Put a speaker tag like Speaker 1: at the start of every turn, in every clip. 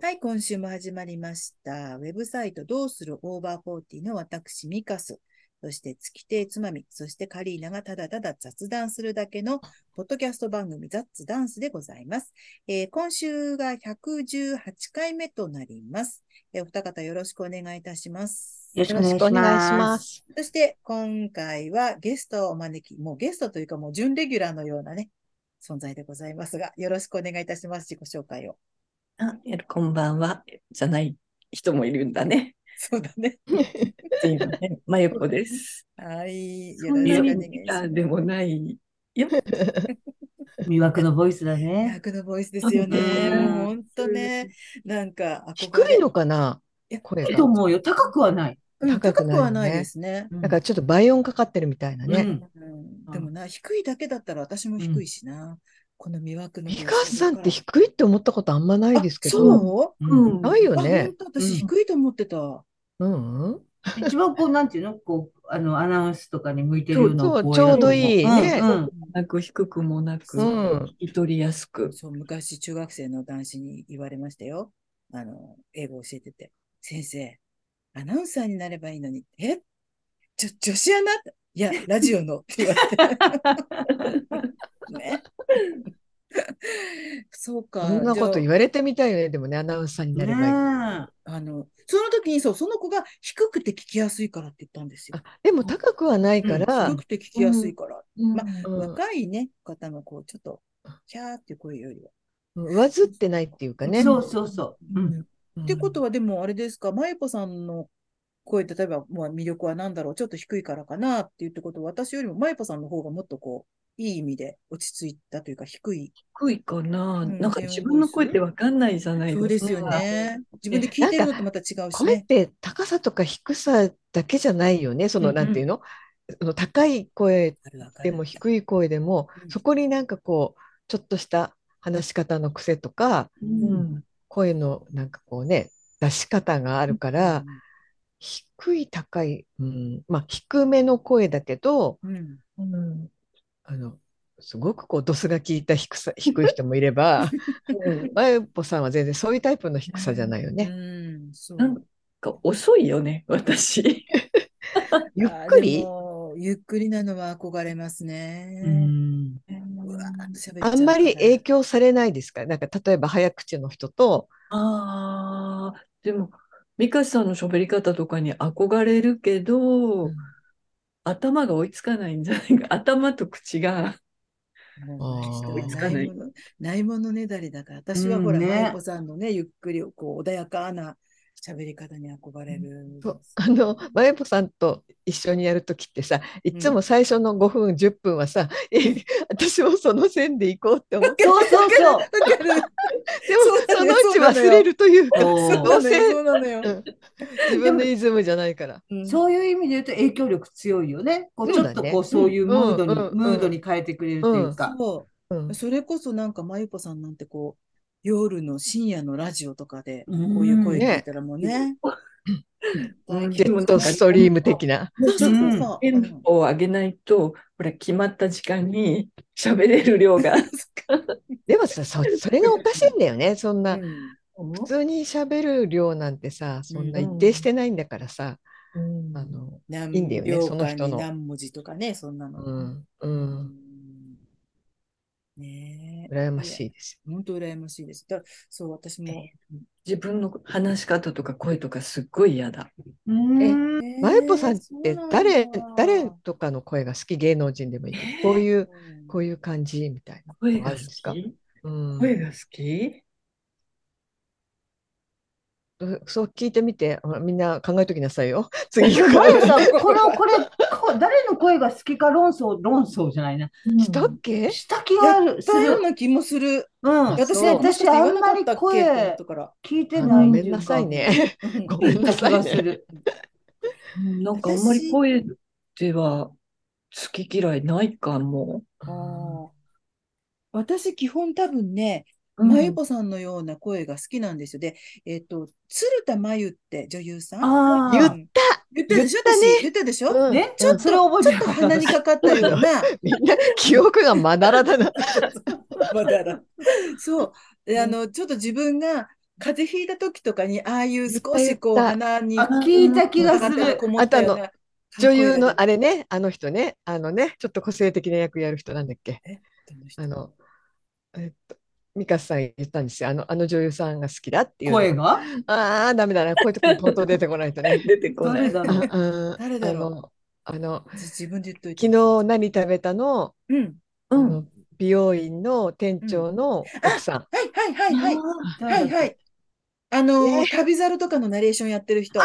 Speaker 1: はい、今週も始まりました。ウェブサイトどうするオーバーフォーティの私、ミカス、そして月亭つまみ、そしてカリーナがただただ雑談するだけのポッドキャスト番組、雑ダンスでございます。えー今週が118回目となります。えーお二方よろしくお願いいたします。
Speaker 2: よろしくお願いします。
Speaker 3: す。
Speaker 1: そして今回はゲストをお招き、もうゲストというかもう準レギュラーのようなね、存在でございますが、よろしくお願いいたします。自己紹介を。
Speaker 2: あ、やるこんばんは。じゃない人もいるんだね。
Speaker 1: そうだね。
Speaker 2: っていうの ね。まゆこです。
Speaker 1: はい。
Speaker 3: そんなに
Speaker 1: よろしくお願いしま
Speaker 2: あ、でもない。
Speaker 3: 魅惑のボイスだ
Speaker 1: す。
Speaker 3: ね。
Speaker 1: 楽のボイスですよね。
Speaker 3: うん
Speaker 1: もう本当ね。なんか憧れ、
Speaker 4: 低いのかない
Speaker 1: や
Speaker 4: 声
Speaker 3: いい
Speaker 4: が
Speaker 3: と。思うよ。高くはない。
Speaker 1: うん
Speaker 4: 高
Speaker 1: 高く
Speaker 4: くないよね
Speaker 1: はないですね。
Speaker 4: なんかちょっと倍音かかってるみたいな
Speaker 3: う
Speaker 4: ね。
Speaker 3: ん
Speaker 1: うんでもな、低いだけだったら私も低いしな。この魅惑のボイス。
Speaker 4: ミカさんって低いって思ったことあんまないですけ
Speaker 1: あそ
Speaker 4: ど。
Speaker 1: う
Speaker 3: うん
Speaker 2: うん
Speaker 4: ないよ
Speaker 1: あ
Speaker 4: ね。
Speaker 1: 本当私低いと思ってた。
Speaker 4: うんうん。
Speaker 3: 一番こう、なんていうのこう、あの、アナウンスとかに向いてるような
Speaker 4: そう、
Speaker 3: 声
Speaker 4: ちょうどいい
Speaker 3: だと思う
Speaker 4: ね。
Speaker 3: うんうん
Speaker 1: うん
Speaker 2: なく低くもなく、
Speaker 4: うん
Speaker 2: 聞き取りやすく。
Speaker 1: そう、昔中学生の男子に言われましたよ。あの、英語教えてて。先生、アナウンサーになればいいのに、えちょ、女子アナいや、ラジオのって言われて。 ね。そうか。
Speaker 4: そんなこと言
Speaker 1: わ
Speaker 4: われてみたいよね。でもね、アナウンサーになればいい。
Speaker 3: ね
Speaker 1: あの、その時にそう、その子が低くて聞きやすいからって言ったんですよ
Speaker 4: あ。でも高くはないか
Speaker 1: う
Speaker 4: ら
Speaker 1: ん低、くて聞きやすいから。
Speaker 2: うん
Speaker 1: ま
Speaker 4: うん
Speaker 1: 若いね、方のこう、ちょっと、キャーっていう声よりは。
Speaker 4: 上ずってないっていうか
Speaker 3: え
Speaker 4: ね。
Speaker 3: そうそうそう。うん
Speaker 4: うん
Speaker 1: ってことはでもあれですか、まゆこさんの声、例えば、まあ、魅力は何だろう、ちょっと低いからかなって言ってことは、私よりもまゆこさんの方がもっとこう、いい意味で落ち着いたというか、低い。
Speaker 2: 低いかな。
Speaker 1: うん
Speaker 2: なんか自分の声ってわかんないじゃない
Speaker 1: そう
Speaker 2: で
Speaker 1: です
Speaker 2: か。
Speaker 1: すよね。自分で聞いてるのとまた違うし
Speaker 4: 声っ
Speaker 1: ね。
Speaker 4: て高さとか低さだけじゃないよね。その、
Speaker 3: うんうん
Speaker 4: なんていうのその高い声
Speaker 1: あるわかる
Speaker 4: でも低い声でも
Speaker 1: うん、
Speaker 4: そこになんかこう、ちょっとした話し方の癖とか、
Speaker 2: うん。
Speaker 4: 声のなんかこうね、出し方があるから、低い、高い、うん、まあ低めの声だけど、
Speaker 1: うん、
Speaker 2: うん。
Speaker 4: あの、すごくこう、ドスが効いた低さ、低い人もいれば、
Speaker 2: うん
Speaker 4: まゆぽさんは全然そういうタイプの低さじゃないよ
Speaker 1: う
Speaker 4: ね。
Speaker 1: ん、そう。
Speaker 2: なんか遅いよね、私。
Speaker 4: ゆっく
Speaker 1: あーで
Speaker 4: り
Speaker 1: もゆっくりなのは憧れますね。
Speaker 4: うん
Speaker 1: うわーっと喋っちゃう
Speaker 4: あんまり
Speaker 1: から
Speaker 4: 影響されないですかなんか例えば早口の 人と、
Speaker 2: ああ、でも、美香さんの喋り方とかに憧れるけど、頭が追いつかないんじゃないか。頭と口が。
Speaker 1: もうね
Speaker 4: あー
Speaker 1: 人
Speaker 4: 追い
Speaker 2: つか
Speaker 1: は
Speaker 2: な
Speaker 1: ないいものないものねだりだから、私はほら、
Speaker 3: うんね
Speaker 1: 舞子さんのね、ゆっくりこう穏やかな喋り方に憧れるんです。
Speaker 4: そうあの、まゆぽさんと一緒にやるときってさ、いつも最初の5分、10分はさ、え私もその線で行こうって思って、
Speaker 3: そうそうそう。
Speaker 1: わかる
Speaker 4: でも
Speaker 1: そうなの
Speaker 4: その
Speaker 1: よ
Speaker 4: うち忘れるというか、
Speaker 3: そう
Speaker 4: ど
Speaker 1: そう
Speaker 4: うせ
Speaker 1: ねそうなのよ。
Speaker 4: うん自分のイズムじゃないから。
Speaker 1: うん
Speaker 3: そういう意味で言うと影響力強いよね。こうち
Speaker 4: そ
Speaker 3: ょ
Speaker 4: う
Speaker 3: っ
Speaker 4: だね
Speaker 3: とこう、そういうムードに、
Speaker 4: うんうんうん
Speaker 3: ムードに変えてくれるっていうか。
Speaker 1: そ
Speaker 4: うん
Speaker 1: う。それこそなんか、まゆこさんなんてこう、夜の深夜のラジオとかで、
Speaker 3: うん
Speaker 1: こういう声聞いたらもうね。
Speaker 2: うん
Speaker 4: ジェットストリーム的な。
Speaker 1: そうそうそうそう。
Speaker 2: テンポを上げないと、ほら、決まった時間に喋れる量が。
Speaker 4: でもさそ、それがおかしいんだよね。そん
Speaker 1: う
Speaker 4: な、
Speaker 1: ん
Speaker 4: 普通に喋る量なんてさ、そんな一定してないんだからさ、
Speaker 2: うん
Speaker 4: あの、
Speaker 1: 何
Speaker 4: いいんだよね
Speaker 1: 秒
Speaker 4: その人
Speaker 1: 間に
Speaker 4: の
Speaker 1: 何文字とかね、そんなの。
Speaker 4: うん、う、
Speaker 1: うんんねえ。
Speaker 4: 羨ましいです。
Speaker 1: 本当羨ましいです。だそう、私も。
Speaker 2: 自分の話し方とか声とかすっごい嫌だ。
Speaker 3: うーん
Speaker 4: まゆぽさんっ
Speaker 1: そう
Speaker 4: て
Speaker 1: なんだ
Speaker 4: 誰、誰とかの声が好き芸能人でもいいけど。こういう、
Speaker 1: うん
Speaker 4: こういう感じみたいな。
Speaker 2: 声が
Speaker 4: あるんですか
Speaker 2: 好き
Speaker 4: うん、
Speaker 2: 声が好き
Speaker 4: そう聞いてみて、あみんな考えときなさい よ。次行くか
Speaker 3: ま
Speaker 4: ら。
Speaker 3: ゆさん、こ の、これ、こ誰の声が好きか論争、論争じゃないな。
Speaker 4: したっけ
Speaker 3: した気がある、す
Speaker 1: そうよう
Speaker 3: る。
Speaker 1: な気もする。
Speaker 3: うん。
Speaker 1: 私
Speaker 3: そう
Speaker 1: ね、確か
Speaker 3: あ
Speaker 1: 言わ
Speaker 3: ん
Speaker 1: な
Speaker 3: ま
Speaker 1: かっ
Speaker 3: り
Speaker 1: たっけと思っ
Speaker 3: 声
Speaker 1: たから。
Speaker 3: 聞いて
Speaker 4: あ
Speaker 3: な
Speaker 4: ご
Speaker 3: い
Speaker 4: め
Speaker 3: ってい
Speaker 4: ん
Speaker 3: う
Speaker 4: な
Speaker 3: か
Speaker 4: さい。ね。
Speaker 1: うん
Speaker 4: ごめんなさい
Speaker 3: 言った気がす
Speaker 4: ね。
Speaker 3: る。
Speaker 2: うんなんかあんまり声では好き嫌いないかも。
Speaker 1: あー私、基本多分ね、
Speaker 2: うん
Speaker 1: まゆこさんのような声が好きなんですよ。で、えっと、鶴田まゆって女優さん。
Speaker 3: あ
Speaker 1: うん
Speaker 4: 言
Speaker 3: あ。
Speaker 4: った
Speaker 1: 言ったでしょ
Speaker 4: 言ったね
Speaker 1: 私言ったでしょ
Speaker 4: うん
Speaker 3: ね、
Speaker 1: ちょっと
Speaker 3: それ覚え
Speaker 1: ちょっと
Speaker 3: てなかった。
Speaker 1: 鼻にかかったような。
Speaker 4: みんな記憶がまだらだな。
Speaker 1: まだだ。そう。であの、ちょっと自分が、風邪ひいた時とかに、ああいう少し
Speaker 4: 絶対言
Speaker 1: こ
Speaker 4: っ
Speaker 1: う、
Speaker 4: た
Speaker 1: 鼻に、
Speaker 3: あ、聞いた気がする。
Speaker 1: こもったようなかっこ
Speaker 4: 女
Speaker 1: いい
Speaker 4: 優の
Speaker 1: あ
Speaker 4: あれね、あの人ね、あのね、ちょっと個性的な役やる人なんだっけ。あの、えっと、ミカさん言ったんですよ。あの、あの女優さんが好きだっていうの。
Speaker 3: 声が
Speaker 4: ああ、ダメだな。こういうとこにポンと出てこないと ね。
Speaker 2: 出てこない。
Speaker 3: 誰だ
Speaker 4: あ
Speaker 3: ろう
Speaker 4: あ
Speaker 1: 誰だろ
Speaker 4: あの、あの、
Speaker 1: 自分で言っといて。
Speaker 4: 昨日何食べたの、
Speaker 1: うん。
Speaker 2: う
Speaker 4: あ
Speaker 2: ん。
Speaker 4: の美容院の店長の奥さん。
Speaker 1: はいはいはいはい。は
Speaker 3: 誰
Speaker 1: い
Speaker 3: だろう
Speaker 1: はい。あのー
Speaker 4: ね
Speaker 1: 旅猿とかのナレーションやってる人。あ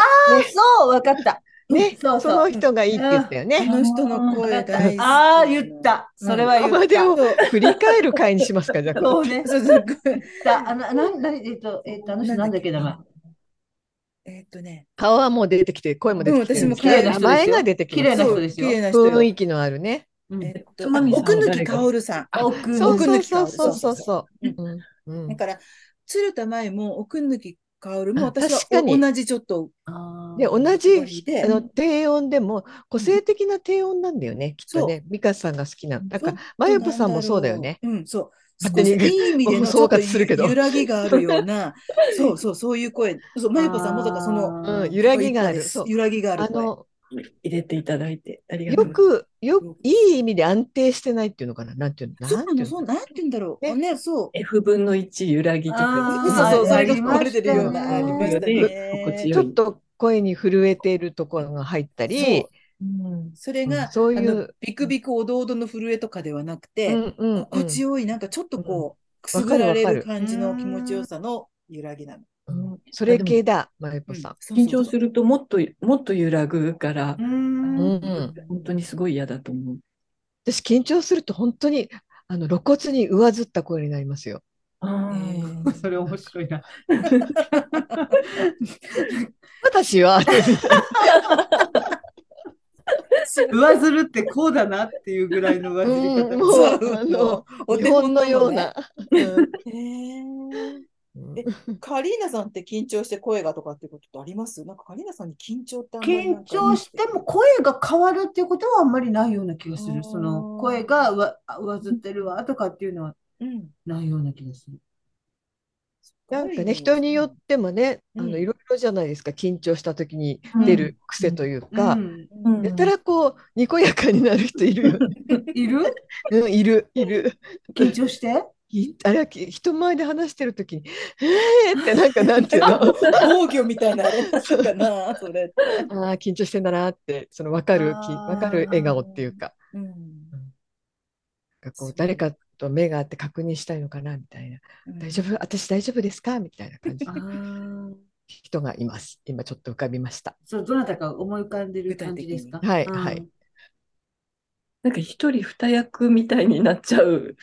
Speaker 3: そう、わかった。
Speaker 4: ね、
Speaker 3: そう
Speaker 4: そ
Speaker 3: そう。
Speaker 4: の人がいいって言ってたよね。
Speaker 1: の人の声大好き。
Speaker 3: ああ、言った。それは言
Speaker 4: まあ
Speaker 3: っ
Speaker 4: で
Speaker 3: た。
Speaker 4: も 振り返る会にしますかじゃあ。
Speaker 3: そうね。
Speaker 1: そうそう。ごめん
Speaker 3: 言ったあの、な、な、えっと、えっと、あの人なんだっけ、名前。
Speaker 1: えーっとね。
Speaker 4: 顔はもう出てきて声も出てきてるんですけ
Speaker 3: うん
Speaker 4: ど、
Speaker 3: 私も綺麗な人ですよ
Speaker 4: 名前が出てき
Speaker 3: 綺麗
Speaker 4: て
Speaker 3: な人
Speaker 1: そう
Speaker 3: ですよ
Speaker 1: 綺麗な人。
Speaker 4: 雰囲気のあるね。
Speaker 3: うん
Speaker 1: えーっと
Speaker 2: つまみさんは
Speaker 1: 奥貫
Speaker 2: 誰か
Speaker 1: 薫さん。
Speaker 3: あ奥の
Speaker 4: そう
Speaker 1: 奥
Speaker 4: そう
Speaker 1: 貫
Speaker 4: そう
Speaker 1: 薫
Speaker 4: そうそう
Speaker 1: そう
Speaker 4: そ
Speaker 1: そう
Speaker 4: う。うんう
Speaker 1: だ
Speaker 4: ん。
Speaker 1: から鶴田舞も奥貫薫
Speaker 4: あ
Speaker 1: も私は
Speaker 4: 確かに
Speaker 1: お同じちょっと
Speaker 3: あー
Speaker 4: で同
Speaker 1: やっぱり
Speaker 4: じ
Speaker 1: で
Speaker 4: あの低音でも個性的な低音なんだよね。きっとね、美香さんが好きな。なんかマユプさんもそうだよね。。
Speaker 1: ちょっとなんだろううん、そう。
Speaker 4: 勝手に
Speaker 1: 少しいい意味でのちょっ
Speaker 4: 総
Speaker 1: と
Speaker 4: 括するけど
Speaker 1: ゆらぎがあるよう な、そうそう、そういう声。そう、マユポさんもだからその、
Speaker 3: あー
Speaker 4: うん、揺らぎがある。そう。
Speaker 1: 揺らぎがあ
Speaker 4: あ
Speaker 1: る声。
Speaker 4: の
Speaker 2: 入れていただいて、ありがと
Speaker 4: よ
Speaker 2: うござい
Speaker 4: くよいい意味で安定してないっていうのかな。なんていうの。
Speaker 1: そ
Speaker 4: な
Speaker 1: うんなの、
Speaker 4: ていうの
Speaker 1: そう、なんて言うんだろう。
Speaker 4: ね
Speaker 1: あね、そう。
Speaker 2: ます。F 分の1揺らぎとか
Speaker 3: あ。
Speaker 1: そうそう、そ
Speaker 3: あ
Speaker 1: れ
Speaker 3: り
Speaker 1: が
Speaker 3: ま
Speaker 1: 含ま
Speaker 3: したね
Speaker 1: れてるような、ありましたね。
Speaker 2: 心地
Speaker 4: ち
Speaker 2: よ
Speaker 4: ょ
Speaker 2: い
Speaker 4: っ。と声に震えているところが入った
Speaker 1: そ、
Speaker 4: り
Speaker 1: う、それ
Speaker 4: うん
Speaker 1: が、
Speaker 4: そう
Speaker 1: あ
Speaker 4: い
Speaker 1: の
Speaker 4: う、
Speaker 1: ビクビクおどおどの震えとかではなくて、
Speaker 4: うんうんうん
Speaker 1: 心地よい、なんかちょっとこう、く
Speaker 4: うん
Speaker 1: すぐられ
Speaker 4: わかる
Speaker 1: る
Speaker 4: わ
Speaker 1: 感じの気持ちよさの揺らぎなの。
Speaker 4: うんそれ系だ、マユ
Speaker 1: う
Speaker 4: ポさん。
Speaker 2: 緊張す
Speaker 1: る。
Speaker 2: るともっと、もっと揺らぐから
Speaker 3: う、
Speaker 4: うん
Speaker 3: ん。
Speaker 4: うん
Speaker 2: 本当にすごい嫌だと思う。
Speaker 4: 私緊張すると本当にあの露骨に上ずった声になりますよ。
Speaker 2: あ
Speaker 1: え
Speaker 2: ー
Speaker 1: ー
Speaker 3: それ面白いな。
Speaker 4: 私は
Speaker 3: 上ずるってこうだなっていうぐらいの上ずり
Speaker 4: うん
Speaker 3: 方
Speaker 4: も
Speaker 1: そう
Speaker 4: うあ
Speaker 1: も
Speaker 4: の
Speaker 1: お
Speaker 4: 日
Speaker 1: 手本
Speaker 4: 本のよ
Speaker 1: の
Speaker 4: う
Speaker 1: ね
Speaker 4: な。うん
Speaker 1: へー
Speaker 4: うん
Speaker 1: えカリーナさんって緊張して声がとかってことってありますなんかカリーナさんに緊張ってあんまりな
Speaker 3: 緊
Speaker 1: んか
Speaker 3: 張しても声が変わるっていうことはあんまりないような気がす
Speaker 1: あー
Speaker 3: る。その声が上上ずってるわとかっていうのは
Speaker 1: うん。
Speaker 3: ないような気がする。
Speaker 4: なんかね人によってもね、あ
Speaker 1: うん
Speaker 4: のいろいろじゃないですか緊張した時に出る癖というか、
Speaker 3: うん、
Speaker 1: うん
Speaker 4: やたらこうにこやかになる人いる よね。
Speaker 3: いる
Speaker 4: うん、いるいる。
Speaker 3: 緊張して
Speaker 4: いあれはき人前で話してる時に「えー!」ってなんかなんていうの あ
Speaker 1: 防御みたいなあれなのかな、それって。
Speaker 4: ー緊張してんだなってその分かるき
Speaker 3: あー
Speaker 4: 分かる笑顔っていうか
Speaker 1: うん
Speaker 4: なんかこ
Speaker 1: そうう
Speaker 4: 誰かと目があって確認したいのかなみたいな「大丈夫私大丈夫ですか?」みたいな感じ
Speaker 3: あ
Speaker 4: の
Speaker 3: ー
Speaker 4: 人がいます今ちょっと浮かびました。
Speaker 3: そうどなたか思い浮かんでる感じですか
Speaker 4: 具体的にはいはい。
Speaker 2: なんか一人二役みたいになっちゃう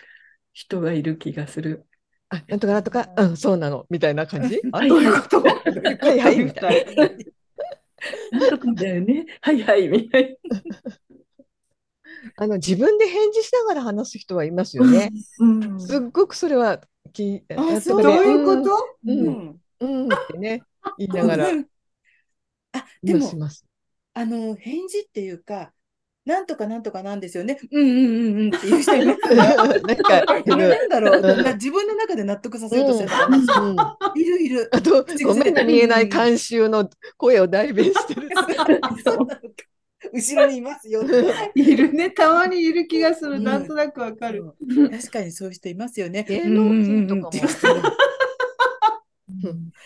Speaker 2: 人がいる気がする。
Speaker 4: あなんとかなんとかうんそうなのみたいな感じあ
Speaker 3: あどういうこと
Speaker 4: はいはいみたいな。
Speaker 2: なんとかだよね。 はいはい、みたい
Speaker 4: あの自分で返事しながら話す人はいますよね。
Speaker 2: な。うん
Speaker 4: すっごくそれはき
Speaker 1: あ
Speaker 4: なんと
Speaker 1: そう
Speaker 4: かで
Speaker 3: どういうこと
Speaker 4: うん
Speaker 1: う
Speaker 4: うん
Speaker 1: ん。
Speaker 4: うんってね言いながら
Speaker 1: う
Speaker 4: い
Speaker 1: んあ、で
Speaker 4: ますい
Speaker 1: も、
Speaker 4: ます。
Speaker 1: あの、返事っていうか、なんとかなんとかなんですよね。うんうんうんうんっていう人いますよね。
Speaker 4: なんかい
Speaker 1: あれ
Speaker 4: る。
Speaker 1: なんだろう。
Speaker 4: ん
Speaker 1: なんか自分の中で納得させようとしてるのかな。
Speaker 4: うん
Speaker 1: いるいる。
Speaker 4: あと
Speaker 1: 口癖、で
Speaker 4: ごめんの見えない監修の声を代弁してる。
Speaker 1: そうなのか後ろにいますよ。
Speaker 3: いるね、たまにいる気がす
Speaker 1: う
Speaker 3: る。
Speaker 1: ん
Speaker 3: なんとなくわかる。
Speaker 1: 確かにそういう人いますよね。
Speaker 4: 芸能人とか
Speaker 1: うんうんうん
Speaker 4: も
Speaker 1: っていう人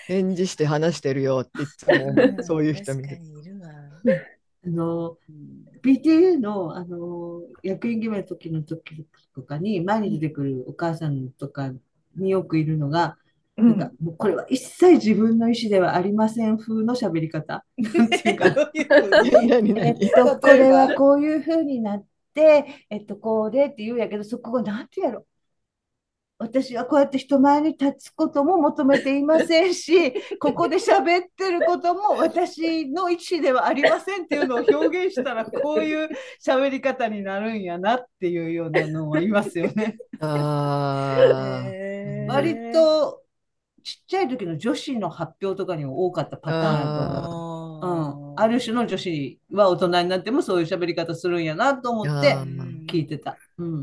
Speaker 4: 返事して話してるよっていつも思 うそういう人見
Speaker 1: 確
Speaker 4: る
Speaker 1: か。にいるわ。
Speaker 3: あの、
Speaker 1: うん、
Speaker 3: PTA の、あの、役員決めの時の時とかに、前に出てくるお母さんとかによくいるのが、
Speaker 2: う
Speaker 3: なんか、もうこれは一切自分の意思ではありません風の喋り方。なんていうか
Speaker 4: 何々
Speaker 3: えっと、これはこういうふうになって、えっと、こうでって言うんやけど、そこがなんてやろ。私はこうやって人前に立つことも求めていませんし、ここで喋ってることも私の意思ではありませんっていうのを表現したら、こういう喋り方になるんやなっていうようなのもいますよね。
Speaker 4: あー
Speaker 1: へー
Speaker 3: 割とちっちゃい時の女子の発表とかにも多かったパターンとか。うん、ある種の女子は大人になってもそういう喋り方するんやなと思って
Speaker 4: あー
Speaker 3: 聞いてた。うん、
Speaker 4: うん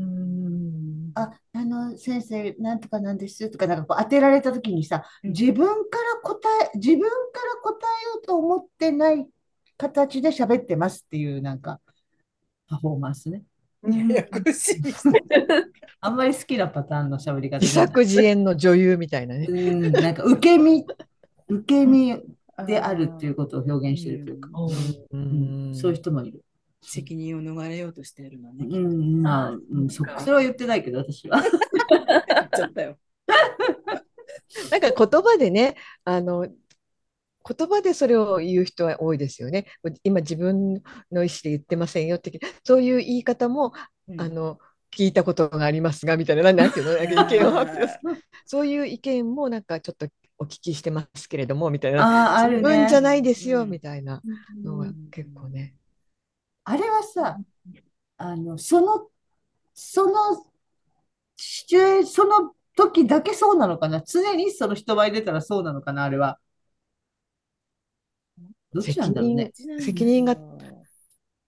Speaker 2: ん。
Speaker 3: あ、あの、先生、なんとかなんですとか、なんかこう当てられたときにさ、
Speaker 1: うん
Speaker 3: 自分から答え、自分から答えようと思ってない形で喋ってますっていう、なんか、パフォーマンスね。
Speaker 1: うんややこしい人。
Speaker 3: あんまり好きなパターンの喋り方
Speaker 4: 自
Speaker 3: じゃない
Speaker 4: 作自演の女優みたいなね。
Speaker 3: うん、なんか受け身、受け身であるっていう
Speaker 1: こ
Speaker 3: ことを表現してるというか、
Speaker 1: うん
Speaker 4: う
Speaker 3: うんそういう人もいる。
Speaker 1: と。責任を逃れようとしてるの
Speaker 3: う
Speaker 1: ね。言っ
Speaker 3: ん、まあ、うん、そっかそれは言ってないけど、私は。
Speaker 1: ちゃったよ。
Speaker 4: なんか言葉でね、あの、言葉でそれを言う人は多いですよね。今自分の意思で言ってませんよって、そういう言い方も、
Speaker 1: うん
Speaker 4: あの、聞いたことがありますが、みたいな、なんなんていうの、なんか意見を発表する。そういう意見もなんかちょっとお聞きしてますけれども、みたいな。
Speaker 3: ああ、ある
Speaker 4: 自分じゃ
Speaker 3: ね。
Speaker 4: ないです
Speaker 1: う
Speaker 4: よ、
Speaker 1: ん
Speaker 4: みたいなのが結構ね。
Speaker 3: あれはさ、あの、その、その、シチュエーその時だけそうなのかな常にその人前に出たらそうなのかなあれは。どっちなんだろうね。
Speaker 4: 責任が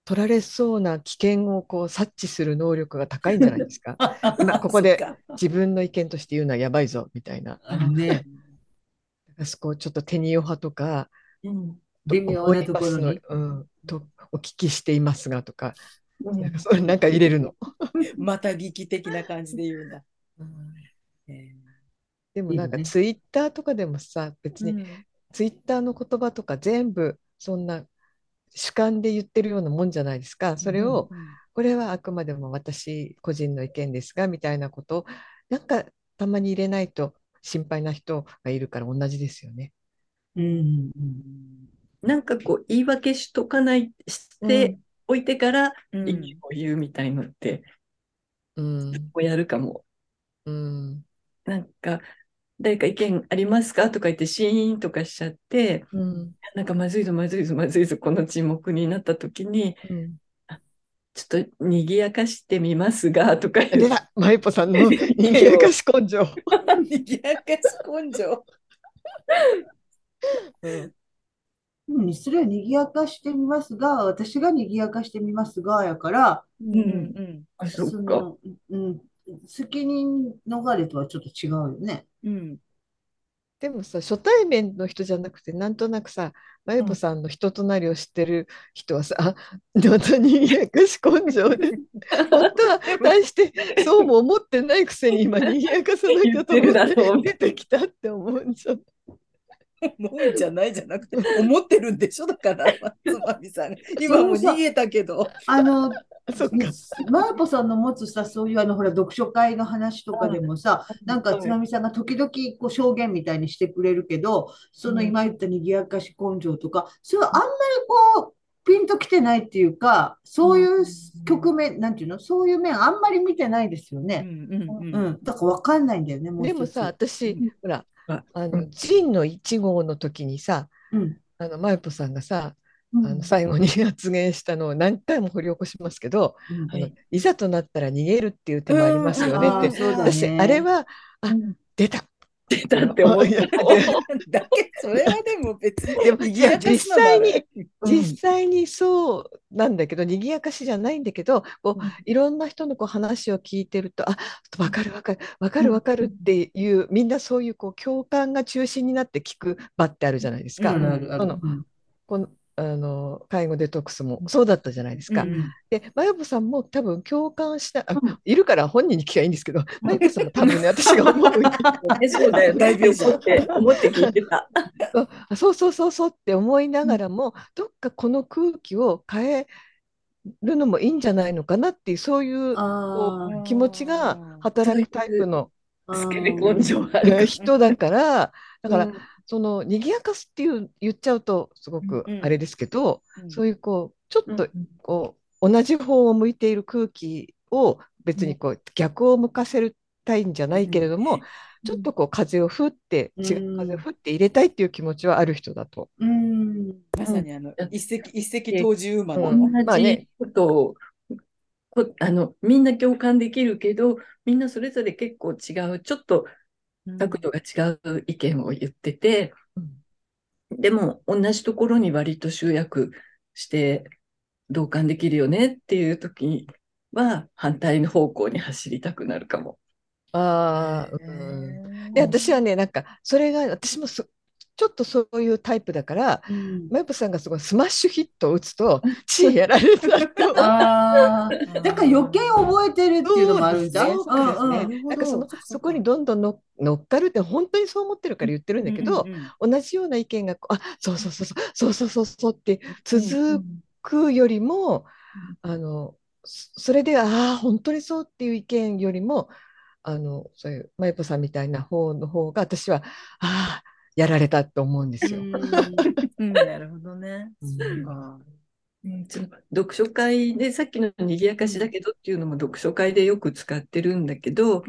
Speaker 4: 取られそうな危険をこう察知する能力が高いんじゃないですか。今ここで
Speaker 1: そっか
Speaker 4: 自分の意見として言うのはやばいぞ、みたいな。
Speaker 3: あのね、
Speaker 4: あそこちょっとテニオ派とか、
Speaker 2: うん
Speaker 3: 微妙なところに
Speaker 4: 思いますのうん、とお聞きしていますがとか、
Speaker 2: うん
Speaker 4: なんかそうなんか入れるの。
Speaker 1: また劇的な感じで言うんだ。え
Speaker 4: でもなんか
Speaker 3: いいね
Speaker 4: ツイッターとかでもさ、別
Speaker 1: ー
Speaker 4: にツイッターの言葉とか全部そんな主観で言ってるようなもんじゃないですか。それを、これはあくまでも私個人の意見ですがみたいなことをなんかたまに入れないと心配な人がいるから同じですよね。
Speaker 3: うんうん
Speaker 2: なんかこう言い訳しとかないしておいてから
Speaker 1: うん
Speaker 2: 意見を言うみたいのって、
Speaker 4: うん、
Speaker 2: こうやるかも。
Speaker 4: うん、
Speaker 2: なんか誰か意見ありますかとか言ってシーンとかしちゃって
Speaker 4: うん、
Speaker 2: なんかまずいぞまずいぞまずいぞこの沈黙になった時に
Speaker 4: うん。
Speaker 2: ちょっと賑やかしてみますがとか言って
Speaker 4: 出た、まゆぽさ んの人間やかし根性。
Speaker 1: にぎやかし根性。
Speaker 4: うん
Speaker 3: うん。にそれは賑やかしてみますが、私が賑やかしてみますが、やから、
Speaker 1: うんうん
Speaker 2: あそ
Speaker 3: そ
Speaker 2: っか
Speaker 3: の、うん、責任逃れとはちょっと違うよね。
Speaker 1: うん。
Speaker 4: でもさ、初対面の人じゃなくて、なんとなくさ、まゆぽさんの人となりを知ってる人はさ、あ、また人間やかし根性 で、本当は大してそうも思ってないくせ に今、人間やかさなきゃと思
Speaker 2: 言ってるだろ
Speaker 4: っ
Speaker 2: う
Speaker 4: て出てきたって思うんじゃん。
Speaker 1: もうじゃないじゃなくて、思ってるんでしょだから、つまみさん。今も逃げたけど。
Speaker 3: あの、
Speaker 4: そっか。
Speaker 3: マーポさんの持つさ、そういうあの、ほら、読書会の話とかでもさ、なんか、つまみさんが時々、こう、証言みたいにしてくれるけど、その今言った賑やかし根性とか、それはあんまりこう、ピンときてないっていうか、そういう局面、なんていうの、そういう面あんまり見てないですよ
Speaker 1: う
Speaker 3: ね。
Speaker 1: ん
Speaker 3: う。ん。だからわかんないんだよね、もう
Speaker 4: で
Speaker 3: 一
Speaker 4: も
Speaker 3: つ
Speaker 4: さ、、私、ほら、
Speaker 2: あ
Speaker 4: あ
Speaker 2: う
Speaker 4: の、ジンの1号の時にさ、
Speaker 3: うん。
Speaker 4: あの、まゆぽさんがさ、
Speaker 3: う
Speaker 4: あ
Speaker 3: ん
Speaker 4: の最後に発言したのを何回も掘り起こしますけど、
Speaker 3: うん
Speaker 4: あのいざとなったら逃げるっていう手もありますよね
Speaker 3: あ
Speaker 4: って
Speaker 3: ー、そうだね
Speaker 4: 私あれはあ
Speaker 2: うん
Speaker 4: 出た
Speaker 2: 出たって思 った
Speaker 4: いやで
Speaker 1: だけそれはでも別に。
Speaker 4: で もいや実際に
Speaker 2: うん
Speaker 4: 実際にそうなんだけど賑やかしじゃないんだけどこう
Speaker 2: うん
Speaker 4: いろんな人のこう話を聞いてるとあ分かる分かる分かる分かるっていうみんなそういうこう共感が中心になって聞く場ってあるじゃないです
Speaker 1: う
Speaker 4: か。
Speaker 1: ん
Speaker 4: そのこのあの介護デトックスもそうだったじゃないですか。で、まゆぽさんも多分共感した、あ
Speaker 2: うん
Speaker 4: いるから本人に聞きゃいいんですけど、まゆぽさんも多分ね、私が思うに
Speaker 2: えそうだよだいぶ思って思って聞いてた。
Speaker 4: そうあそうそうそうそうって思いながらも、どっかこの空気を変えるのもいいんじゃないのかなっていう、そういう
Speaker 3: あ
Speaker 4: 気持ちが働くタイプの
Speaker 3: あ、
Speaker 2: スケベ根性があ
Speaker 4: えー
Speaker 2: る
Speaker 4: 人だから、だから、
Speaker 2: うん
Speaker 4: その、にぎやかすっていう言っちゃうと、すごく
Speaker 1: うんうん
Speaker 4: あれですけど、そう
Speaker 1: い
Speaker 4: いうこう、ちょっと
Speaker 2: うん
Speaker 4: こう同じ方を向いている空気を別にこう逆を向かせたいんじゃないけれども、ちょっとこう風をふって、違う
Speaker 3: うん
Speaker 4: 風をふって入れたいっていう気持ちはある人だと。
Speaker 3: うん。
Speaker 1: う。まさにあの、一石、一石投じ馬
Speaker 4: う
Speaker 1: の。
Speaker 4: んま
Speaker 2: 同
Speaker 4: あね
Speaker 2: じことを、こあのみんな共感できるけどみんなそれぞれ結構違うちょっと角度が違う意見を言ってて、でも同じところに割と集約して同感できるよねっていう時は反対の方向に走りたくなるかも。
Speaker 4: ああ、うん。で、私はね、なんか、それが、私もそちょっとそういうタイプだから、
Speaker 3: うん
Speaker 4: マユポさんがすごいスマッシュヒットを打つと、知恵やられるなって思う。
Speaker 3: あーだから余計覚えてるっていうのもあるんじゃん。
Speaker 4: そう
Speaker 1: ですね
Speaker 3: うんうん
Speaker 1: なるほど
Speaker 4: なんかその
Speaker 1: そっか
Speaker 4: そこにどんどんの乗っかるって本当にそう思ってるから言ってるんだけど、
Speaker 1: うんうんうん
Speaker 4: 同じような意見がこうあそうそうそうそうそうそうそうそうって続くよりも、あのそそれでああ本当にそうっていう意見よりもあのそういうまゆぽさんみたいな方の方が私はああやられたと思うんですよ。
Speaker 1: うんなるほどね。そうか
Speaker 2: うんちょ読書会でさっきの賑やかしだけどっていうのも読書会でよく使ってるんだけど、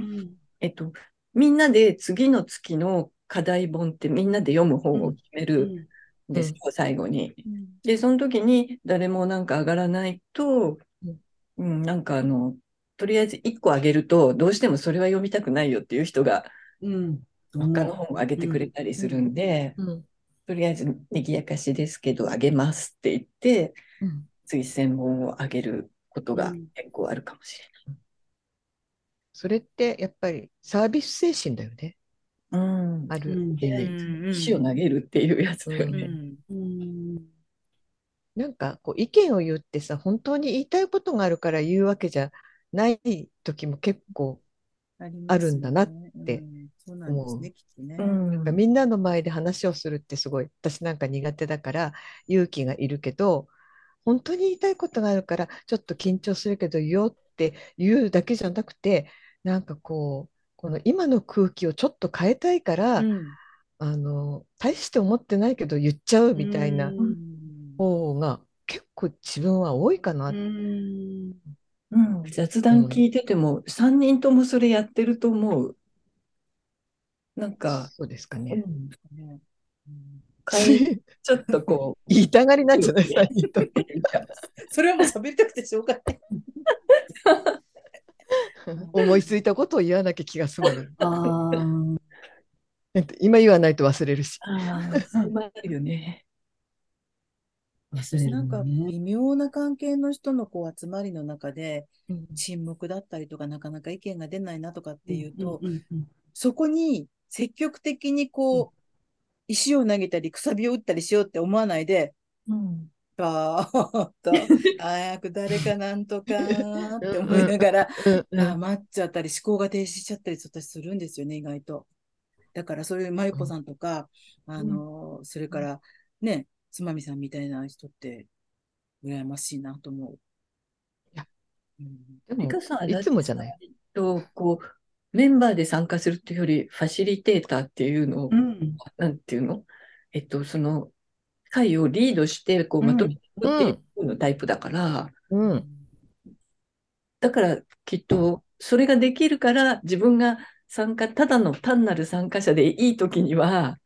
Speaker 2: えっと、みんなで次の月の課題本ってみんなで読む本を決めるんですよ、最後に。で、その時に誰もなんか上がらないと、うん、なんかあの、とりあえず1個あげると、どうしてもそれは読みたくないよっていう人が
Speaker 3: うん
Speaker 2: 他の本をあげてくれたりするんで、
Speaker 4: うん
Speaker 2: とりあえず賑やかしですけど、あげますって言って、
Speaker 4: うん
Speaker 2: 推薦本をあげることが
Speaker 3: うん
Speaker 2: 結構あるかもし
Speaker 4: それってやっぱりサービス精神だよね
Speaker 2: れない。うん。
Speaker 4: あ
Speaker 3: う
Speaker 4: る
Speaker 3: ん
Speaker 4: 意味。
Speaker 2: 石を投げるっていうやつだよ
Speaker 1: う
Speaker 2: ね。
Speaker 1: ん
Speaker 3: うん
Speaker 4: なんかこう意見を言ってさ本当に言いたいことがあるから言うわけじゃない時も結構あるんだなってて。
Speaker 1: そうなんですね、きっとね。
Speaker 4: なんかみんなの前で話をするってすごい私なんか苦手だから勇気がいるけど本当に言いたいことがあるからちょっと緊張するけど言おうって言うだけじゃなくてなんかこうこの今の空気をちょっと変えたいから、
Speaker 1: うん
Speaker 4: あの大して思ってないけど言っちゃうみたいな
Speaker 1: うん
Speaker 4: 方が結構自分は多いかな、
Speaker 3: うん
Speaker 2: うん、雑談聞いてても、3人ともそれやってると思う。なんか、
Speaker 4: そうですか
Speaker 2: う
Speaker 4: ね。
Speaker 2: ん、
Speaker 1: ねうん
Speaker 2: 会 ちょっとこう、
Speaker 4: 言いたがりなんじゃない三人とも
Speaker 1: それはもう喋りたくてしょうがない。
Speaker 4: 思いついたことを言わなきゃ気が済まない。
Speaker 3: あー
Speaker 4: だって今言わ ないと忘れるし。
Speaker 2: ああ、そうなるよね。
Speaker 3: 忘れる
Speaker 1: な
Speaker 3: の
Speaker 1: んか
Speaker 3: ね
Speaker 1: 微妙な関係の人のこう集まりの中で
Speaker 4: うん
Speaker 1: 沈黙だったりとかなかなか意見が出ないなとかっていうと、
Speaker 3: んうん
Speaker 1: そこに積極的にこう、石を投げたりくさびを打ったりしようって思わないで、
Speaker 2: うん、
Speaker 1: ばーっと、早く誰かなんとかーって思いながら、あー待っちゃったり、思考が停止しちゃったり私するんですよね、意外と。だから、そういうまゆこさんとか、あのー、それから、ね、つまみさんみたいな人って、羨ましいなと思う。
Speaker 4: いや
Speaker 1: うん
Speaker 4: でも
Speaker 2: 美香さん、
Speaker 4: いつもじゃない。
Speaker 2: と、こう、メンバーで参加するっていうより、ファシリテーターっていうのを、
Speaker 3: うん
Speaker 2: なんていうのえっと、その、会をリードして、こう、まとめていくっていうのタイプだから、
Speaker 4: うん、
Speaker 2: だからきっとそれができるから自分が参加ただの単なる参加者でいい時には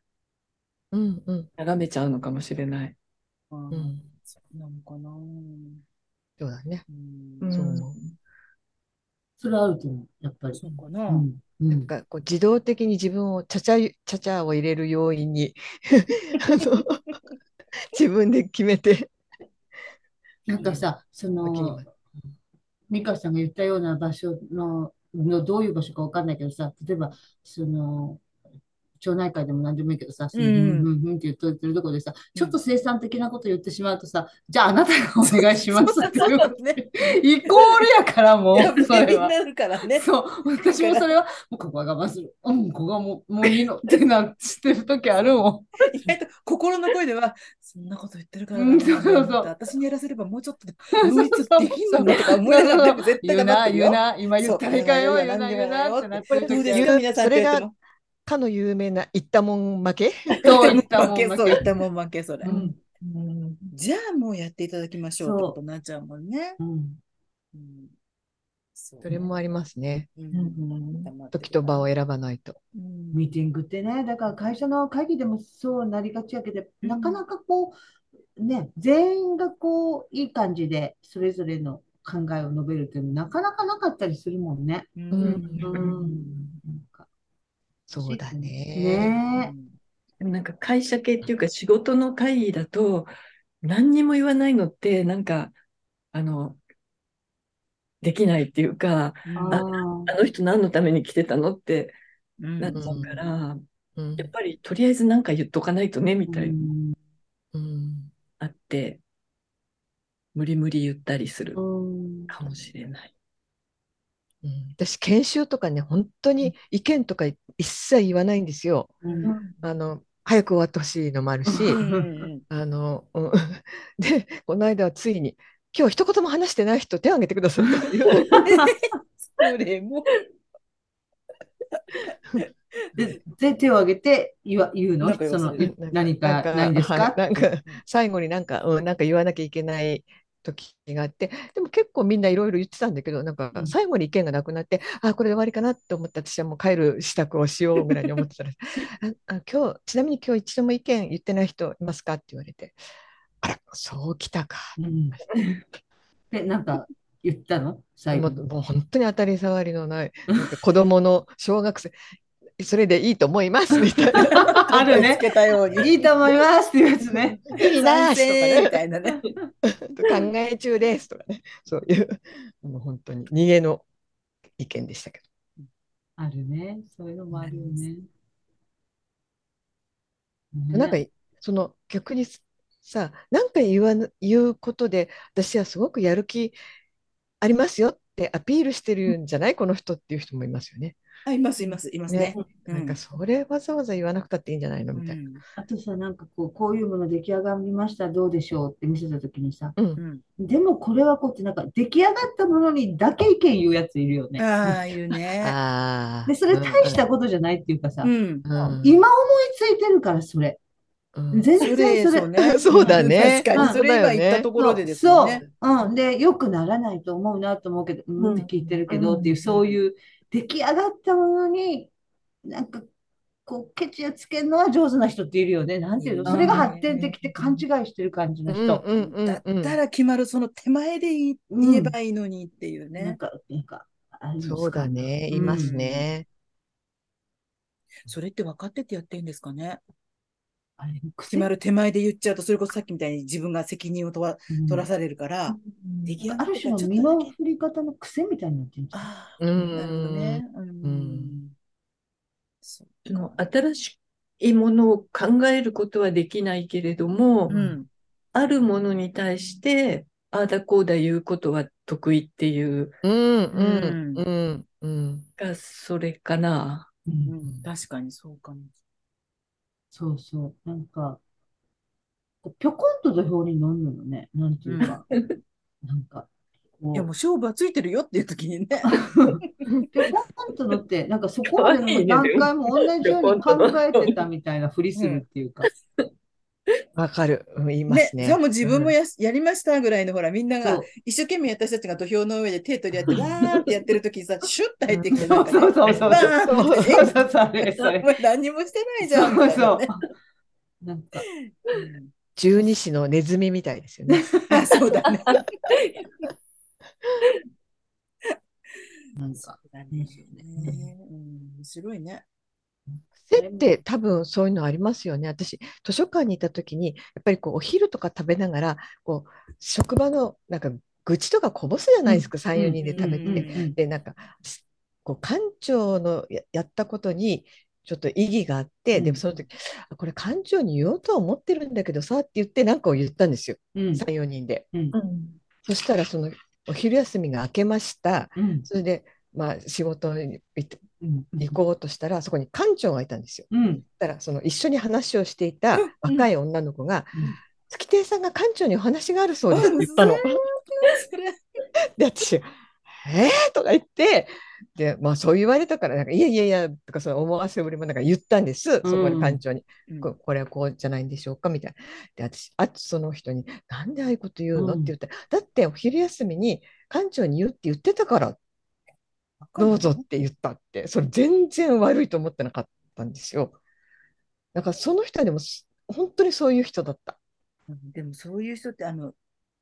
Speaker 4: うん、うん、
Speaker 2: 眺めちゃうのかもしれない。
Speaker 1: あー
Speaker 4: うん、
Speaker 1: そうなのかなー、
Speaker 4: そうだね。
Speaker 1: うん
Speaker 2: うん
Speaker 4: そう 思
Speaker 3: それはあると思うやっぱり
Speaker 1: そうかな、
Speaker 3: うんう
Speaker 4: なん
Speaker 3: ん
Speaker 4: かこう自動的に自分をちゃちゃいちゃちゃを入れる要因 にあの自分で決めて。
Speaker 3: なんかさそ
Speaker 4: 時に
Speaker 3: の
Speaker 4: は
Speaker 3: 美香さんが言ったような場所ののどういう場所かわかんないけどさ例えばその町内会でも何でもいいけどさ、その
Speaker 1: うん
Speaker 3: うんうんうんって言っといてるとこでさ、ちょっと生産的なこと言ってしまうとさ、じゃああなたがお願いしますっていう
Speaker 1: そうそう ね。
Speaker 3: イコールやからも
Speaker 1: やっ
Speaker 3: う、そ
Speaker 1: ぱり
Speaker 3: れ
Speaker 1: に
Speaker 3: は。
Speaker 1: なるからね。
Speaker 3: そう、私もそれは、もうここは我慢する。うん、ここはもう、もういいのってなってる時あるも
Speaker 1: 意外と心の声では、そんなこと言ってるから
Speaker 3: うん
Speaker 1: な、
Speaker 3: そうそうそう
Speaker 1: あんた私にやらせればもうちょっとで、
Speaker 3: ん。
Speaker 1: もう一度できんのねとか思いながら、でも絶対
Speaker 3: 言
Speaker 1: 黙っ
Speaker 3: うな、
Speaker 1: てる
Speaker 3: 言う
Speaker 1: よ。
Speaker 3: な、今言ったらいかんよ、
Speaker 1: そう
Speaker 3: 言うな、言うなってなってる
Speaker 1: どう
Speaker 3: 時
Speaker 1: で
Speaker 3: あ
Speaker 1: す
Speaker 3: る。
Speaker 1: か、皆さんってやっても。
Speaker 4: かの有名な言ったもん負け。
Speaker 3: そう言
Speaker 1: 言
Speaker 3: っ
Speaker 1: ったた
Speaker 3: も
Speaker 1: もん負
Speaker 3: ん負け
Speaker 1: け、そう言ったもん負け、それ。
Speaker 3: うん
Speaker 2: うん
Speaker 1: じゃあもうやっていただきましょうってことになっちゃうもんね。
Speaker 3: うん
Speaker 1: うんそ
Speaker 4: それもありますね。
Speaker 1: うん
Speaker 2: うん
Speaker 1: 黙ってる
Speaker 4: 時と場を選ばないと。
Speaker 1: うん
Speaker 3: ミーティングってね、だから会社の会議でもそうなりがちやけど、
Speaker 1: うん
Speaker 3: なかなかこう、ね、全員がこう、いい感じで、それぞれの考えを述べるっていうのなかなかなかったりするもんね。
Speaker 1: うん
Speaker 3: うん
Speaker 4: そうだね。
Speaker 3: ね
Speaker 2: でもなんか会社系っていうか仕事の会議だと何にも言わないのってなんかあのできないっていうか、
Speaker 3: あ
Speaker 2: あの人何のために来てたのって
Speaker 1: うん
Speaker 2: なっちゃうから、
Speaker 4: うん
Speaker 2: やっぱりとりあえず何か言っとかないとねみたいな
Speaker 4: うん
Speaker 2: あって、無理無理言ったりする
Speaker 3: うん
Speaker 2: かもしれない。
Speaker 4: うん私研修とかね本当に意見とか一切言わないんですよ。
Speaker 3: うん
Speaker 4: あの早く終わってほしいのもあるし、
Speaker 1: うんうん
Speaker 4: あの、うん でこの間はついに「今日一言も話してない人手を挙げてください」って言われて
Speaker 1: それも。
Speaker 3: で、で手を挙げて言わ言うの
Speaker 1: なんか言わ
Speaker 3: その
Speaker 1: せる
Speaker 3: 何かないです
Speaker 4: は
Speaker 3: か
Speaker 4: いなんか最後になんか、うん、なんか言わなきゃいけない時があってでも結構みんないろいろ言ってたんだけどなんか
Speaker 3: うん
Speaker 4: 最後に意見がなくなって、あこれで終わりかなって思って私はもう帰る支度をしようぐらいに思って たらああ今日ちなみに今日一度も意見言ってない人いますかって言われてあらそうきたか
Speaker 3: うん で、なんか言ったの最
Speaker 4: も
Speaker 3: 後
Speaker 4: う
Speaker 3: に。
Speaker 4: もう本当に当たり障りのないなんか子供の小学生それでいいと思 いますみたいな
Speaker 3: あるね
Speaker 1: つ。けたように。
Speaker 3: いいと思いますって いうやつね。
Speaker 4: 意味な
Speaker 1: 賛
Speaker 4: しと
Speaker 1: 成み
Speaker 4: かね
Speaker 1: たいなね。
Speaker 4: 考え中ですとかね、そういう、もう本当に逃げの意見でしたけ
Speaker 3: あるね。そういうのもあるよね。
Speaker 4: ど、なんか
Speaker 3: ね
Speaker 4: その逆にさ、なんか言わぬ言うことで、私はすごくやる気ありますよってアピールしてるんじゃない、この人っていう人もいますよね。
Speaker 1: あ、います、います、いますね
Speaker 4: ね。
Speaker 1: う
Speaker 4: なんかそれわざわざ言わなくたっていいんじゃないのみたいな。
Speaker 3: あとさ、なんかこう、こういうもの出来上がりました、どうでしょうって見せたときにさ、
Speaker 4: うん
Speaker 1: うん
Speaker 3: でもこれはこうって、なんか出来上がったものにだけ意見言うやついるよね。
Speaker 1: ああ、いう ね。
Speaker 4: ああ。
Speaker 3: で、それ大したことじゃないっていうかさ、
Speaker 1: うん。
Speaker 4: うんうん
Speaker 3: 今思いついてるから、それ。
Speaker 4: うん
Speaker 3: 全
Speaker 1: そ
Speaker 3: 然
Speaker 1: れ、
Speaker 3: そ れ。
Speaker 1: そうね。
Speaker 4: そうだね
Speaker 1: 確かに、それ今言ったところでですよね。
Speaker 3: そうそう、うん、で、良くならないと思うなと思うけど、うんって聞いてるけど、
Speaker 2: うん
Speaker 3: っていう、そういう出来上がったものに、なんか、こう、ケチをつけるのは上手な人っているよね。なんていうの、それが発展的って勘違いしてる感じの
Speaker 4: うん
Speaker 3: 人。
Speaker 4: うんうん
Speaker 1: だっ
Speaker 4: うん
Speaker 1: たら決まるその手前で言い言えばいいのにっていう
Speaker 3: なん
Speaker 1: ね。
Speaker 3: か、なんか、あるんですか
Speaker 4: そうだ。ね、いますね。
Speaker 1: それって分かっててやってるんですかね。
Speaker 3: あれ、癖
Speaker 1: 決まる手前で言っちゃうと、それこそさっきみたいに自分が責任をとわ
Speaker 3: うん
Speaker 1: 取らされるから、出来上が
Speaker 3: あ
Speaker 1: って
Speaker 3: る
Speaker 1: か
Speaker 3: 種
Speaker 1: らちょっ
Speaker 3: の
Speaker 1: とだけ
Speaker 3: 身の振り方の癖みたいになってるんじゃない
Speaker 1: ああ、
Speaker 4: う
Speaker 1: なるほど
Speaker 4: ん
Speaker 1: ね。うんん。そう
Speaker 2: その新しいものを考えることはできないけれども、
Speaker 1: うん。
Speaker 2: あるものに対してああだこうだ言うことは得意っていう
Speaker 4: うんうんうんうん。
Speaker 2: かそれかな。
Speaker 3: うん
Speaker 1: うん確かにそうかも。
Speaker 3: そうそう。なんか、こうぴょこんと土俵に乗るのよね。なんていうか。なんか、
Speaker 1: い
Speaker 3: こ、
Speaker 1: うや、もう勝負はついてるよっていう時にね。
Speaker 3: ぴょこんと乗って、なんかそこまで
Speaker 2: 可愛いね
Speaker 3: 何回も同じように考えてたみたいなふりするっていうか。
Speaker 4: わかる。うん言いま
Speaker 1: ね、
Speaker 4: す
Speaker 1: じ
Speaker 4: ね。
Speaker 1: ゃあもう自分もやしやりましたぐらいのほら、みんな
Speaker 3: そ
Speaker 1: が
Speaker 3: う
Speaker 1: 一生懸命私たちが土俵の上で手取り合って、わーってやってる時にさ、シュッと入ってきて、
Speaker 3: そ
Speaker 1: なん
Speaker 3: う
Speaker 1: か
Speaker 3: そ
Speaker 1: ね
Speaker 3: うそうそう。
Speaker 1: バーンって
Speaker 3: そうそうそう。それそ
Speaker 1: お
Speaker 3: れ。
Speaker 1: 前何にもしてないじゃん。
Speaker 3: そうそう
Speaker 1: みたい。
Speaker 3: なんか、
Speaker 1: なね
Speaker 4: 十二支のネズミみたいですよね。
Speaker 1: うん あ、そうだね。
Speaker 3: なん
Speaker 1: そ
Speaker 3: か、
Speaker 1: うだね。うん面白いね。
Speaker 4: 癖って多分そういうのありますよね。私、図書館にいた時に、やっぱりこうお昼とか食べながら、こう職場のなんか愚痴とかこぼすじゃないですか、3、4人で食べ
Speaker 1: うんうん
Speaker 4: て。で、なんか、すこう館長のややったことに、ちょっと意義があって、でもその時、あこれ館長に言おうとは思ってるんだけどさって言って、なんかを言ったんですよ、
Speaker 3: うんうん
Speaker 4: 3、4人で。
Speaker 3: うん
Speaker 4: そしたら、そのお昼休みが明けました。
Speaker 3: うん
Speaker 4: それで、まあ、仕事に行って
Speaker 3: うんうん
Speaker 4: 行こうとしたら、そこに館長がいたんですよ。
Speaker 3: うん
Speaker 4: だからその一緒に話をしていた若い女の子が
Speaker 3: うん
Speaker 4: 「月亭さんが館長にお話があるそうです」って言ったの。
Speaker 1: それ
Speaker 4: で私が「えー?」とか言ってで、まあ、そう言われたからなんか「いやいやいや」とかその思わせぶりもなんか言ったんですそこに館長に、ここれはこうじゃないんでしょうか」みたいな。で私あとその人に「なんでああいうこと言うの?」
Speaker 3: う
Speaker 4: っ
Speaker 3: ん
Speaker 4: て言ったら「だってお昼休みに館長に言うって言ってたからどうぞって言ったって、それ全然悪いと思ってなかったんですよ。だからその人はでもす本当にそういう人だった。
Speaker 1: うんでもそういう人って、あの、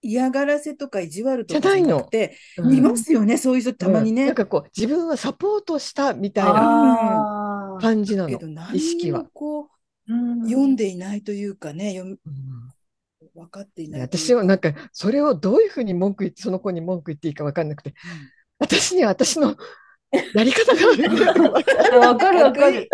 Speaker 1: 嫌がらせとか意地悪とか
Speaker 4: じゃないの
Speaker 1: って、
Speaker 4: うん
Speaker 1: いますよね、そういう人たまに
Speaker 4: うん
Speaker 1: ね。
Speaker 4: なんかこう自分はサポートしたみたいな
Speaker 3: あー
Speaker 4: 感じな
Speaker 1: け
Speaker 4: の
Speaker 1: ど、。何
Speaker 4: 意識
Speaker 1: にも
Speaker 4: は
Speaker 1: こう、
Speaker 2: うん
Speaker 1: 読んでいないというかね、読み
Speaker 4: うん
Speaker 1: 分かってい
Speaker 4: で
Speaker 1: ない。
Speaker 4: 私はなんかそれをどういうふうに文句言ってその子に文句言っていいか分かんなくて私には私の やり方が悪いなと思って
Speaker 3: わかるわかる。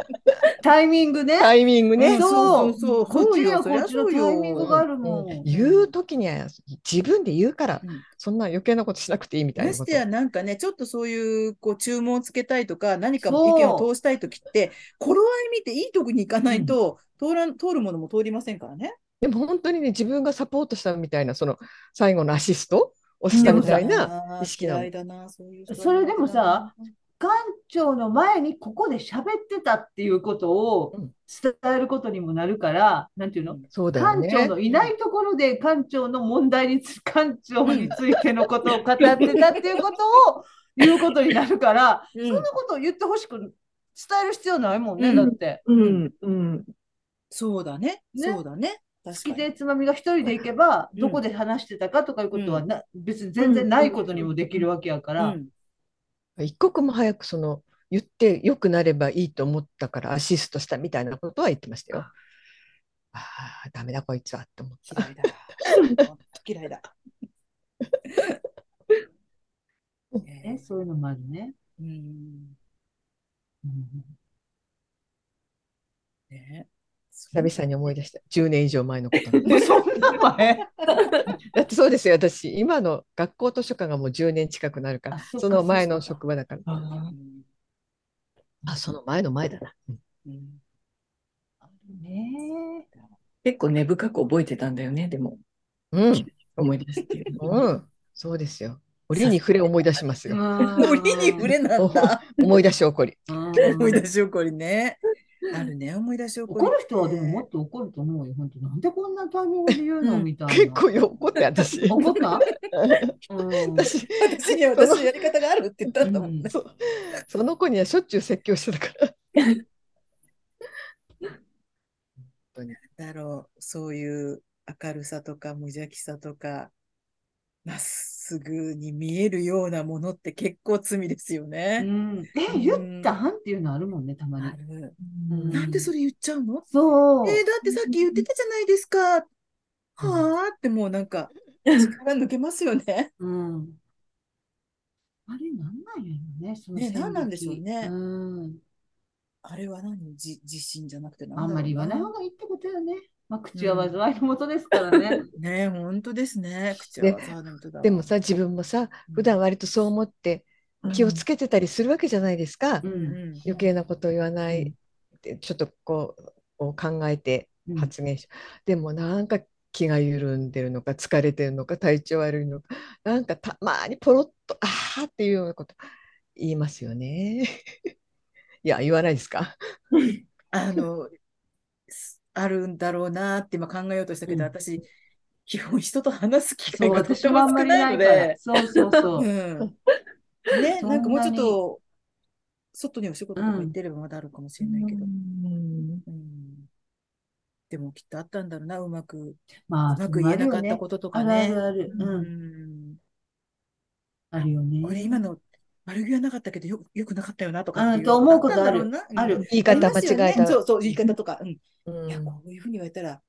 Speaker 3: タイミングね。
Speaker 4: タイミングね。
Speaker 1: そうそ
Speaker 3: そ
Speaker 1: うそう。
Speaker 3: こっ
Speaker 1: そう
Speaker 3: ちに
Speaker 1: よ
Speaker 3: はこっちのタイミングがあるもん。
Speaker 1: うん
Speaker 4: 言う時には自分で言うから、
Speaker 1: うん
Speaker 4: そんな余計なことしなくていいみたい
Speaker 1: ま
Speaker 4: な
Speaker 1: し
Speaker 4: こと
Speaker 1: てやなんかね、ちょっとそういうこう注文をつけたいとか、何か意見を通したいときって、頃合い見ていいとこに行かないと、通らん通るものも通りませんからね。
Speaker 4: でも本当にね自分がサポートしたみたいなその最後のアシストをしたみたいな、
Speaker 1: な
Speaker 4: 意識なの
Speaker 1: 嫌いだな、そういう人は
Speaker 3: それでもさ、館長の前にここで喋ってたっていうことを
Speaker 4: うん
Speaker 3: 伝えることにもなるから、なんていうの
Speaker 4: そうだよ
Speaker 3: 館長
Speaker 4: ね
Speaker 3: のいないところで館長の問題につ、 館長についてのことを語ってたっていうことを言うことになるから、
Speaker 1: うん、
Speaker 3: そんなことを言ってほしく伝える必要ないもんね、
Speaker 1: うん
Speaker 3: だって。
Speaker 2: うん、うん、
Speaker 1: そうだね
Speaker 3: ね
Speaker 1: そうだね。確か
Speaker 3: 好
Speaker 1: に。
Speaker 3: きでつまみが一人で行けば、
Speaker 1: うん
Speaker 3: どこで話してたかとかいうことはな、別に全然ないことにもできるわけやか
Speaker 1: う
Speaker 3: ら、
Speaker 1: ん
Speaker 4: 一刻も早くその言って良くなればいいと思ったからアシストしたみたいなことは言ってましたよ。ああダメだこいつはって思っ
Speaker 1: 嫌
Speaker 4: た。
Speaker 1: いだ。本当嫌いだ。
Speaker 3: ね、そういうのもあるね。
Speaker 1: うん
Speaker 3: うん
Speaker 1: ねそう
Speaker 4: 久々に思い出した10年以上前のこ となんで
Speaker 3: もうそんな前
Speaker 4: だってそうですよ私今の学校図書館がもう10年近くなるから
Speaker 3: あそっか
Speaker 4: その前
Speaker 3: そ
Speaker 4: の
Speaker 3: うそう
Speaker 4: 職場だから
Speaker 1: うん
Speaker 4: あその前の前だな、うん
Speaker 1: うん
Speaker 3: ね
Speaker 2: 結構根深く覚えてたんだよね、でも、
Speaker 4: うん、
Speaker 2: 思い出すっていうのは。
Speaker 4: うん、そうですよ折に触れ思い出します
Speaker 3: え。
Speaker 4: よ
Speaker 1: 折に触れなんだ。
Speaker 4: 思い出し 怒り
Speaker 1: 思い
Speaker 3: うん
Speaker 1: 出し怒りね。あるね、思い出し怒り。
Speaker 3: 怒る人はでももっと怒ると思うよ。本当なんでこんなタイミングで言うの
Speaker 1: うん
Speaker 3: みたいな。
Speaker 4: 結構よ怒って 私
Speaker 3: 怒ったうん
Speaker 4: 私
Speaker 1: 私には私のやり方があるって言ったんだもんね。
Speaker 4: そその子にはしょっちゅう説教してたから
Speaker 1: だろう、そういう明るさとか無邪気さとか、まっすぐに見えるようなものって結構罪ですよ
Speaker 3: う
Speaker 1: ね。
Speaker 3: んえ、言ったんっていうのあるもんね、たまに
Speaker 1: あ。る
Speaker 3: うん
Speaker 1: なんでそれ言っちゃうの
Speaker 3: そう。
Speaker 1: えーだってさっき言ってたじゃないですか。はあってもうなんか力抜けますよね。
Speaker 3: うん。あれ、なんなんやろね、その
Speaker 1: ね
Speaker 3: 線引き
Speaker 1: なんなんでしょうね
Speaker 3: うん。
Speaker 1: あれは何じ自信じゃなくてなんだ
Speaker 3: あ
Speaker 1: ろ
Speaker 3: ん
Speaker 1: う
Speaker 3: まり言わない
Speaker 1: な
Speaker 3: 方がいいってことよね。まあ、口は災いのもとですからね。
Speaker 1: ね本当ですね。口
Speaker 4: で
Speaker 1: はさ、本当だわ
Speaker 4: でもさ自分もさ普段割とそう思って気をつけてたりするわけじゃないですか、
Speaker 3: う
Speaker 1: うん
Speaker 3: ん。
Speaker 1: うん
Speaker 4: 余計なことを言わない、
Speaker 3: うん
Speaker 4: でちょっとこうこう考えて
Speaker 3: うん
Speaker 4: 発言し、でもなんか気が緩んでるのか疲れてるのか体調悪いのかなんかたまにポロッとあーっていうようなこと言いますよね。 いや言わないですか。
Speaker 1: あの、 すあるんだろうなって今考えようとしたけど、
Speaker 3: うん
Speaker 1: 私、基本人と話す機
Speaker 3: そ
Speaker 1: 会
Speaker 3: う、
Speaker 1: がと
Speaker 3: 私
Speaker 1: て
Speaker 3: も
Speaker 1: も
Speaker 3: あん
Speaker 1: 少
Speaker 3: まり
Speaker 1: な
Speaker 3: ない
Speaker 1: の
Speaker 3: いから。
Speaker 1: で、
Speaker 3: そうそうそうう。
Speaker 1: ん。ね、
Speaker 3: そんなに
Speaker 1: なんかもうちょっと、外にお仕事とか行ってればまだあるかもしれないけど、
Speaker 4: うん
Speaker 1: うんでもきっとあったんだろうな、うまく、
Speaker 3: まあ、
Speaker 1: うまく言えなかった
Speaker 3: と
Speaker 1: こととか
Speaker 3: あるある
Speaker 1: ね。
Speaker 3: ある。
Speaker 1: う
Speaker 3: うん。
Speaker 1: ん。
Speaker 3: あるよね。
Speaker 1: これ今の悪気はなかったけど、よ、よくなかったよなとかって
Speaker 3: あ
Speaker 1: いう
Speaker 3: と思うことあ
Speaker 1: ったん
Speaker 3: る
Speaker 1: だろう。な
Speaker 3: あ
Speaker 1: うん
Speaker 3: る。
Speaker 4: 言い方間
Speaker 1: ありますよね
Speaker 4: 違えた。
Speaker 1: そうそう、言い方とか。うん。いうや、
Speaker 4: ん
Speaker 1: こういうふうに言われたら、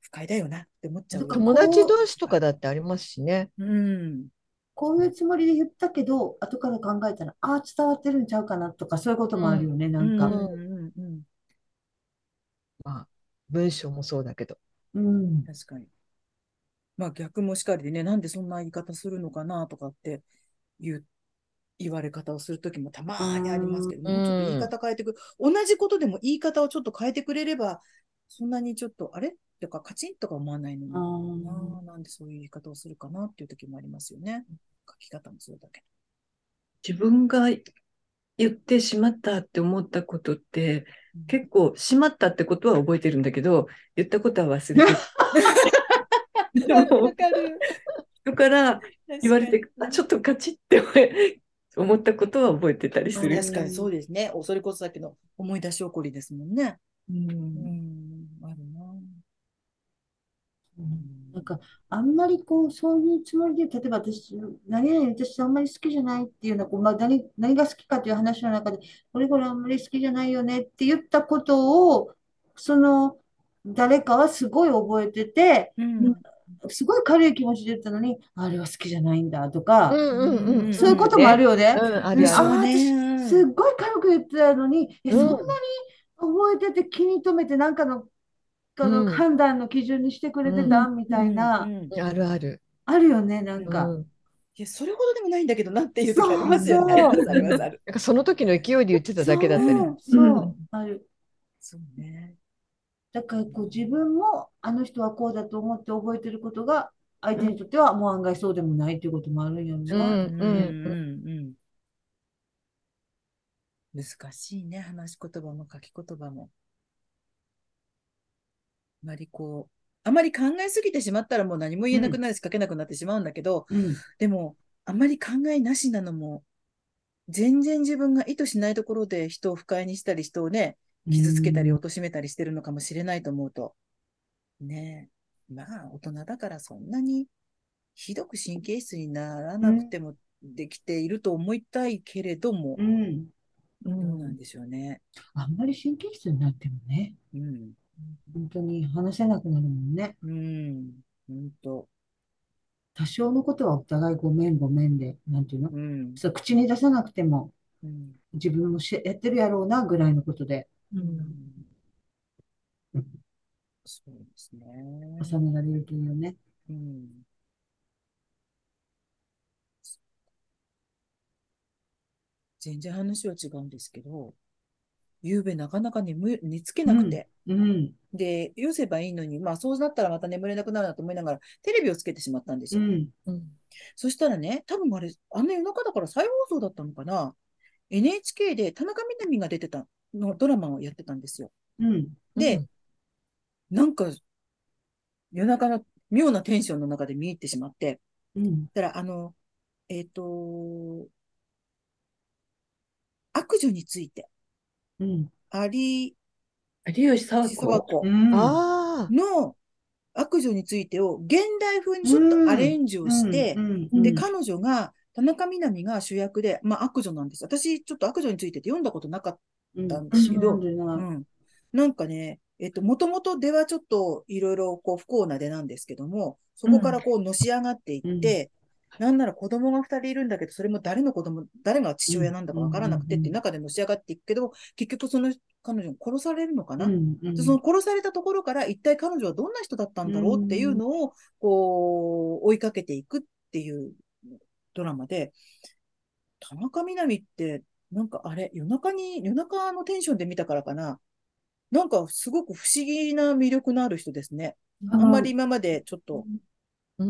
Speaker 1: 不快だよなって思っちゃうよ。
Speaker 3: とか
Speaker 4: 友達同士とかだってありますしね。
Speaker 1: うん。
Speaker 3: こういうつもりで言ったけど、後から考えたら、ああ、伝わってるんちゃうかなとか、そういうこともあるよね、なん
Speaker 1: うん
Speaker 3: か。
Speaker 1: うんうんうん、
Speaker 4: まあ文章もそうだけど。
Speaker 3: うん。
Speaker 1: 確かに。まあ逆もしかりでね、なんでそんな言い方するのかなとかっていう言われ方をするときもたまーにありますけど、
Speaker 4: うん
Speaker 1: もうちょっと言い方変えてくる。同じことでも言い方をちょっと変えてくれれば、そんなにちょっと、あれとかカチンとか思わないのに
Speaker 3: あ
Speaker 1: な
Speaker 3: ー
Speaker 1: あ、なんでそういう言い方をするかなっていうときもありますよね。書き方もそうだけ
Speaker 2: 自分が言ってしまったって思ったことって、
Speaker 1: ど。
Speaker 2: 結構、しまったってことは覚えてるんだけど、言ったことは忘れてる。でも、
Speaker 1: かる。
Speaker 2: 人から言われて
Speaker 1: 確、
Speaker 2: あちょっとカチッって思ったことは覚えてたりす
Speaker 1: かに
Speaker 2: る。
Speaker 1: 確かにそうですね。おそれこそさっきの思い出し起こりですもんね。
Speaker 2: うん
Speaker 1: うん、あるな。
Speaker 3: なんか、あんまりこう、そういうつもりで、例えば私、何々私あんまり好きじゃないっていうのは、こう、まあ、何、何が好きかという話の中で、これこれあんまり好きじゃないよねって言ったことを、その、誰かはすごい覚えてて、
Speaker 1: うん
Speaker 3: すごい軽い気持ちで言ったのに、あれは好きじゃないんだとか、
Speaker 4: うんうんうん。
Speaker 3: そういうこともあるよね。
Speaker 4: うん、あ
Speaker 1: うん
Speaker 4: るあ
Speaker 1: そ
Speaker 4: る。
Speaker 1: うね
Speaker 3: あー私すっごい軽く言ってたのに、え、
Speaker 4: う
Speaker 3: そ
Speaker 4: ん
Speaker 3: んなに覚えてて気に留めて、なんかの、あの
Speaker 4: うん
Speaker 3: 判断の基準にしてくれてたみたいな、
Speaker 1: うんうんい
Speaker 4: あるある。
Speaker 3: あるよね、なんか。
Speaker 4: うん
Speaker 1: や、それほどでもないんだけどなっていう時ありますよね。
Speaker 3: そう
Speaker 1: ありますありますある。
Speaker 4: なんかその時の勢いで言ってただけだったり。
Speaker 3: そう、そう
Speaker 2: うん
Speaker 3: ある。
Speaker 1: そうね。
Speaker 3: だからこう自分もあの人はこうだと思って覚えてることが相手にとってはもう案外そうでもないっていうこともあるんやろ
Speaker 4: うん
Speaker 3: な。
Speaker 1: うん
Speaker 4: う
Speaker 1: うん
Speaker 4: ん
Speaker 1: うん。難しいね、話し言葉も書き言葉も。あまりこう、あまり考えすぎてしまったらもう何も言えなくなるし、書けなくなってしまうんだけど、
Speaker 3: うん、
Speaker 1: でも、あまり考えなしなのも、全然自分が意図しないところで人を不快にしたり、人をね、傷つけたり、貶としめたりしてるのかもしれないと思うと、ねえ、まあ、大人だからそんなにひどく神経質にならなくてもできていると思いたいけれども
Speaker 3: う、ん。
Speaker 1: どうなんでしょうね。
Speaker 3: あんまり神経質になってもね、
Speaker 1: うん。
Speaker 3: 本当に話せなくなるもんね。
Speaker 1: うん。本当。
Speaker 3: 多少のことはお互いごめんごめんで、なんていうの
Speaker 1: うん。
Speaker 3: そう、口に出さなくても
Speaker 1: うん。
Speaker 3: 自分もしやってるやろうなぐらいのことでうん
Speaker 1: そうですね。
Speaker 3: 収められるというね。
Speaker 1: うん。全然話は違うんですけど、夕べなかなか眠い寝つけなくて、
Speaker 3: うん、
Speaker 1: で、よせばいいのに、まあそうなったらまた眠れなくなるなと思いながら、テレビをつけてしまったんです
Speaker 3: う
Speaker 1: よ。
Speaker 3: ん、
Speaker 4: うん。
Speaker 1: そしたらね、多分あれ、あんな夜中だから再放送だったのかな。NHK で田中みな実が出てたのドラマをやってたんですよ。
Speaker 3: うん。
Speaker 1: で、なんか、夜中の妙なテンションの中で見入ってしまって、
Speaker 3: うん、
Speaker 1: だから、あの、えっ、と、悪女について、
Speaker 3: うん、
Speaker 1: 有吉
Speaker 2: 有吉佐和
Speaker 1: 佐和
Speaker 2: 子。
Speaker 1: 子
Speaker 3: うん、
Speaker 4: ああ、
Speaker 1: の悪女についてを現代風にちょっとアレンジをして
Speaker 3: う、ん、
Speaker 1: で、
Speaker 3: うん
Speaker 1: 彼女が、田中みな実が主役で、まあ悪女なんです。私、ちょっと悪女についてって読んだことなかっったんですけど
Speaker 3: うん飲んでな
Speaker 1: た。
Speaker 3: い
Speaker 1: うん。なんかね、えっと、もともと出はちょっといろいろこう不幸な出なんですけども、そこからこうのし上がっていって、なんなら子供が二人いるんだけど、それも誰の子供、誰が父親なんだかわからなくて
Speaker 3: う
Speaker 1: っ
Speaker 3: んうん
Speaker 1: て
Speaker 3: うん
Speaker 1: 中でのし上がっていくけど、結局その彼女に殺されるのかな、
Speaker 3: うんうん
Speaker 1: でその殺されたところから一体彼女はどんな人だったんだろうっていうのを、こう、追いかけていくっていうドラマで、田中みな実って、なんかあれ、夜中に、夜中のテンションで見たからかな。なんかすごく不思議な魅力のある人ですね。あんまり今までちょっと、
Speaker 4: うん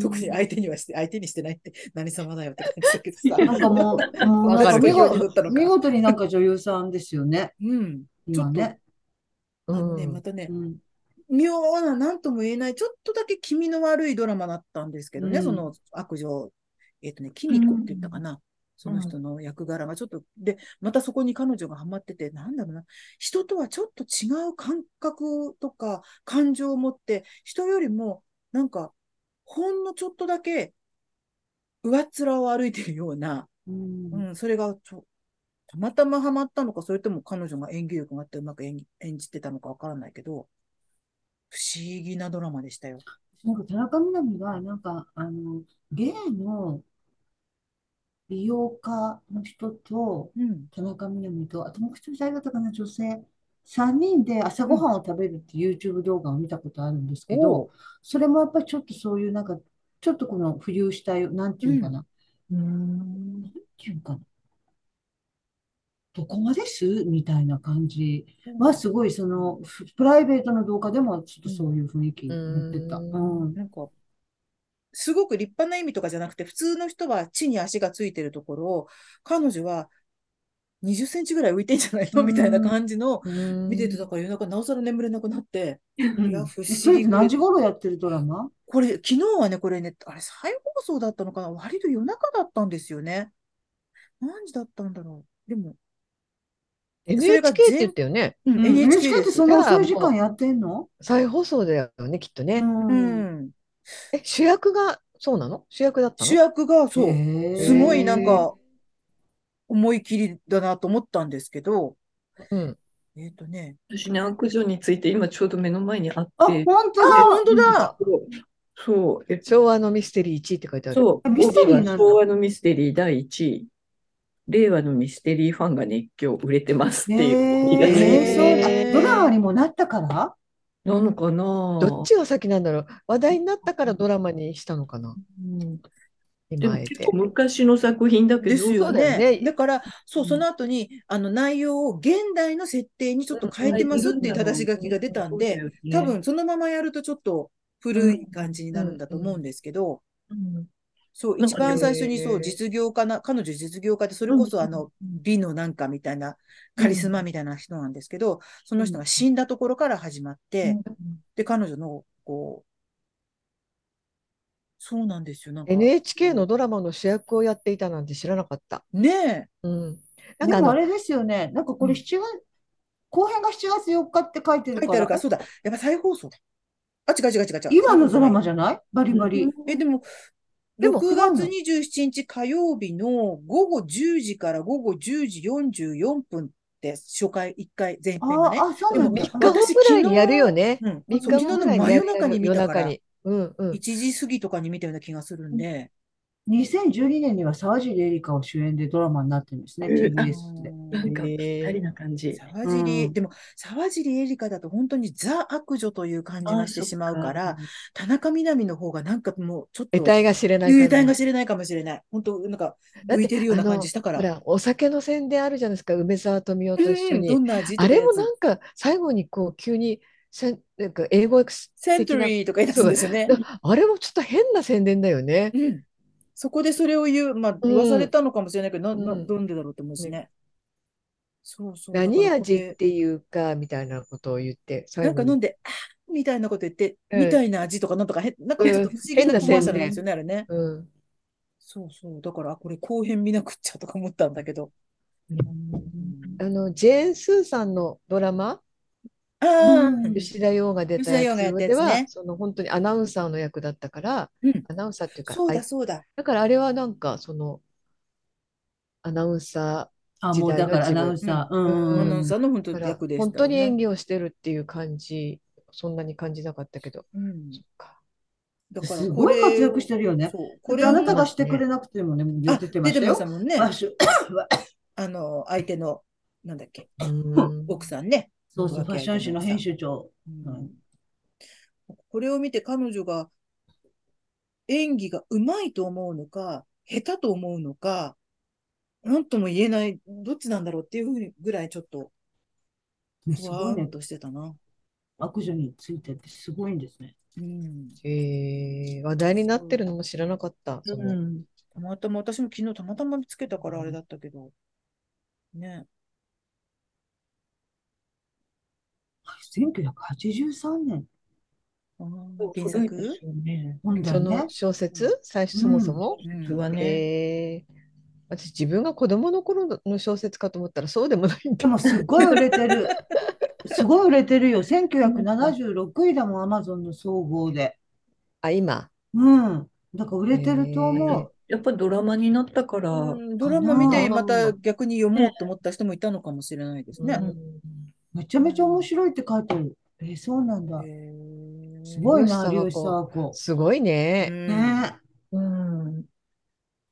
Speaker 1: 特に相手にはして、相手にしてないって何様だよって感じだけどさ。
Speaker 3: なんか もう、もう
Speaker 4: わかる
Speaker 3: 見
Speaker 1: 表情だったの
Speaker 3: 事、
Speaker 1: か
Speaker 3: 見事になんか女優さんですよね、
Speaker 1: うん。ちょ
Speaker 3: 今
Speaker 1: っと、
Speaker 3: ね。
Speaker 1: あ
Speaker 4: う
Speaker 1: の
Speaker 4: ん
Speaker 1: ね、またね
Speaker 3: う、ん、
Speaker 1: 妙な、なんとも言えない、ちょっとだけ気味の悪いドラマだったんですけどね、
Speaker 3: うん
Speaker 1: その悪女、えっ、とね、キミコって言ったかな、その人の役柄がちょっと、で、またそこに彼女がハマってて、なんだろうな、人とはちょっと違う感覚とか感情を持って、人よりも、なんか、ほんのちょっとだけ、上っ面を歩いてるような、
Speaker 3: うん
Speaker 1: うん、それがちょ、たまたまハマったのか、それとも彼女が演技力があってうまく演技演じてたのかわからないけど、不思議なドラマでしたよ。
Speaker 3: なんか田中みな実が、なんか、あの、ゲイの美容家の人と、
Speaker 1: うん。
Speaker 3: 田中みな実と、あともう一人誰だったかな、女性、3人で朝ごはんを食べるっていう YouTube 動画を見たことあるんですけ
Speaker 1: お
Speaker 3: ど、それもやっぱりちょっとそういう、なんか、ちょっとこの浮遊したよ、なんていうのかな、
Speaker 2: うん
Speaker 3: なんていうのかな。どこまですみたいな感じはすごいそのふプライベートの動画でもちょっとそういう雰囲気持ってた。
Speaker 4: う
Speaker 3: うん。
Speaker 1: なんか、すごく立派な意味とかじゃなくて、普通の人は地に足がついてるところを、彼女は20センチぐらい浮いてんじゃないの
Speaker 3: うん
Speaker 1: みたいな感じの、
Speaker 4: うん
Speaker 1: 見てて、だから夜中なおさら眠れなくなって、いや、不思
Speaker 3: それ
Speaker 1: 議。
Speaker 3: 何時頃やってるドラマ
Speaker 1: これ、昨日はね、これね、あれ、再放送だったのかな割と夜中だったんですよね。何時だったんだろうでも、
Speaker 4: NHK って言ったよね。
Speaker 1: うん
Speaker 3: うん
Speaker 1: NHK で
Speaker 3: NHK って
Speaker 1: す
Speaker 3: そんな遅い時間やってんの
Speaker 4: 再放送だよね、きっとね。
Speaker 1: う
Speaker 3: うん。
Speaker 1: ん。
Speaker 4: え、主役が、そうなの主役だったの
Speaker 1: 主役が、そう、
Speaker 3: へえ
Speaker 1: すごいなんか、思い切りだなと思ったんですけど、
Speaker 4: うん。
Speaker 1: えっとね。
Speaker 2: 私ね、悪女について今ちょうど目の前にあっ
Speaker 3: あ、
Speaker 2: て、
Speaker 3: 本当
Speaker 1: あ、
Speaker 3: だ。
Speaker 1: 本当だ。
Speaker 2: そう、えっと
Speaker 4: 昭和のミステリー1位って書いてある。
Speaker 2: そう、
Speaker 3: ミステリーなんだ
Speaker 2: 昭和のミステリー第1位。令和のミステリーファンが熱狂、売れてますっていう意
Speaker 3: ね
Speaker 2: 外な。
Speaker 3: え
Speaker 1: へ
Speaker 3: そ
Speaker 1: え
Speaker 3: うあドラマにもなったから
Speaker 2: なのかな
Speaker 4: どっちが先なんだろう。話題になったからドラマにしたのかな。
Speaker 2: うんで
Speaker 4: 今
Speaker 2: も
Speaker 4: あえ
Speaker 2: 結
Speaker 4: て
Speaker 2: 構。昔の作品だけど、
Speaker 1: ですよ
Speaker 4: そうだよ
Speaker 1: ね。
Speaker 4: ね
Speaker 1: だから、そうう、
Speaker 4: ん
Speaker 1: その後に、あの、内容を現代の設定にちょっと変えてますっていうただし書きが出たんで、、多、分そのままやるとちょっと古い感じになるんだと思うんですけど、そう、
Speaker 2: なん
Speaker 1: 一
Speaker 2: かね
Speaker 1: 番最初にそ
Speaker 4: へ
Speaker 1: う、
Speaker 4: ー
Speaker 1: 実業家な、彼女実業家で、それこそあの、美のなんかみたいな、カリスマみたいな人なんですけど、その人が死んだところから始まって、で、彼女の、こう、そうなんですよ。なんか、ね
Speaker 4: NHK のドラマの主役をやっていたなんて知らなかった。
Speaker 1: え、
Speaker 4: うん。なん
Speaker 3: で
Speaker 4: かあ
Speaker 3: も
Speaker 4: の
Speaker 3: あれですよねなんかこれ
Speaker 4: うん
Speaker 3: 7月後編が7月4日って書いて
Speaker 1: 書
Speaker 3: る
Speaker 1: い
Speaker 3: か
Speaker 1: てあるから、
Speaker 3: ら
Speaker 1: そうだ、やっぱ再放送だ。あ、違う違う違う違う。
Speaker 3: 今のドラマじゃないバリバリ
Speaker 1: え、でも、
Speaker 4: でも
Speaker 1: 6
Speaker 3: 違うの
Speaker 1: 月27日火曜日の午後10時から午後10時44分って初回1回前編がね。
Speaker 3: ああそうなん
Speaker 1: で
Speaker 3: だ
Speaker 1: も
Speaker 4: 3日後ぐらいにやるよね。
Speaker 1: うん。そう
Speaker 4: 3日
Speaker 1: 昨
Speaker 4: 後
Speaker 1: 日
Speaker 4: ぐ
Speaker 1: の
Speaker 4: らい
Speaker 1: 真
Speaker 4: にや
Speaker 1: 夜
Speaker 4: る
Speaker 1: 中に見
Speaker 4: 夜
Speaker 1: たか
Speaker 4: 中
Speaker 1: ら、1
Speaker 4: に。うんうん。
Speaker 1: 時過ぎとかに見たような気がするんで。
Speaker 3: 2012年には沢尻エリカを主演でドラマになってるんですね
Speaker 2: えー
Speaker 3: TBS で
Speaker 2: なんか、
Speaker 4: へー
Speaker 2: 二人な感じ。
Speaker 1: 沢尻、
Speaker 3: うん
Speaker 1: でも沢尻エリカだと本当にザ悪女という感じがしてしまうから、
Speaker 2: あ、
Speaker 1: 田中みな実の方がなんかもうちょっと
Speaker 4: 得体が知れない
Speaker 1: 幽
Speaker 4: 感じ
Speaker 1: 体が知れないかもしれない。本当なんか
Speaker 4: だっ
Speaker 1: 浮いてるような
Speaker 4: あの
Speaker 1: 感じしたから。
Speaker 4: ほら、お酒の宣伝あるじゃないですか、梅沢富美男と一緒
Speaker 1: うん、ど
Speaker 4: に。
Speaker 1: んな味と
Speaker 4: あ
Speaker 1: か
Speaker 4: れ
Speaker 1: や
Speaker 4: も
Speaker 1: つ
Speaker 4: なんか、最後にこう、急に、せんなんか英語的
Speaker 1: セント
Speaker 4: な。
Speaker 1: リーとか言い出すんですよね。
Speaker 4: だあれもちょっと変な宣伝だよね。
Speaker 1: うん。そこでそれを言う、まあ、
Speaker 4: うん
Speaker 1: 言わされたのかもしれないけど、な、
Speaker 4: う
Speaker 1: な、
Speaker 4: ん
Speaker 1: どんでだろうって思うしね。そうそう。だ
Speaker 4: 何
Speaker 1: からこ
Speaker 4: 味
Speaker 1: れ
Speaker 4: っていうか、みたいなことを言って、
Speaker 1: な
Speaker 4: 最
Speaker 1: ん
Speaker 4: 後
Speaker 1: か飲
Speaker 4: に。
Speaker 1: んで、あーみたいなこと言って、
Speaker 4: うん
Speaker 1: みたいな味とか、なんとかへ、なんかちょっと不思議
Speaker 4: うん変
Speaker 1: な
Speaker 4: な
Speaker 1: コマーシャルなんですよ
Speaker 3: 宣
Speaker 1: ね、あれね。
Speaker 4: うん、
Speaker 1: そうそう。だから、あこれ後編見なくっちゃとか思ったんだけど。
Speaker 4: あのジェーン・スーさんのドラマ、
Speaker 1: ああ、
Speaker 3: うん
Speaker 4: 吉田羊が出たや
Speaker 1: 吉田羊がやっ
Speaker 4: つ
Speaker 1: たやつ
Speaker 4: では、
Speaker 1: ね
Speaker 4: その本当にアナウンサーの役だったから、
Speaker 1: うん
Speaker 4: アナウンサーっていうか、
Speaker 1: そう
Speaker 4: あ
Speaker 1: だ
Speaker 4: い
Speaker 1: そうだ。
Speaker 4: だからあれはなんか、その、アナウンサ
Speaker 3: あもうだからアナウンサーう
Speaker 1: ア
Speaker 4: 代の自分
Speaker 3: ん
Speaker 1: ナウンサーの本当
Speaker 4: ーか
Speaker 1: に
Speaker 4: ら、
Speaker 1: 役です
Speaker 4: 本
Speaker 1: から
Speaker 4: 当に演
Speaker 1: ね。
Speaker 4: 技をしてるっていう感じ、そんなに感じなかったけど、
Speaker 1: うん。
Speaker 4: そっか。
Speaker 1: だから、
Speaker 3: すごい活躍して
Speaker 1: る
Speaker 3: るよね
Speaker 1: そう。こ
Speaker 3: こ
Speaker 1: れ
Speaker 3: れ
Speaker 1: を
Speaker 3: あなたがしてくれなくてもね
Speaker 1: あ
Speaker 3: 出てました
Speaker 1: 出てました
Speaker 3: よ
Speaker 1: もんね。
Speaker 3: わし
Speaker 1: あの、相手の、なんだっけ、
Speaker 4: うん
Speaker 1: 奥さんね。
Speaker 3: そうそうファッション誌の編集長
Speaker 1: うんこれを見て彼女が演技がうまいと思うのか、下手と思うのか、なんとも言えない、どっちなんだろうっていうふうにぐらいちょっと、
Speaker 3: ね
Speaker 1: ふ
Speaker 3: すご
Speaker 1: わ
Speaker 3: い
Speaker 1: ー
Speaker 3: ね
Speaker 1: んとしてたな。
Speaker 3: 悪女についてってすごいんですね
Speaker 1: うん。
Speaker 4: えー話題になってるのも知らなかった。その
Speaker 2: うん。
Speaker 1: たまたま、私も昨日たまたま見つけたからあれだったけど、ね。
Speaker 3: 1983年
Speaker 1: あ
Speaker 2: そう
Speaker 1: ー原
Speaker 2: 古いで
Speaker 1: 作
Speaker 2: すよね。
Speaker 3: 本だ
Speaker 4: そ
Speaker 3: よ
Speaker 4: の
Speaker 3: ね
Speaker 4: 小
Speaker 1: う
Speaker 4: 説、最初そもそも。
Speaker 1: うん
Speaker 2: 普通はね。
Speaker 4: えー私自分が子供の頃の小説かと思ったらそうでもないん
Speaker 3: で
Speaker 4: だ。
Speaker 3: もすごい売れてる。すごい売れてるよ。1976位だもん、アマゾンの総合で。
Speaker 4: あ、今。
Speaker 3: うん。だから売れてると
Speaker 4: へ
Speaker 3: 思
Speaker 4: ー
Speaker 3: う。
Speaker 2: やっぱドラマになったから、
Speaker 1: うんドラマ見て、また逆に読もうと思った人もいたのかもしれないですね。
Speaker 4: うん
Speaker 3: めちゃめちゃ面白いって書いてある。えーそうなんだ。
Speaker 1: へー
Speaker 3: すごいな、
Speaker 4: 漁
Speaker 3: 漁
Speaker 4: 師
Speaker 3: 師
Speaker 4: 佐
Speaker 3: 佐
Speaker 4: 和
Speaker 3: 和子。
Speaker 4: すごいね。
Speaker 1: うん
Speaker 3: ね
Speaker 2: うん。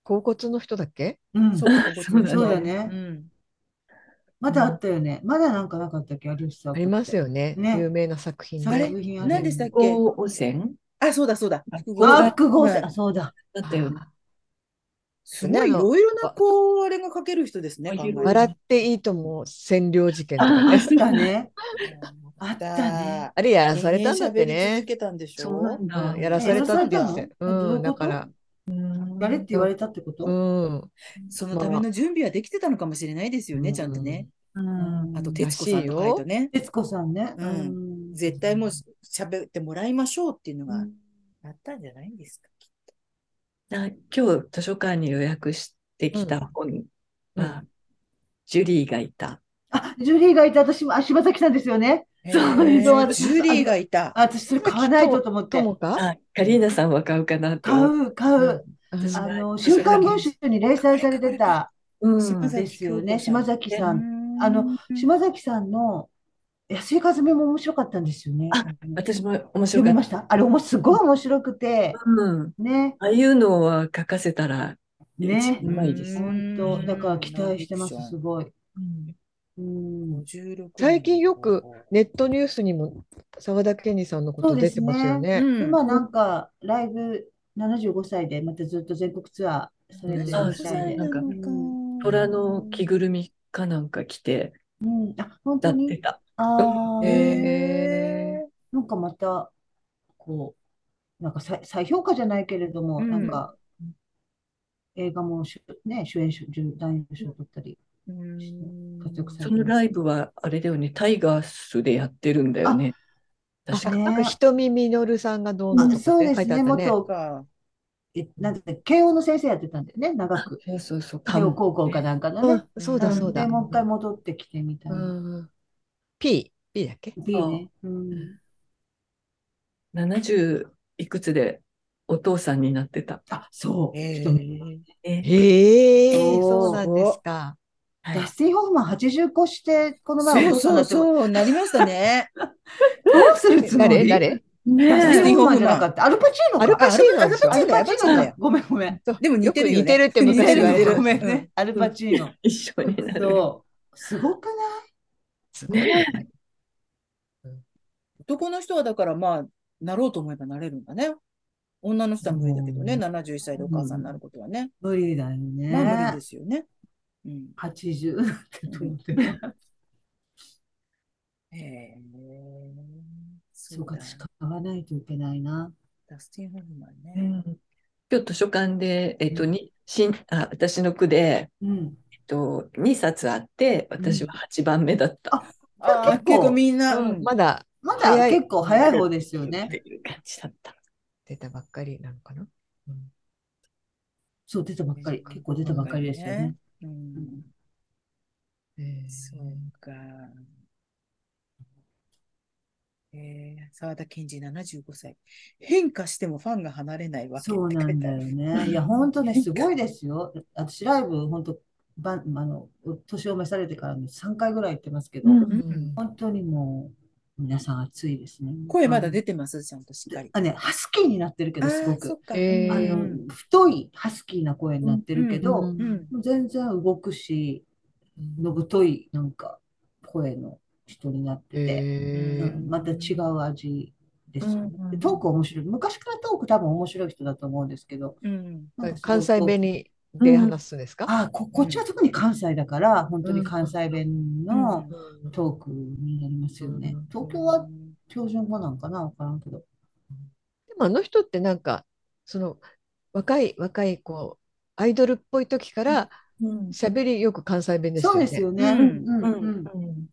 Speaker 4: 甲骨の人だっけ
Speaker 3: うん
Speaker 1: そう、ここ
Speaker 2: そうだね
Speaker 3: そうだね
Speaker 1: うん。
Speaker 3: まだあったよね。まだなんかなかったっけ、有吉佐和
Speaker 4: あ
Speaker 3: 子。
Speaker 4: りますよね。
Speaker 3: ね
Speaker 4: 有名な作品
Speaker 3: 作
Speaker 1: あれ
Speaker 3: 品あるよね
Speaker 1: 何でしたっけ
Speaker 2: 高汚染
Speaker 1: あ、そうだそうだ
Speaker 2: あ。
Speaker 1: 複合
Speaker 3: あ
Speaker 1: だ
Speaker 3: ー、複合戦。
Speaker 1: は
Speaker 3: あ
Speaker 1: い
Speaker 3: そうだ。
Speaker 2: だったよね。
Speaker 1: すごいいろいろな、こう、あれが書ける人ですね、
Speaker 2: あ
Speaker 1: 考えると
Speaker 4: 笑っていいとも占領事件とか
Speaker 3: あ
Speaker 4: ね
Speaker 3: っ。たね。
Speaker 1: あ
Speaker 3: あったね。
Speaker 4: あれやら
Speaker 1: 延
Speaker 4: されたんだっ
Speaker 1: 々
Speaker 4: て
Speaker 1: 喋り
Speaker 4: ね
Speaker 1: 続。けたんでしょ
Speaker 2: そうなんだ。
Speaker 4: うんやらされたって言って
Speaker 3: えやらさ
Speaker 4: た
Speaker 3: れたの
Speaker 4: うん、だから。
Speaker 2: うん
Speaker 3: やれって言われたってこ
Speaker 4: う
Speaker 3: と
Speaker 4: ん。
Speaker 1: そのための準備はできてたのかもしれないですよ
Speaker 4: う
Speaker 1: ね、
Speaker 4: ん
Speaker 1: ちゃんとね。
Speaker 2: うん
Speaker 1: あと、
Speaker 3: て
Speaker 1: 徹子さんの回とね。
Speaker 3: 徹子さんね。
Speaker 1: う
Speaker 3: うん
Speaker 1: 絶対もう喋ってもらいましょうっていうの
Speaker 2: う
Speaker 1: が
Speaker 2: ん
Speaker 1: あったんじゃないんですか。
Speaker 2: だ今日図書館に予約してきた本
Speaker 4: うん
Speaker 2: は、ジュリーがいた。
Speaker 3: あ、ジュリーがいて、私も、あ、柴崎さんですよね。そう
Speaker 1: へー
Speaker 3: そう
Speaker 1: ジュリーがいた。
Speaker 3: あ、私それ買わないとと思っ
Speaker 4: と
Speaker 3: て。
Speaker 4: もか
Speaker 2: あ、カリーナさんは買うかなと
Speaker 3: 買
Speaker 2: 思って。
Speaker 3: う、買う。
Speaker 4: うん
Speaker 3: あの、
Speaker 2: 柴
Speaker 3: 週
Speaker 2: 崎さ
Speaker 3: 刊
Speaker 2: ん
Speaker 3: 文春に連載されてた
Speaker 2: うん
Speaker 1: 島崎
Speaker 3: ですよ
Speaker 1: 恭
Speaker 3: ね、
Speaker 1: 子さん
Speaker 3: 島崎さん。
Speaker 1: うーん
Speaker 3: あの、島崎さんの安井かずみも面白かったんですよね。
Speaker 2: あ
Speaker 3: の
Speaker 2: 私も面
Speaker 3: 読
Speaker 2: 白か
Speaker 3: み
Speaker 2: った。
Speaker 3: ましたあれ、おもすごい面白くて、
Speaker 2: うん。
Speaker 3: ね。
Speaker 2: ああいうのは書かせたら、
Speaker 3: ね
Speaker 2: 一番うまいです。
Speaker 3: 本当、だから期待してます、
Speaker 1: ノンフィクシ
Speaker 3: す
Speaker 1: ョン
Speaker 3: ごい。うん。
Speaker 1: 56
Speaker 4: 最近よくネットニュースにも沢田研二さんのこと出てますよ
Speaker 1: う
Speaker 4: ね。
Speaker 1: ん
Speaker 3: 今なんか、ライブ75歳で、またずっと全国ツアーされてらっしゃいで
Speaker 2: なんか
Speaker 1: うん
Speaker 2: 虎の着ぐるみかなんか着て
Speaker 3: うん、あ、本
Speaker 2: 歌
Speaker 3: 当
Speaker 2: って
Speaker 3: に。
Speaker 2: た。
Speaker 3: ああ、
Speaker 4: へ
Speaker 3: なんかまた、こう、なんか再、再評価じゃないけれども、
Speaker 1: うん
Speaker 3: なんか、映画も主、ね、主演賞、男優賞取ったり。
Speaker 1: うん
Speaker 3: 活躍され
Speaker 2: そ
Speaker 3: て
Speaker 2: の
Speaker 3: ます
Speaker 2: ライブはあれだよね、タイガースでやってるんだよね。確か
Speaker 4: あ
Speaker 3: ね
Speaker 4: なんか瞳みのるさんがどうのと
Speaker 3: あそ
Speaker 4: か
Speaker 3: うで
Speaker 4: って
Speaker 3: す
Speaker 4: 書いてあ
Speaker 3: ね、
Speaker 4: ったね。
Speaker 1: そう
Speaker 3: 元、
Speaker 1: か。
Speaker 3: え、なんだっけ、慶応の先生やってたんだよね、長く。
Speaker 2: そうそうそう。
Speaker 3: 慶応高校かなんかのね。
Speaker 4: うん、そうだ
Speaker 3: うん
Speaker 4: そうだ
Speaker 3: で、。もう一回戻ってきてみたいな。
Speaker 4: うん、P、P だっけ
Speaker 3: B ね。うん。
Speaker 2: 70いくつでお父さんになってた。
Speaker 3: あ、そう。
Speaker 1: え
Speaker 3: ちょっと
Speaker 1: ー
Speaker 4: へえ、
Speaker 3: そう
Speaker 4: そうなんですか。
Speaker 2: はい
Speaker 3: ダスティン・ホフマン85個して、この前お
Speaker 1: そう
Speaker 3: 父さ
Speaker 1: そう
Speaker 3: んだってこと
Speaker 1: そう、なりましたね。
Speaker 3: どうするつも
Speaker 4: 誰
Speaker 3: り
Speaker 4: 誰
Speaker 3: ダスティン・ホフマンじゃな
Speaker 1: ダ
Speaker 3: か
Speaker 1: ス
Speaker 3: った。アルパチーノか。
Speaker 4: アルパチーノ
Speaker 3: あアルパチーノ
Speaker 1: アルパチーノだよ
Speaker 3: ごめんごめん。
Speaker 1: でも似てるよね
Speaker 4: よく似てるって
Speaker 1: 似
Speaker 4: 昔
Speaker 1: てる
Speaker 4: 言われ
Speaker 1: 似てる
Speaker 4: る
Speaker 3: ご。めん
Speaker 1: うん
Speaker 3: ね。アルパチーノ。
Speaker 2: 一緒になる。
Speaker 3: そう。すごくない
Speaker 4: すごい。
Speaker 1: 男の人はだからまあ、なろうと思えばなれるんだね。女の人は無理だけどね、
Speaker 4: うん
Speaker 1: 71歳でお母さんになることはね。
Speaker 3: 無理だよね。
Speaker 1: まあ無理ですよね。うん。
Speaker 3: 80ってどうって。
Speaker 1: へえ。
Speaker 3: そうか、
Speaker 1: だよね
Speaker 3: 私買わないといけないな。
Speaker 1: ダスティン・ホフマン
Speaker 2: う
Speaker 1: ね。
Speaker 2: ん今日図書館で、えっと、
Speaker 3: うん
Speaker 2: に新あ私の句で、
Speaker 3: うん。
Speaker 2: えっと、2冊あって私は8番目だった、
Speaker 3: あ
Speaker 1: ああ、
Speaker 3: 結構
Speaker 1: 結構みんな、
Speaker 4: まだ
Speaker 3: ま
Speaker 4: 早
Speaker 3: だ
Speaker 4: い
Speaker 3: 結構早い方ですよ
Speaker 2: っ
Speaker 3: ね。
Speaker 2: ていう感じだった。
Speaker 4: 出たばっかりなのかな。
Speaker 3: そう、出たばっかり。結構出たばっかりですよね。。
Speaker 1: うん。
Speaker 4: へえ
Speaker 1: そうか。えー、沢田研二75歳。変化してもファンが離れないわけ
Speaker 3: そう
Speaker 1: って
Speaker 3: な
Speaker 1: 書い
Speaker 3: ん
Speaker 1: て
Speaker 3: だ
Speaker 1: あ
Speaker 3: よ
Speaker 1: る。
Speaker 3: ね。いや、本当ね、すごいですよ。私、ライブ、本当、ばあの、年を召されてからの3回ぐらい行ってますけど、
Speaker 2: うん
Speaker 1: うん
Speaker 3: 本当にもう、皆さん熱いですね。
Speaker 1: 声まだ出てますちゃんとしっかり。
Speaker 3: あ、ね、ハスキーになってるけど、すご
Speaker 1: あーそ
Speaker 3: く。
Speaker 1: っか。
Speaker 4: えー
Speaker 3: あ
Speaker 1: う
Speaker 3: の
Speaker 1: ん、
Speaker 3: 太い、ハスキーな声になってるけど、
Speaker 4: うん
Speaker 1: うん
Speaker 3: もう全然動くし、の太い、なんか、声の人になってて。
Speaker 4: へえ
Speaker 3: うんまた違う味ですよね
Speaker 2: うんうん
Speaker 3: でトーク面白い。昔からトーク多分面白い人だと思うんですけど、
Speaker 1: うん。
Speaker 3: なんかすごい
Speaker 4: 関西弁
Speaker 3: こう
Speaker 4: にで話すんですか。
Speaker 3: あこ、こっちは特に関西だから、本当に関西弁のトークになりますよね。
Speaker 4: うん
Speaker 3: 東京は標準語なんかなわからんけど。
Speaker 4: でもあの人ってなんかその若い若いこうアイドルっぽい時から
Speaker 2: うん
Speaker 4: 喋りよく関西弁でした
Speaker 3: そうで
Speaker 4: よね。
Speaker 3: すよね。
Speaker 1: うん
Speaker 3: うんう
Speaker 2: う
Speaker 3: んんうん
Speaker 2: うん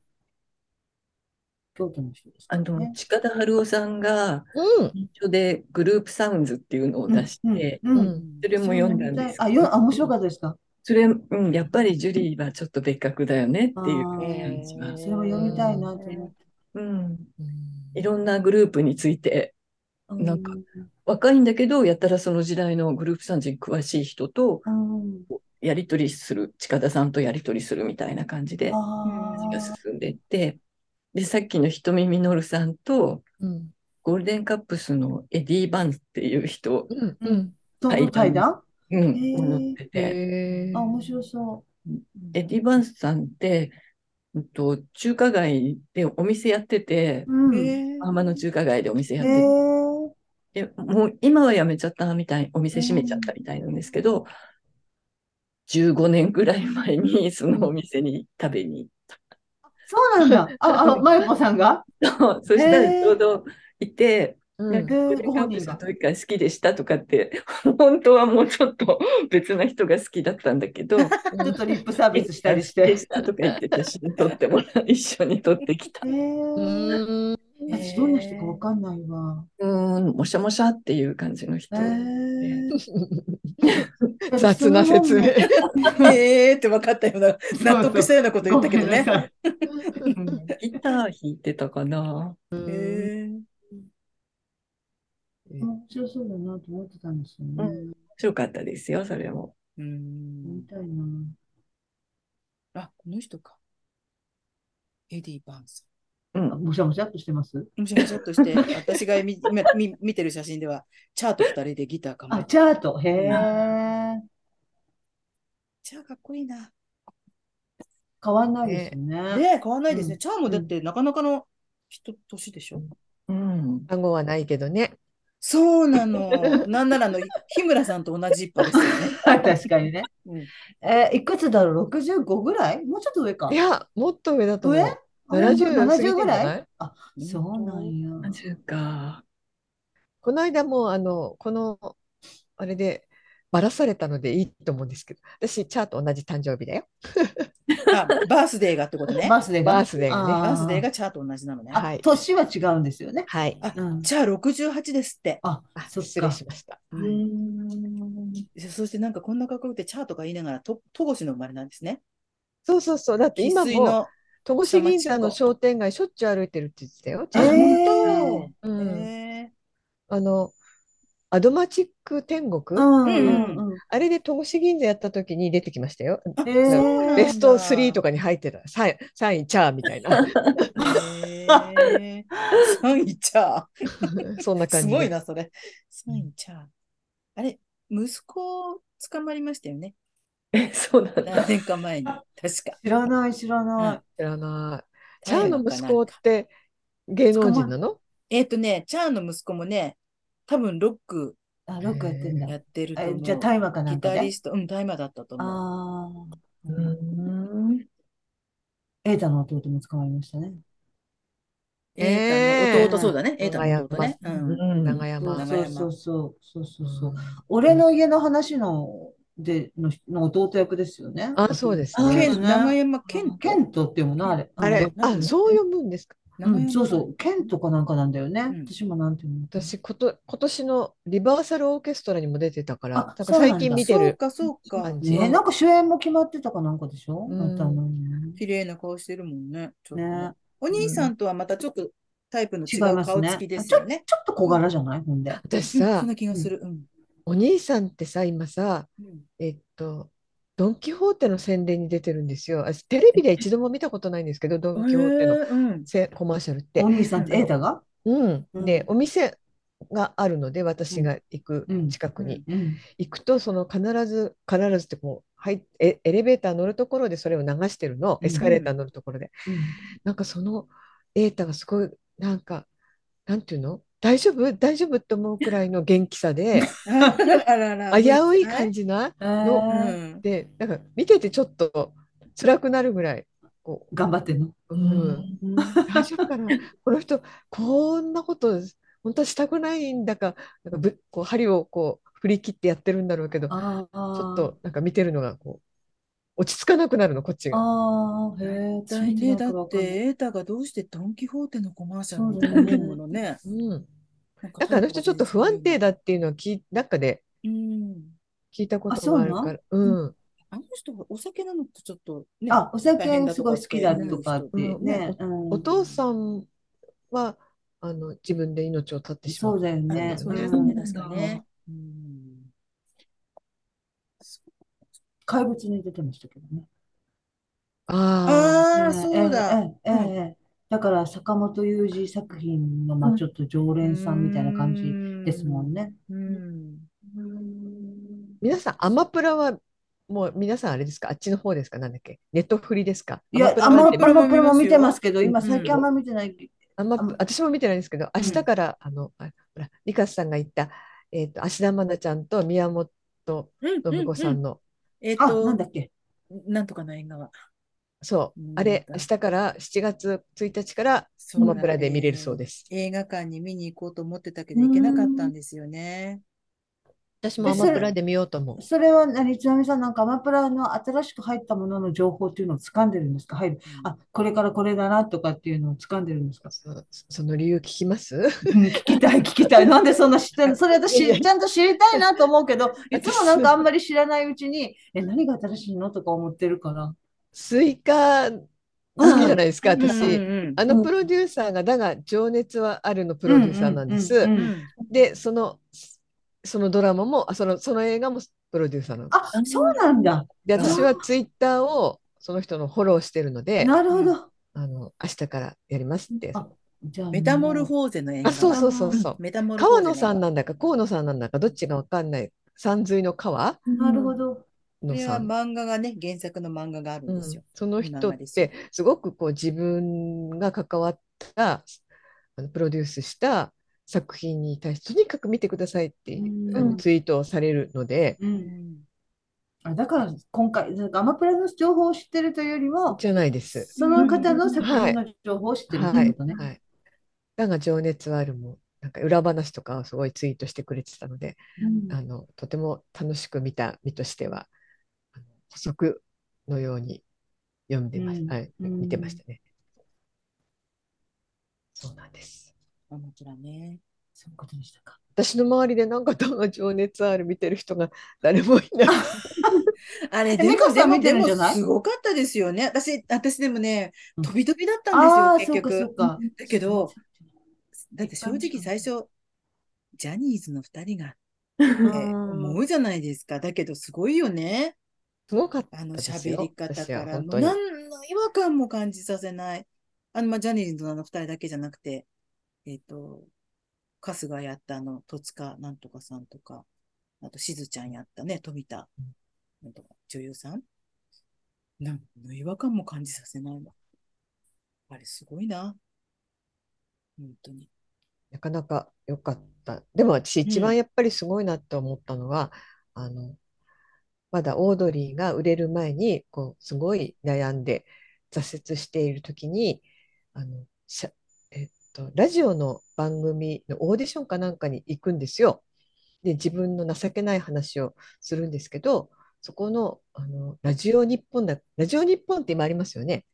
Speaker 3: 京都の人です
Speaker 2: あ
Speaker 3: から
Speaker 2: の
Speaker 3: ね。
Speaker 2: 近田春夫さんが
Speaker 4: うん。
Speaker 2: 一緒でグループサウンズっていうのを出して、
Speaker 3: うんうん
Speaker 4: うん
Speaker 2: それも読んだんです
Speaker 3: あ、よ、あ、面白かったですか
Speaker 2: それ、うん、やっぱりジュリーはちょっと別格だよねっていう感じ
Speaker 1: あ
Speaker 2: は
Speaker 1: ー、
Speaker 3: それも読みたいなと思って。
Speaker 2: うん、
Speaker 4: うん
Speaker 2: いろんなグループについてなんか
Speaker 3: うん
Speaker 2: 若いんだけどやったらその時代のグループサウンズに詳しい人と
Speaker 3: うん
Speaker 2: やり取りする近田さんとやり取りするみたいな感じで
Speaker 3: あ
Speaker 2: 話
Speaker 3: ー
Speaker 2: が進んでいってでさっきの瞳みのるさんと
Speaker 4: うん
Speaker 2: ゴールデンカップスのエディ・バンっていう人、
Speaker 4: うんうん。
Speaker 3: と
Speaker 2: 対談
Speaker 3: 対談
Speaker 2: うん
Speaker 3: へー
Speaker 2: も載ってて
Speaker 4: へえ
Speaker 3: あ、面白そ
Speaker 2: エディ・バンさんって、うんと、中華街でお店やってて
Speaker 3: う。うん。
Speaker 1: えー
Speaker 2: 浜の中華街でお店やっ
Speaker 3: へ
Speaker 2: て
Speaker 3: ー
Speaker 2: て、でもう今はやめちゃったみたいお店閉めちゃったみたいなんですけど15年ぐらい前にそのお店に食べに
Speaker 3: そうなんだ。あ、あ、まゆこさんが。
Speaker 2: 行ったそしたらちょうどいて。
Speaker 4: う
Speaker 2: なんん
Speaker 3: で
Speaker 2: かゴールデン
Speaker 3: ご
Speaker 2: カ
Speaker 3: 本
Speaker 2: ップ
Speaker 3: 人
Speaker 2: ス
Speaker 3: が
Speaker 2: の時から好きでしたとかって、 本当はもうちょっと別な人が好きだったんだけど、
Speaker 3: ちょっとリップサービスしたりし
Speaker 2: 好きで
Speaker 3: て。
Speaker 2: したとか言って写真撮ってもらう、一緒に撮ってきた
Speaker 3: へ。ー
Speaker 4: うん
Speaker 3: 私どんな人かわかんないわ。
Speaker 2: うーん、もしゃもしゃっていう感じの人。
Speaker 3: へー
Speaker 4: 雑な説明。
Speaker 1: えーって分かったような、納得したようなこと言
Speaker 3: ご
Speaker 1: ったけ
Speaker 3: め
Speaker 1: ど
Speaker 3: んな
Speaker 1: ね。
Speaker 3: さい。
Speaker 2: うんギター弾いてたかな。
Speaker 1: えー
Speaker 3: 面白そうだなと思ってたんですよね。
Speaker 2: う面白かったですよ、それも。
Speaker 1: うー
Speaker 3: 見
Speaker 1: ん
Speaker 3: たいな。
Speaker 1: あ、この人か。エディ・バンさ
Speaker 2: うん
Speaker 3: もしゃもしゃっとしてます
Speaker 1: むしゃむしゃっとして、私が見 今見見てる写真では、チャーと二人でギターか
Speaker 3: あ、
Speaker 1: も。
Speaker 3: チャート。へえ。
Speaker 1: チャーかっこいいな。
Speaker 3: 変わんないですよ ね。
Speaker 1: ねえ変わんないですね。
Speaker 3: うん
Speaker 1: チャーもだってなかなかの人、年でしょ。
Speaker 2: うん。
Speaker 4: 単語はないけどね。
Speaker 1: そうなの。なんならあの、日村さんと同じ一歩 ですよね。
Speaker 3: 確かにね。
Speaker 1: うん
Speaker 3: えーいくつだろう ?65 ぐらいもうちょっと上か
Speaker 4: い。や、もっと上だと思う。
Speaker 3: 上70
Speaker 4: 70過ぎてんじ
Speaker 3: ぐ
Speaker 4: ゃ
Speaker 3: ら
Speaker 4: ないい
Speaker 3: あ、そうなんや。
Speaker 2: 70か。
Speaker 4: この間もあのこのあれでばらされたのでいいと思うんですけど私チャーと同じ誕生日だよ
Speaker 1: あ、バースデーがってことね。
Speaker 3: バースデーが。
Speaker 4: バースデーがね
Speaker 3: あ
Speaker 1: バースデーがチャーと同じなのね。
Speaker 3: あ
Speaker 4: はい
Speaker 3: 年は違うんですよね。
Speaker 4: はい
Speaker 1: あ
Speaker 3: うん
Speaker 1: チャー68ですって。
Speaker 3: あ、
Speaker 4: あ
Speaker 3: そっ
Speaker 4: 失
Speaker 3: か
Speaker 4: 礼。しました
Speaker 1: そしてなんかこんなかっこよくてチャーとか言いながら、と戸越の生まれなんですね。
Speaker 4: そうそうそうだって今
Speaker 1: 生
Speaker 4: も
Speaker 1: の。
Speaker 4: 戸越銀座の商店街しょっちゅう歩いてるって言ってたよ、ち
Speaker 3: え
Speaker 4: ゃんと
Speaker 3: ー
Speaker 4: うん
Speaker 1: え
Speaker 4: あのアドマチック天国、
Speaker 3: うん
Speaker 1: うん
Speaker 3: うんうん
Speaker 4: あれで戸越銀座やった時に出てきましたよ
Speaker 1: ー、あ
Speaker 3: えー
Speaker 1: そうなんだ
Speaker 4: ベスト3とかに入ってたサインサインチャーみたいな
Speaker 1: へーサインチャ
Speaker 4: そんな
Speaker 1: ー。
Speaker 4: 感
Speaker 1: す
Speaker 4: じ
Speaker 1: ごい
Speaker 4: で
Speaker 1: な、それ。サインチャー。あれ、息子捕まりましたよね。
Speaker 2: え、そうなんだ
Speaker 1: 何。年か前に。確か。
Speaker 3: 知らない、知らない。
Speaker 4: 知らないチャーの息子っ
Speaker 1: か
Speaker 4: て芸能人なの
Speaker 1: えっ、とね、チャーの息子もね、多分ロック
Speaker 3: あ、ロックやってんだ。
Speaker 1: やってると
Speaker 3: え
Speaker 1: 思う。
Speaker 3: じゃあ、大麻かなん
Speaker 1: ギ
Speaker 3: か
Speaker 1: タ
Speaker 3: ね
Speaker 1: リ。スト、うん、大麻だったと思う。
Speaker 3: ああ。
Speaker 2: うん。
Speaker 3: エータの弟も捕まりましたね。
Speaker 1: エータの弟、そうだね。
Speaker 4: え
Speaker 1: エ
Speaker 4: ー
Speaker 1: ータの弟ね。う。
Speaker 4: うん長
Speaker 3: そう
Speaker 4: 山
Speaker 1: 長
Speaker 3: そう
Speaker 1: 山
Speaker 3: そうそうそうそうそう。
Speaker 4: うん
Speaker 3: 俺の家の話のでのの弟役ですよね。
Speaker 4: あそうです
Speaker 3: あ
Speaker 4: ね
Speaker 1: ケ
Speaker 3: ー
Speaker 1: ン長
Speaker 3: ね。
Speaker 1: 山健人
Speaker 3: ケントっていうものあれ。
Speaker 4: あれ
Speaker 3: う、ん
Speaker 4: あ、そう読むんですか。
Speaker 1: 長
Speaker 3: うん
Speaker 1: 山
Speaker 3: そうそう。ケントかなんかなんだよね。
Speaker 1: ん
Speaker 3: 私もなんていうの。
Speaker 4: 私、こと、今年のリバーサルオーケストラにも出てたから、
Speaker 3: あ
Speaker 4: なんか
Speaker 3: そうなんだ
Speaker 4: 最近見て
Speaker 1: そう
Speaker 4: る。
Speaker 1: か、そうか。
Speaker 4: 感じ
Speaker 3: ね、なんか主演も決まってたかなんかでしょ
Speaker 4: うん
Speaker 3: またの
Speaker 1: 綺麗な顔してるもんね。ちょっとね
Speaker 3: ね。
Speaker 1: お兄さんとはまたちょっとタイプの違
Speaker 3: 違いうます
Speaker 1: 顔
Speaker 3: ね
Speaker 1: つきですよね。
Speaker 3: ちょっと小柄じゃないほんで。
Speaker 4: 私
Speaker 1: うん
Speaker 4: さ
Speaker 1: そん、な気がする。うん。
Speaker 4: お兄さんってさ、今さ、えっと、ドン・キホーテの宣伝に出てるんですよ。私、テレビで一度も見たことないんですけど、ドン・キホーテの
Speaker 1: うん。
Speaker 4: せコマーシャルって
Speaker 3: お。兄さんってエータが
Speaker 4: うん。
Speaker 3: うん
Speaker 4: で、お店があるので、私が行く近くに。
Speaker 3: うん。
Speaker 4: 行くと、その必ず、必ずってこう、はい、エエレベーター乗るところでそれを流してるの、エスカレーター乗るところで。なんかその瑛太がすごいなんかなんていうの大丈夫大丈夫って思うくらいの元気さで
Speaker 1: あらら。
Speaker 4: 危うい感
Speaker 1: じ。
Speaker 4: じな
Speaker 1: う
Speaker 4: の
Speaker 1: ん。
Speaker 4: でなんか見ててちょっと辛くなるぐらいこ
Speaker 3: 頑張ってんの。
Speaker 4: う、うん、大丈夫かなこの人こんなこと本当はしたくないんだかなんかぶこう針をこう振り切ってやってるんだろうけどち
Speaker 3: ああ。
Speaker 4: ょっとなんか見てるのがこう落ち着かなくなるのこっちが。
Speaker 3: ああ、へえ、
Speaker 1: だいね、だっ
Speaker 3: って
Speaker 1: て、エータがどうしてドン・キホーテのコマーシャル
Speaker 3: そう
Speaker 1: み
Speaker 3: だ
Speaker 1: た
Speaker 3: よ
Speaker 1: い
Speaker 3: ね
Speaker 1: なものね。
Speaker 4: うん、
Speaker 1: なん
Speaker 4: なんかあの人ちょっと不安定だっていうのはきなんかで
Speaker 1: うん。
Speaker 4: 聞いたこ
Speaker 3: あ
Speaker 4: と
Speaker 3: そうな
Speaker 4: がある
Speaker 3: の
Speaker 4: から、うん、
Speaker 1: あの人はお酒飲むとちょっとね。
Speaker 3: あ、お酒
Speaker 1: 大変だ
Speaker 3: す
Speaker 1: と
Speaker 3: ご
Speaker 1: か
Speaker 3: い好きだとかって
Speaker 4: うん
Speaker 3: ね。うん
Speaker 4: お父さんはあの自分で命を絶ってしま
Speaker 3: そう
Speaker 4: う。
Speaker 3: だよね。
Speaker 1: そうです
Speaker 3: うん
Speaker 1: ね、確かね。うん。
Speaker 3: 怪物に出てましたけどね。
Speaker 4: あ
Speaker 1: ああ、
Speaker 3: ね
Speaker 1: そうだ。。
Speaker 3: ええええええだから坂本雄二作品のま
Speaker 2: う
Speaker 3: あ
Speaker 2: ん
Speaker 3: ちょっと常連さんみたいな感じですもんね。
Speaker 1: うん。
Speaker 4: あ、皆さんアマプラはもう皆さんあれですか、あっちの方ですか、なんだっけ、ネットフリですか。
Speaker 3: いや、
Speaker 4: ア
Speaker 3: ア
Speaker 4: マ
Speaker 3: マ
Speaker 4: プ
Speaker 3: プ
Speaker 4: ラ
Speaker 3: ラ
Speaker 4: は
Speaker 3: もこれも見てますけど、今
Speaker 1: うん
Speaker 3: 最近あんま見てない。
Speaker 4: アマプ
Speaker 3: アマ
Speaker 4: 私も見てないんですけど、明日から、あの、あほら、リカスさんが言った、えっと、芦田愛菜ちゃんと宮本
Speaker 1: うん
Speaker 4: 信子さん。の、
Speaker 1: えっ
Speaker 3: あ、なん
Speaker 1: と、
Speaker 3: だっけ。
Speaker 1: なんとかの映画は。
Speaker 4: そう
Speaker 1: うん、
Speaker 4: あれ、明日から7月1日からアマプラで見れるそう
Speaker 1: す。
Speaker 4: です。
Speaker 1: 映画館に見に行こうと思ってたけど、行けなかったんですよね。
Speaker 4: 私もアマプラで見ようと思う。
Speaker 3: それは何、ちなみさん、なんかアマプラの新しく入ったものの情報っていうのを掴んでるんですか入る。あ、これからこれだなとかっていうのを掴んでるんですか
Speaker 4: そうその理由聞きます
Speaker 3: う ん聞きたい、聞きたい。なんでそんな知ってんのそれ私、
Speaker 4: いやいや
Speaker 3: ちゃんと知りたいなと思うけど、いつもなんかあんまり知らないうちに、え、何が新しいのとか思ってるから。
Speaker 4: スイカ好きじゃないですか、
Speaker 3: うん
Speaker 4: 私、
Speaker 1: うん
Speaker 4: あのプロデューサーが「だが情熱はある」のプロデューサーなんです、
Speaker 3: うんうんうんうん
Speaker 1: うん。
Speaker 4: でそのそのドラマもあそのその映画もプロデューサーなの
Speaker 3: あ、そうなんだ。
Speaker 4: で私はツイッターをその人のフォローしてるので
Speaker 3: なるほど。
Speaker 4: あの明日からやりますって。
Speaker 3: あじゃあ
Speaker 1: メタモル
Speaker 3: も
Speaker 1: フォーゼの映画
Speaker 4: あ、
Speaker 1: は。
Speaker 4: そうそうそうそう。
Speaker 1: メタモルフォー
Speaker 4: 川
Speaker 1: ゼの
Speaker 4: 野
Speaker 1: 映画
Speaker 4: さんなんだか河野さんなんだかどっちがわかんない山水の川
Speaker 3: うなるほど。
Speaker 1: こ
Speaker 4: の
Speaker 1: れは
Speaker 4: さん、
Speaker 1: 漫画がね、原作の漫画があるん
Speaker 4: う
Speaker 1: です
Speaker 4: ん
Speaker 1: よ。、
Speaker 4: その人っ
Speaker 1: 漫画ですよ
Speaker 4: てすごくこう自分が関わったあのプロデュースした作品に対してとにかく見てくださいって、
Speaker 3: うん
Speaker 4: あのツイートをされるので、
Speaker 3: う、
Speaker 1: うんん
Speaker 3: あだから今回、なんかアマプラの情報を知ってるというよりも、
Speaker 4: じゃないです。
Speaker 3: その方の作品の情報を知ってると
Speaker 4: は
Speaker 3: いう
Speaker 4: い、
Speaker 3: ことね。
Speaker 4: はい。だが情熱はあるもなんか裏話とかをすごいツイートしてくれてたので、
Speaker 3: うん
Speaker 4: あのとても楽しく見た身としてはあの補足のように読んでまし
Speaker 3: うん
Speaker 4: はい、
Speaker 3: うん
Speaker 4: 見てましたね。そうなんです。
Speaker 1: あもちろんね。
Speaker 3: そういうことでしたか。
Speaker 4: 私の周りでなんかどの情熱ある見てる人が誰もいない。
Speaker 1: あれ、
Speaker 3: え
Speaker 1: で
Speaker 3: 美
Speaker 1: も、
Speaker 3: 香
Speaker 1: で
Speaker 3: さん
Speaker 1: も、
Speaker 3: 見て
Speaker 1: で
Speaker 3: るん
Speaker 1: も、
Speaker 3: じゃない
Speaker 1: すごかったですよね。私、私でもね
Speaker 3: う、ん
Speaker 1: 飛び飛びだった
Speaker 3: あ
Speaker 1: ん
Speaker 3: あ、
Speaker 1: です
Speaker 3: そ
Speaker 1: よ、
Speaker 3: うか、
Speaker 1: 結
Speaker 3: そう
Speaker 1: 局。
Speaker 3: か。
Speaker 1: だけど、だって
Speaker 3: 一
Speaker 1: 正
Speaker 3: 般の人
Speaker 1: 直最初、ジャニーズの2人がって思
Speaker 2: う
Speaker 1: うじゃないですか。だけど、すごいよね。
Speaker 4: すごかった
Speaker 1: あの
Speaker 4: です
Speaker 1: 喋
Speaker 4: よ。
Speaker 1: り方
Speaker 4: 私
Speaker 1: か
Speaker 4: は
Speaker 1: ら
Speaker 4: 本
Speaker 1: も
Speaker 4: 当
Speaker 1: う
Speaker 4: に。
Speaker 1: 何の違和感も感じさせない。あの、まあ、ジャニーズのあの2人だけじゃなくて、えっ、と、春日やったあの、戸塚なんとかさんとか、あと、しずちゃんやったね、富田、なんとか、女優さん。何の違和感も感じさせないの。あれ、すごいな。本当に。
Speaker 4: なかなか良かった。でも私一番やっぱりすごいなって思ったのは、あの、まだオードリーが売れる前に、こう、すごい悩んで挫折している時に、あの、しゃ、えっと、ラジオの番組のオーディションかなんかに行くんですよ。で、自分の情けない話をするんですけど、そこの、あの、ラジオ日本だ、ラジオ日本って今ありますよね。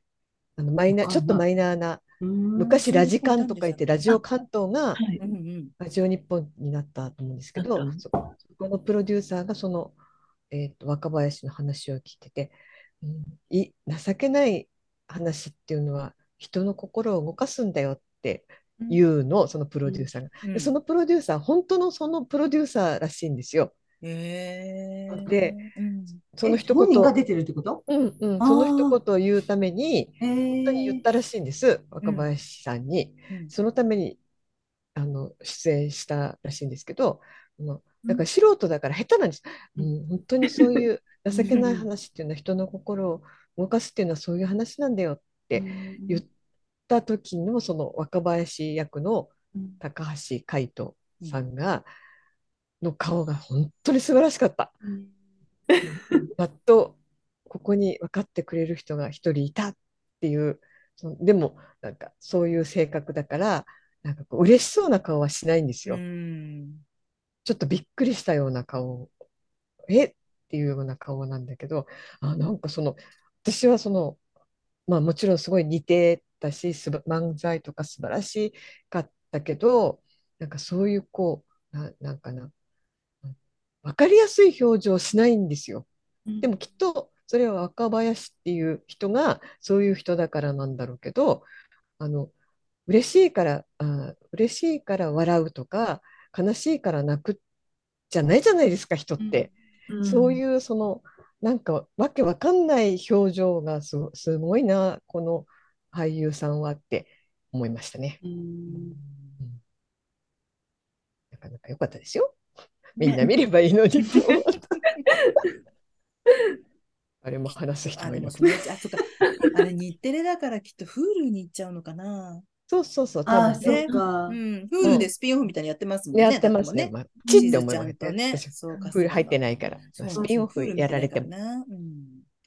Speaker 4: あの、マイナー、
Speaker 3: わ
Speaker 4: ち
Speaker 3: かん
Speaker 4: ょっ
Speaker 3: ない
Speaker 4: とマイナーな、
Speaker 3: 昔
Speaker 4: 昔ラジカンとか言って、ラジオ関東が、
Speaker 2: はい
Speaker 1: うんうん。
Speaker 4: ラジオ日本になったと思うんですけ
Speaker 2: な
Speaker 4: ど
Speaker 2: っ、た
Speaker 4: そそこのプロデューサーがその、えーと、若林の話を聞いてて、うんい、情けない話っていうのは人の心を動かすんだよっていうのを、そのプロデューサーが。
Speaker 1: うん
Speaker 4: で、そのプロデューサー、本当のそのプロデューサーらしいんですよ。
Speaker 1: えー、
Speaker 4: で
Speaker 1: うん、
Speaker 4: その一
Speaker 3: え本人が
Speaker 4: 言、
Speaker 3: 出てるってこと
Speaker 4: うんうん、
Speaker 3: あー
Speaker 4: その一言を言うために、
Speaker 3: え
Speaker 4: 本当に言っ
Speaker 3: ー、
Speaker 4: たらしいんです、若林さんに。
Speaker 1: うん
Speaker 4: そのためにあの出演したらしいんですけど、あのだから素人だから下手なんです、
Speaker 1: う
Speaker 4: うんん、本当にそういう
Speaker 1: ん
Speaker 4: 情け ない話っていうのは人の心を動かすっていうのはそういう話なんだよって言った時のその若林役の
Speaker 3: うん
Speaker 4: 高橋海人さんが、の顔が本当に素晴らしかった。やっとここに分かってくれる人が一人いたっていうそのでもなんかそういう性格だからなんかこう嬉しそうな顔はしないんですよ、
Speaker 1: うん
Speaker 4: ちょっとびっくりしたような顔えっていうような顔なんだけどあなんかその私はそのまあもちろんすごい似てたしすば漫才とか素晴らしかったけどなんかそういうこうななんかなうん分かりやすい表情をしないんですよ。でもきっとそれは若林っていう人がそういう人だからなんだろうけどあの嬉しいからあ嬉しいから笑うとか悲しいから泣くじゃないじゃないですか人って、そういうそのなんかわけわかんない表情がすごすごいなこの俳優さんはって思いましたね。
Speaker 3: うん
Speaker 4: うんなかなか良かったですよ。みんな見ればいいの にって思った。あれも話す人
Speaker 1: あ、
Speaker 4: も
Speaker 1: で
Speaker 4: いる
Speaker 1: もそのうち、あ、そっか。あれ、日テレだからきっと Hulu に行っちゃうのかな。
Speaker 4: そうそうそう、多
Speaker 3: ああ、
Speaker 4: 分
Speaker 3: そ
Speaker 4: ね
Speaker 3: うか
Speaker 1: う。ん。Hulu でスピンオフみたいなのやってますもんね。
Speaker 4: やってますね。
Speaker 1: だっても
Speaker 4: まあ、
Speaker 3: チ
Speaker 4: チ
Speaker 1: して
Speaker 3: ッ
Speaker 4: ッ
Speaker 1: ず
Speaker 4: 思
Speaker 1: ち
Speaker 4: い
Speaker 1: ゃ
Speaker 4: ま
Speaker 1: ん
Speaker 4: した
Speaker 1: と
Speaker 4: よ。
Speaker 1: ね。
Speaker 4: 私、
Speaker 1: そうか、
Speaker 4: フール入って
Speaker 1: い。
Speaker 4: ないから、
Speaker 1: そう
Speaker 4: スピンオフやられても。
Speaker 1: Hulu 見ないからな。うん。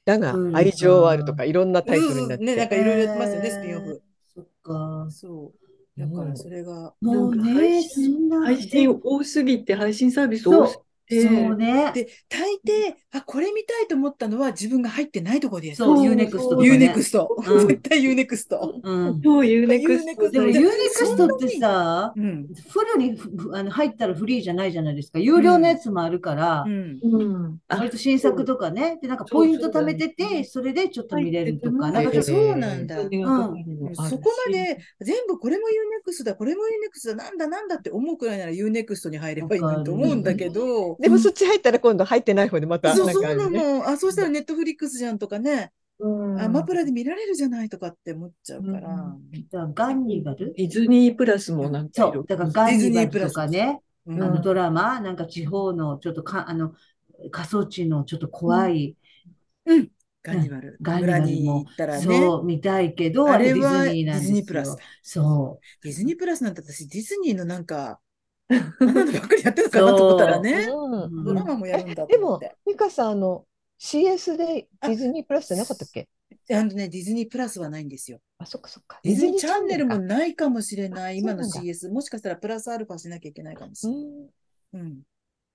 Speaker 4: だが、
Speaker 3: うん
Speaker 4: 愛情はあるとか、いろんなタイトルになっ
Speaker 1: ね、なん
Speaker 4: て。
Speaker 1: かいろいろやってますよね、スピンオフ。
Speaker 3: そっか。
Speaker 1: そう。だからそれが、
Speaker 3: もう
Speaker 2: なん
Speaker 3: ね、
Speaker 2: か配
Speaker 3: そ
Speaker 2: 信
Speaker 3: んな。
Speaker 2: 配信多すぎて、配信サービス多すぎて、
Speaker 3: そうね。
Speaker 1: で、大抵、あ、これ見たいと思ったのは自分が入ってないところです。
Speaker 3: そう、
Speaker 2: そう
Speaker 3: u ネクストとか
Speaker 1: ユーネ
Speaker 3: ね
Speaker 1: ク。スト。
Speaker 3: うん
Speaker 1: 絶対ユーネクスト。
Speaker 3: うん。
Speaker 2: そうユーネク
Speaker 1: ユーネ
Speaker 2: ス
Speaker 1: ク
Speaker 2: ト
Speaker 1: スト
Speaker 3: でも
Speaker 1: で
Speaker 3: u ネクストって
Speaker 1: そん
Speaker 3: さ、
Speaker 1: うん。
Speaker 3: フルにふふあの入ったらフリーじゃないじゃないですか。有料のやつもあるから
Speaker 1: う、ん。
Speaker 2: うん、あ
Speaker 3: 割と新作とかね。で、なんかポイント貯めてて、それでちょっと見れるとか。
Speaker 2: 入
Speaker 3: な
Speaker 2: っ
Speaker 3: ん
Speaker 2: て
Speaker 3: か
Speaker 1: あ、
Speaker 3: ちょっと
Speaker 2: て
Speaker 1: そうなんだ。
Speaker 2: そういうところもあるし
Speaker 1: そこまで全部これも UNEXT だ、これも UNEXT だ、なんだなんだって思うくらいなら UNEXT に入ればいいのにと思うんだけど、
Speaker 4: でも、そっち入ったら今度入ってない方でまた、
Speaker 1: そう
Speaker 4: なん
Speaker 1: そう
Speaker 4: かあ
Speaker 1: な
Speaker 4: るね。
Speaker 1: の。あ、そうしたら Netflix じゃんとかね。アマプラで見られるじゃないとかって思っちゃうから。
Speaker 3: だからガンニバル
Speaker 2: ディズニープラスもなんかい
Speaker 3: そ
Speaker 2: ろ
Speaker 3: う、
Speaker 2: い
Speaker 3: だから
Speaker 2: ろ
Speaker 3: ガ
Speaker 1: デ
Speaker 3: ンニバ
Speaker 1: ィズニープ
Speaker 3: ル
Speaker 1: ラ
Speaker 3: と
Speaker 1: ス
Speaker 3: かね、
Speaker 1: う
Speaker 3: あ
Speaker 1: ん
Speaker 2: う
Speaker 3: の
Speaker 2: ん
Speaker 3: ドラマ、なんか地方のちょっとか、あの、過疎地のちょっと怖い、
Speaker 1: ガンニバル。
Speaker 3: ガンニ
Speaker 1: 村
Speaker 3: バル
Speaker 1: に
Speaker 3: も
Speaker 1: 行ったらね。
Speaker 3: そう、見たいけど、
Speaker 1: あ
Speaker 3: あ
Speaker 1: れ
Speaker 3: れデ
Speaker 1: は
Speaker 3: ィズニーなん
Speaker 1: ディズニープラ
Speaker 3: です
Speaker 1: ス
Speaker 3: よ。そ
Speaker 1: ディズニープラスなんて私、ディズニーのなんか、こんなのばっかりやってるのかなと思ったらね、
Speaker 4: うん
Speaker 3: う。
Speaker 1: ド
Speaker 3: う
Speaker 1: ラ
Speaker 3: ん
Speaker 1: マもやるんだ
Speaker 4: で
Speaker 1: と思っ
Speaker 4: も
Speaker 1: て。、
Speaker 4: ミカさん、あの、CS でディズニープラスじゃなかったっけ
Speaker 1: あのね、ディズニープラスはないんですよ。
Speaker 4: あ、そっかそっか。
Speaker 1: ディズニーチャンネルも
Speaker 4: か
Speaker 1: ないかもしれない、
Speaker 4: あ
Speaker 1: 今の
Speaker 4: そうなん
Speaker 1: CS、もしかしたらプラスアルファしなきゃいけないかもし
Speaker 4: う
Speaker 1: れない。
Speaker 4: ん。
Speaker 1: うん。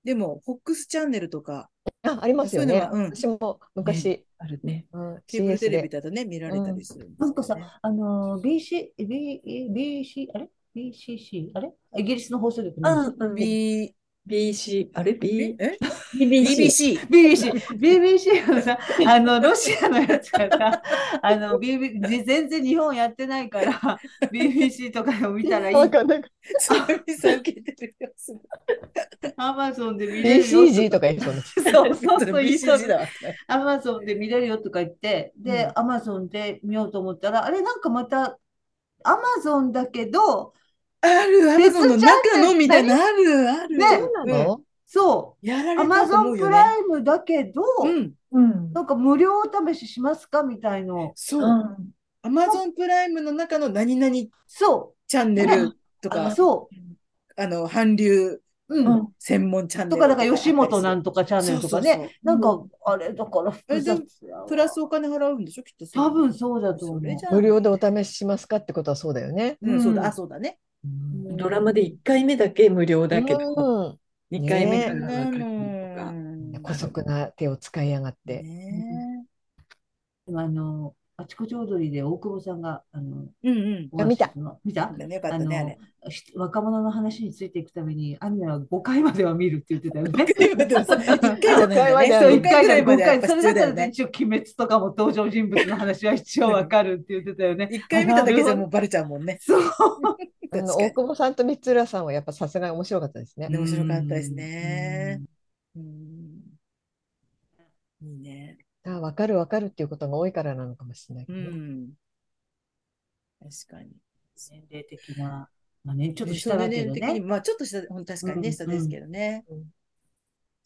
Speaker 1: でも、FOX チャンネルとか、
Speaker 4: あ、ありますよね。
Speaker 1: そういうのはうん
Speaker 4: 私も昔、
Speaker 2: あるね。
Speaker 4: うん、
Speaker 1: ケーブル
Speaker 4: CS
Speaker 1: テレビ
Speaker 4: で。
Speaker 1: だとね、見られたりするんで
Speaker 3: う。なんか
Speaker 1: すよ
Speaker 3: さ
Speaker 1: ね。、
Speaker 3: あの、BC、B、BC、あれ ?BCC、あれイギリスの放送局
Speaker 2: う
Speaker 3: なん
Speaker 2: んうん。
Speaker 1: B、
Speaker 2: BC、あれ ?B、
Speaker 1: え
Speaker 2: BBC。
Speaker 1: ?BBC。
Speaker 3: BBC、BBC のさ、あの、ロシアのやつが さ、あの、BB、全然日本やってないから、BBC とかを見たらい
Speaker 4: なん
Speaker 3: い。
Speaker 4: かなんか
Speaker 1: つ まみさん聞いてるやつ。
Speaker 3: アマゾンで見れるよ。
Speaker 4: BCG とか言いそうな。
Speaker 3: そうそうそう、言いそう
Speaker 1: BCG だわ。
Speaker 3: アマゾンで見れるよとか言って、
Speaker 1: う
Speaker 3: で、
Speaker 1: ん
Speaker 3: アマゾンで見ようと思ったら、あれ、なんかまた、アマゾンだけど、
Speaker 1: ある、アマゾンの中のみたいな、ある、ある。
Speaker 3: ね
Speaker 4: そうなの
Speaker 3: そ
Speaker 1: やら
Speaker 3: う、
Speaker 1: れ
Speaker 3: アマ
Speaker 1: たと
Speaker 3: ゾ
Speaker 1: 思
Speaker 3: ン
Speaker 1: う
Speaker 3: プ
Speaker 1: よね。
Speaker 3: ライムだけど、
Speaker 1: うん。
Speaker 2: うん。
Speaker 3: なんか無料お試ししますかみたいの。
Speaker 1: そう。アマゾンプライムの中の何々チ
Speaker 3: そ
Speaker 1: ャンネルと
Speaker 3: う、
Speaker 1: か、
Speaker 3: そ
Speaker 1: あの、韓流
Speaker 3: う、う。
Speaker 2: うんん。
Speaker 1: 専門チャンネル
Speaker 3: とか、だから吉本なんとかチャンネルとかね、
Speaker 1: そうそうそう
Speaker 3: なん
Speaker 2: う
Speaker 3: か、あれ、だから複雑やわ
Speaker 1: プラスお金払うんでしょきっとそれ
Speaker 3: 多分そうだと思う
Speaker 1: それじゃん
Speaker 4: 無料でお試ししますかってことはそうだよね。
Speaker 1: うん、そう
Speaker 3: う
Speaker 1: だ、
Speaker 3: ん
Speaker 1: あ、そうだね。
Speaker 4: うん
Speaker 2: ドラマで1回目だけ無料だけど、
Speaker 4: うん。
Speaker 2: 2回目から
Speaker 1: な
Speaker 2: なんか
Speaker 1: の
Speaker 4: 姑息な手を使いやがって。
Speaker 1: ね
Speaker 3: でもあの、あちこち踊りで大久保さんが、あの、
Speaker 1: え。うんうん。
Speaker 3: お話ししたの見た
Speaker 1: だね、よかったね、あれ。
Speaker 3: あのし若者の話についていくために、アニメは5回までは見るって言ってた よね。
Speaker 1: でもさ、一回 じゃないんだ
Speaker 3: そう、
Speaker 1: よね。
Speaker 3: 1
Speaker 1: 一回
Speaker 3: 回
Speaker 1: ぐらいま
Speaker 3: 5
Speaker 1: ではやっ
Speaker 3: 回、
Speaker 1: ぱ
Speaker 3: それ
Speaker 1: 必
Speaker 3: だ
Speaker 1: 要
Speaker 3: っ
Speaker 1: だ
Speaker 3: た
Speaker 1: よ
Speaker 3: ら
Speaker 1: ね。
Speaker 3: 一応、鬼滅とかも登場人物の話は一応わかるって言ってたよね。
Speaker 1: 一回見ただけじゃもうバレちゃうもんね。
Speaker 3: そう。
Speaker 4: あの
Speaker 1: 確かに
Speaker 4: 大久保さんと三浦さんはやっぱさすがに面白かったですね。
Speaker 1: 面白かったですね。うん。いいね。
Speaker 4: あ、わかるわかるっていうことが多いからなのかもしれないうけどね。
Speaker 1: ん。確かに。
Speaker 3: 年齢的な、まあね、ちょっと
Speaker 1: ね
Speaker 3: 下だけど
Speaker 1: 年齢的に
Speaker 3: ね。
Speaker 1: まあちょっと下、ほん確かに
Speaker 3: う
Speaker 1: ね、
Speaker 3: ん
Speaker 1: 下ですけどね。
Speaker 4: うん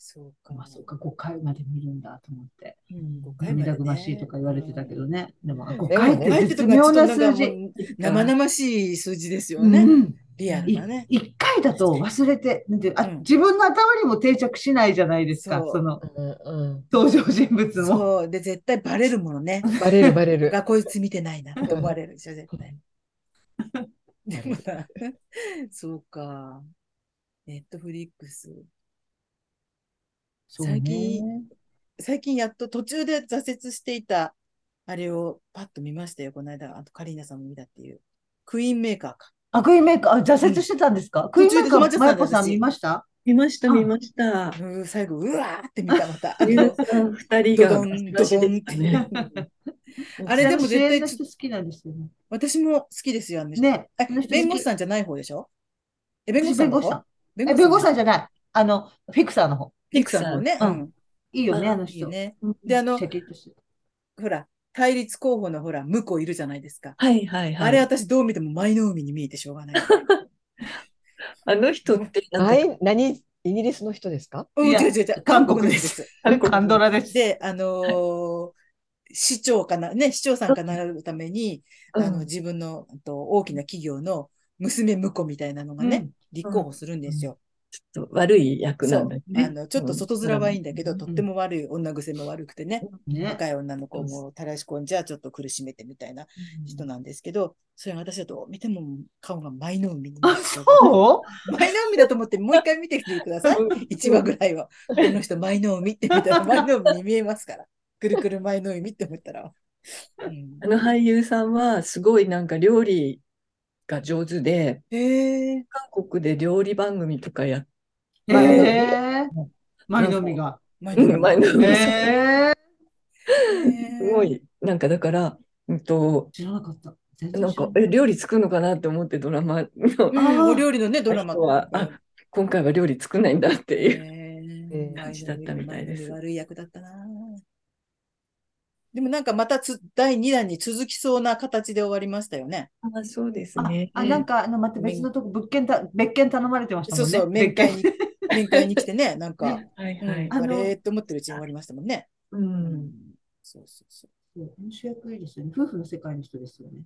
Speaker 1: そうか。
Speaker 3: まあそうか、5回まで見るんだと思って。
Speaker 1: うん、5回まで、ね。
Speaker 3: 涙ぐましいとか言われてたけどね。でも、あ5
Speaker 4: でも
Speaker 3: 回っ
Speaker 1: 5
Speaker 3: て
Speaker 1: 回って
Speaker 3: 絶
Speaker 1: とかちょ
Speaker 3: 妙
Speaker 1: っとな
Speaker 3: な
Speaker 1: んか
Speaker 3: 数
Speaker 1: も
Speaker 3: 字。
Speaker 1: う生々しい数字ですよね。
Speaker 3: うん
Speaker 1: リアル
Speaker 3: い
Speaker 1: なね。
Speaker 3: 一回だと忘れて、なんてあ、
Speaker 1: うん
Speaker 3: 自分の頭にも定着しないじゃないですか、
Speaker 1: そう
Speaker 3: その
Speaker 4: うんうん。
Speaker 3: 登場人物も。
Speaker 1: そう。で、絶対バレるものね。
Speaker 4: バレるバレる。
Speaker 1: がこいつ見てないなって思われるでしょ、絶 対。でもさ、そうか。ネットフリックス。
Speaker 3: そうね
Speaker 1: 最近最近やっと途中で挫折していた、あれをパッと見ましたよ。この間、あとカリーナさんも見たっていう。クイーンメーカーか。
Speaker 3: あ、クイーンメイク、あ、挫折してたんですか、クイーンメイ
Speaker 1: 途中で
Speaker 3: ク
Speaker 1: 止ま
Speaker 3: は
Speaker 1: っちゃっ
Speaker 3: マ
Speaker 1: た
Speaker 3: ヤ
Speaker 1: んだ
Speaker 3: コさん
Speaker 1: 私
Speaker 3: 見ました
Speaker 2: 見ました、
Speaker 3: あ
Speaker 2: 見ました。
Speaker 1: うー最後、うわーって見た、ま た。あ
Speaker 2: 皆
Speaker 1: の
Speaker 2: さん2人
Speaker 1: ド
Speaker 2: が
Speaker 1: ドン、ド
Speaker 2: 話
Speaker 1: ド
Speaker 2: で
Speaker 1: ンっ
Speaker 2: したね。
Speaker 1: て。あれ
Speaker 3: あ
Speaker 1: で
Speaker 3: の
Speaker 1: も
Speaker 3: 主
Speaker 1: 絶対
Speaker 3: 演の人好きなんですよね。
Speaker 1: 私も好きですよ、あの人。
Speaker 3: ね、
Speaker 1: え
Speaker 3: あの人好き
Speaker 1: 弁護士さんじゃない方でしょえ、弁護
Speaker 3: 私
Speaker 1: 士さん
Speaker 3: 弁
Speaker 1: の
Speaker 3: 護士さ
Speaker 1: 方
Speaker 3: ん。え、弁護士さんじゃ
Speaker 1: い。
Speaker 3: ない。あの、フィクサーの方。
Speaker 1: フィクサーの方ね。
Speaker 3: フィクサ
Speaker 1: う
Speaker 3: ー
Speaker 1: ん。
Speaker 3: いいよね、
Speaker 2: あ
Speaker 3: あの
Speaker 1: いいよ
Speaker 3: 人。
Speaker 1: ね。
Speaker 2: うん
Speaker 1: で、あの
Speaker 3: シ、ャキッとして。
Speaker 1: ほら、対立候補のほら、向こういるじゃないですか。
Speaker 2: はいはいはい。
Speaker 1: あれ私どう見ても舞の海に見えてしょうが ない。
Speaker 2: あの人ってな
Speaker 4: は
Speaker 2: んか
Speaker 4: い、何、イギリスの人ですか
Speaker 1: うん、
Speaker 3: いや
Speaker 1: 違う違う違う、韓
Speaker 3: 韓
Speaker 1: 国
Speaker 3: 国
Speaker 1: の
Speaker 3: で
Speaker 1: 人ですす。
Speaker 2: 韓国
Speaker 3: カンドラです。
Speaker 1: で、あのー市長かな、ね、市長さんかなるために、あの、自分のあと大きな企業の娘婿みたいなのがね、立候補するんですよ。
Speaker 2: ちょっと悪い役
Speaker 1: そ
Speaker 2: なん
Speaker 1: う
Speaker 2: だよ
Speaker 1: あ
Speaker 2: ね。
Speaker 1: の、ちょっと外面はいいんだけど、
Speaker 2: うん
Speaker 1: とっても悪い、女癖も悪くてね、
Speaker 3: うんね。
Speaker 1: 若い女の子も垂らし込んじゃ、ちょっと苦しめてみたいな人なんですけど、それが私だと見ても顔が舞の海に見え
Speaker 3: あ、
Speaker 1: てしょうがない
Speaker 3: そう
Speaker 1: 舞の海だと思ってもう一回見てきてくだ さい。1話ぐらいは。この人舞の海って見たら舞の海に見えますから。くるくる舞の海って思ったら。うん
Speaker 2: あの俳優さんはすごいなんか料理が上手で、
Speaker 1: へえ。
Speaker 2: 韓国で料理番組とかやっ
Speaker 3: へえ。前のみが。
Speaker 1: 舞
Speaker 2: て、前の
Speaker 3: へ
Speaker 2: めりす
Speaker 3: え。
Speaker 1: す
Speaker 2: ご。い、なんかだから、うんと、
Speaker 3: 知らなかった。全
Speaker 2: な
Speaker 3: 然
Speaker 2: ん
Speaker 3: 知ら
Speaker 2: か
Speaker 3: な、
Speaker 2: え、料理作るのかなって思ってドラマ の
Speaker 1: う
Speaker 3: あー
Speaker 1: ん、お料理のね、ドラマ
Speaker 2: 人は、あ、今回は料理作んないんだっていう。
Speaker 1: へえ
Speaker 4: うん
Speaker 2: 感じだったみたいです
Speaker 1: 舞の海悪い役だったな。でもなんかまたつ第2弾に続きそうな形で終わりましたよね。
Speaker 2: あ、そうです
Speaker 3: あ
Speaker 2: ね。
Speaker 3: あ、なんか、あの、また別のとこ、物件た、別件頼まれてました
Speaker 1: そう
Speaker 3: もんね。
Speaker 1: そう、面
Speaker 3: 別
Speaker 1: 会
Speaker 3: 件。
Speaker 1: に、面会に来て ね、なんか、
Speaker 2: はい
Speaker 1: うん
Speaker 2: はい。
Speaker 3: あの
Speaker 1: あれーって思ってるうちに終わりましたもんね。
Speaker 2: う。。
Speaker 1: うんそうそうそう。
Speaker 3: 主役いいですよね。夫婦の世界の人ですよね。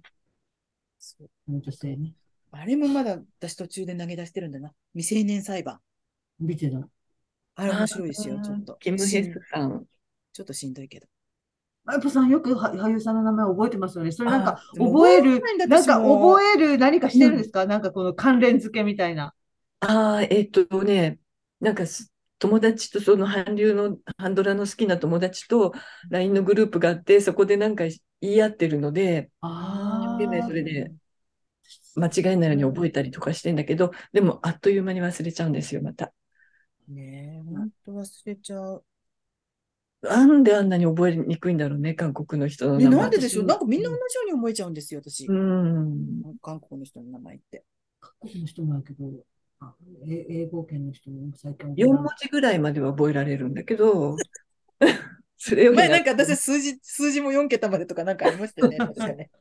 Speaker 1: そう
Speaker 3: あの女性ね。
Speaker 1: あれもまだ私途中で投げ出してるんだな。未成年裁判。
Speaker 3: 見てない。
Speaker 1: あれ面白いですよ、ちょっと。
Speaker 2: キム・
Speaker 1: し
Speaker 2: ヘ
Speaker 1: ん
Speaker 2: スさん。
Speaker 1: ちょっとしんどいけど。
Speaker 3: マイポさん、よくは俳優さんの名前覚えてますよね。それなんか
Speaker 1: あでも
Speaker 3: 覚える、
Speaker 1: 覚えてないんだ
Speaker 3: なんか
Speaker 1: 私も
Speaker 3: 覚える何かしてるんですか、なんかこの関連付けみたいな。
Speaker 2: ああ、えっとね、なんかす友達とその韓流の、韓ドラの好きな友達と LINE のグループがあって、そこでなんか言い合ってるので、
Speaker 1: あ
Speaker 2: でね
Speaker 3: ー
Speaker 2: それで間違いないように覚えたりとかしてんだけど、でもあっという間に忘れちゃうんですよ、また。
Speaker 1: ねえ、本当忘れちゃう。
Speaker 2: なんであんなに覚えにくいんだろうね、韓国の人の
Speaker 1: ね、
Speaker 2: 名前。
Speaker 1: なんででしょうなんかみんな同じように思えちゃうんですよ、私
Speaker 2: う。ん。
Speaker 1: 韓国の人の名前って。
Speaker 3: 各国の人もだけど、あえ英語圏の人も最近覚え
Speaker 2: 4
Speaker 3: られ
Speaker 2: 文字ぐらいまでは覚えられるんだけど、 それより
Speaker 1: 前なんか私数字、数字も4桁までとかなんかありましたよね。確かね。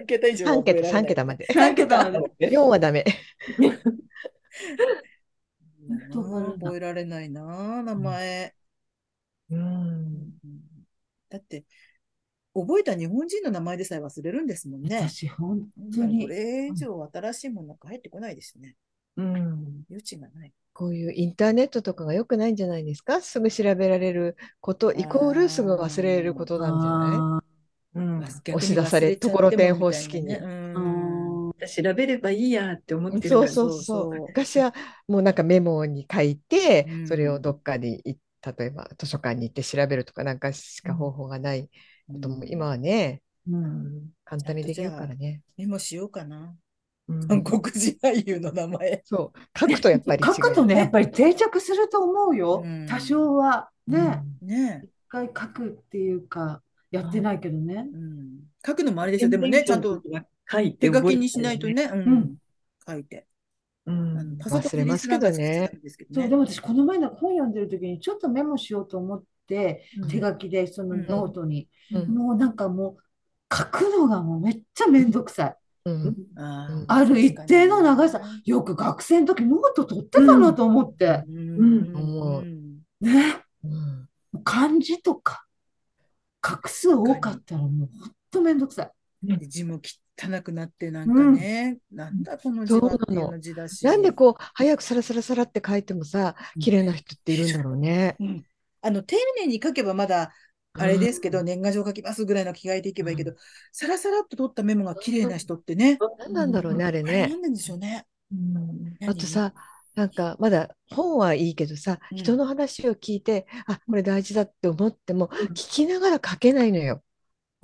Speaker 1: 4桁以上は
Speaker 4: 3
Speaker 1: 覚えられ
Speaker 4: 桁、
Speaker 1: ない
Speaker 4: 3桁まで。
Speaker 3: 3桁まで。
Speaker 4: 4はダメ。
Speaker 1: なあ覚えられないなあ、名前。
Speaker 2: うん、
Speaker 1: だって、覚えた日本人の名前でさえ忘れるんですもんね。
Speaker 3: 私、本
Speaker 1: だか
Speaker 3: 当
Speaker 1: らこ
Speaker 3: に、
Speaker 1: れ以上新しいものなんか入ってこないですね。
Speaker 2: うん、
Speaker 1: 余地がない。
Speaker 4: こういうインターネットとかが良くないんじゃないですかすぐ調べられることイコールすぐ忘れることなんじゃない
Speaker 3: あ
Speaker 2: うん。
Speaker 1: 逆に
Speaker 4: 押し出され
Speaker 1: 忘ちゃっても
Speaker 4: ところてん方式
Speaker 1: み
Speaker 4: に
Speaker 1: たいなね
Speaker 3: ー
Speaker 1: うん
Speaker 3: うーん
Speaker 2: 調べればいいやって思ってる
Speaker 4: そう
Speaker 2: から
Speaker 4: そうそう
Speaker 1: そうそう
Speaker 4: 昔はもうなんかメモに書いて、
Speaker 1: うん
Speaker 4: それをどっかにい例えば図書館に行って調べるとかなんかしか方法がないことも、今はね
Speaker 2: うん
Speaker 4: 簡単にできるからね。
Speaker 1: メモしようかな。
Speaker 2: うん
Speaker 1: 韓国人俳優の名前。
Speaker 4: そう書くとやっぱり違う。
Speaker 3: 書くとね、やっぱり定着すると思うよ、
Speaker 1: うん
Speaker 3: 多少は。ね、
Speaker 1: ねえ。
Speaker 3: 一回書くっていうか、やってないけどね。
Speaker 1: うん書くのもあれですよ。でもね、ちゃんと
Speaker 2: 書いて
Speaker 1: 手書
Speaker 2: 覚
Speaker 1: き
Speaker 2: えたり
Speaker 1: にしないと。ね。う
Speaker 3: うんん。
Speaker 1: 書いて。
Speaker 2: う
Speaker 1: あ
Speaker 2: ん
Speaker 1: のパソコンに入れてなんか作ってたんですけど
Speaker 3: そう、
Speaker 1: ね
Speaker 3: でも私、この前の本読んでる時に、ちょっとメモしようと思って、
Speaker 1: うん
Speaker 3: 手書きで、その
Speaker 1: うん
Speaker 3: ノートに。
Speaker 4: うん
Speaker 3: もうなんかもう、書くのがもうめっちゃめんどくさい。
Speaker 4: うん
Speaker 1: あー
Speaker 4: うん
Speaker 3: ある一定の長さ
Speaker 1: 確かにね、
Speaker 3: よく学生の時ノート取ってたなと思って。
Speaker 1: うん
Speaker 4: うん思う
Speaker 1: うん
Speaker 3: ね。
Speaker 4: うん
Speaker 3: もう漢字とか、画数多かったらもうほんとめんどくさい。
Speaker 1: で字も汚くなってなんかね、なんだこの字はっていうの字だし。
Speaker 4: なんでこう早くサラサラサラって書いてもさ
Speaker 3: うん
Speaker 4: 綺麗な人っているんだろうね。
Speaker 1: あの丁寧に書けばまだあれですけど、年賀状書きますぐらいの気概でいけばいいけど、さらさらっと取ったメモが綺麗な人ってね、
Speaker 4: 何なんだろうねあれ
Speaker 1: あれ
Speaker 4: ね
Speaker 1: な。んなんでしょうね。
Speaker 2: うん
Speaker 1: 何
Speaker 4: あとさ、なんかまだ本はいいけどさ、
Speaker 1: うん
Speaker 4: 人の話を聞いて、あ、これ大事だって思っても、
Speaker 2: うん
Speaker 4: 聞きながら書けないのよ。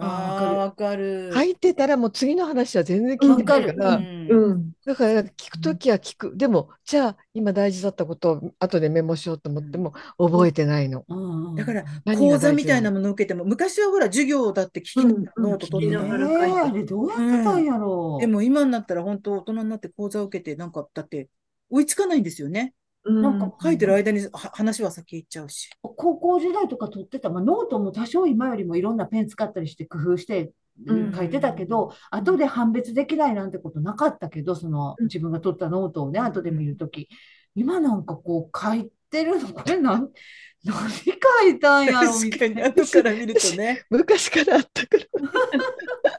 Speaker 1: ああ、わかる。
Speaker 4: 書いてたらもう次の話は全然聞いてないか
Speaker 1: う
Speaker 4: ら、
Speaker 1: ん。
Speaker 2: うん
Speaker 4: だから聞くときは聞く。でも、じゃあ今大事だったことを後でメモしようと思っても覚えてないの。
Speaker 3: うんうん
Speaker 1: だから
Speaker 4: 何
Speaker 1: 講
Speaker 4: が大事なの
Speaker 1: 座みたいなものを受けても、昔はほら授業だって聞きながら
Speaker 2: うん
Speaker 1: ノート取ってた
Speaker 2: 聞き
Speaker 1: よね
Speaker 2: なが
Speaker 3: ね
Speaker 2: ら
Speaker 3: え、あれどうやってたんやろう。
Speaker 1: でも今になったら本当大人になって講座を受けて、なんかだって追いつかないんですよね。
Speaker 2: うん
Speaker 3: なんか
Speaker 1: 書いてる間には話は先行っちゃうし。
Speaker 3: 高校時代とか取ってた、まあ、ノートも多少今よりもいろんなペン使ったりして工夫して
Speaker 2: うん
Speaker 3: 書いてたけど、後で判別できないなんてことなかったけど、その
Speaker 2: うん
Speaker 3: 自分が取ったノートをね、
Speaker 1: うん
Speaker 3: 後で見るとき、今なんかこう書いてるの、これ何、 何書いたんやろみ
Speaker 1: 確
Speaker 3: た
Speaker 1: か
Speaker 3: い
Speaker 1: に、
Speaker 3: な。
Speaker 1: 後から見るとね。
Speaker 4: 昔からあったから。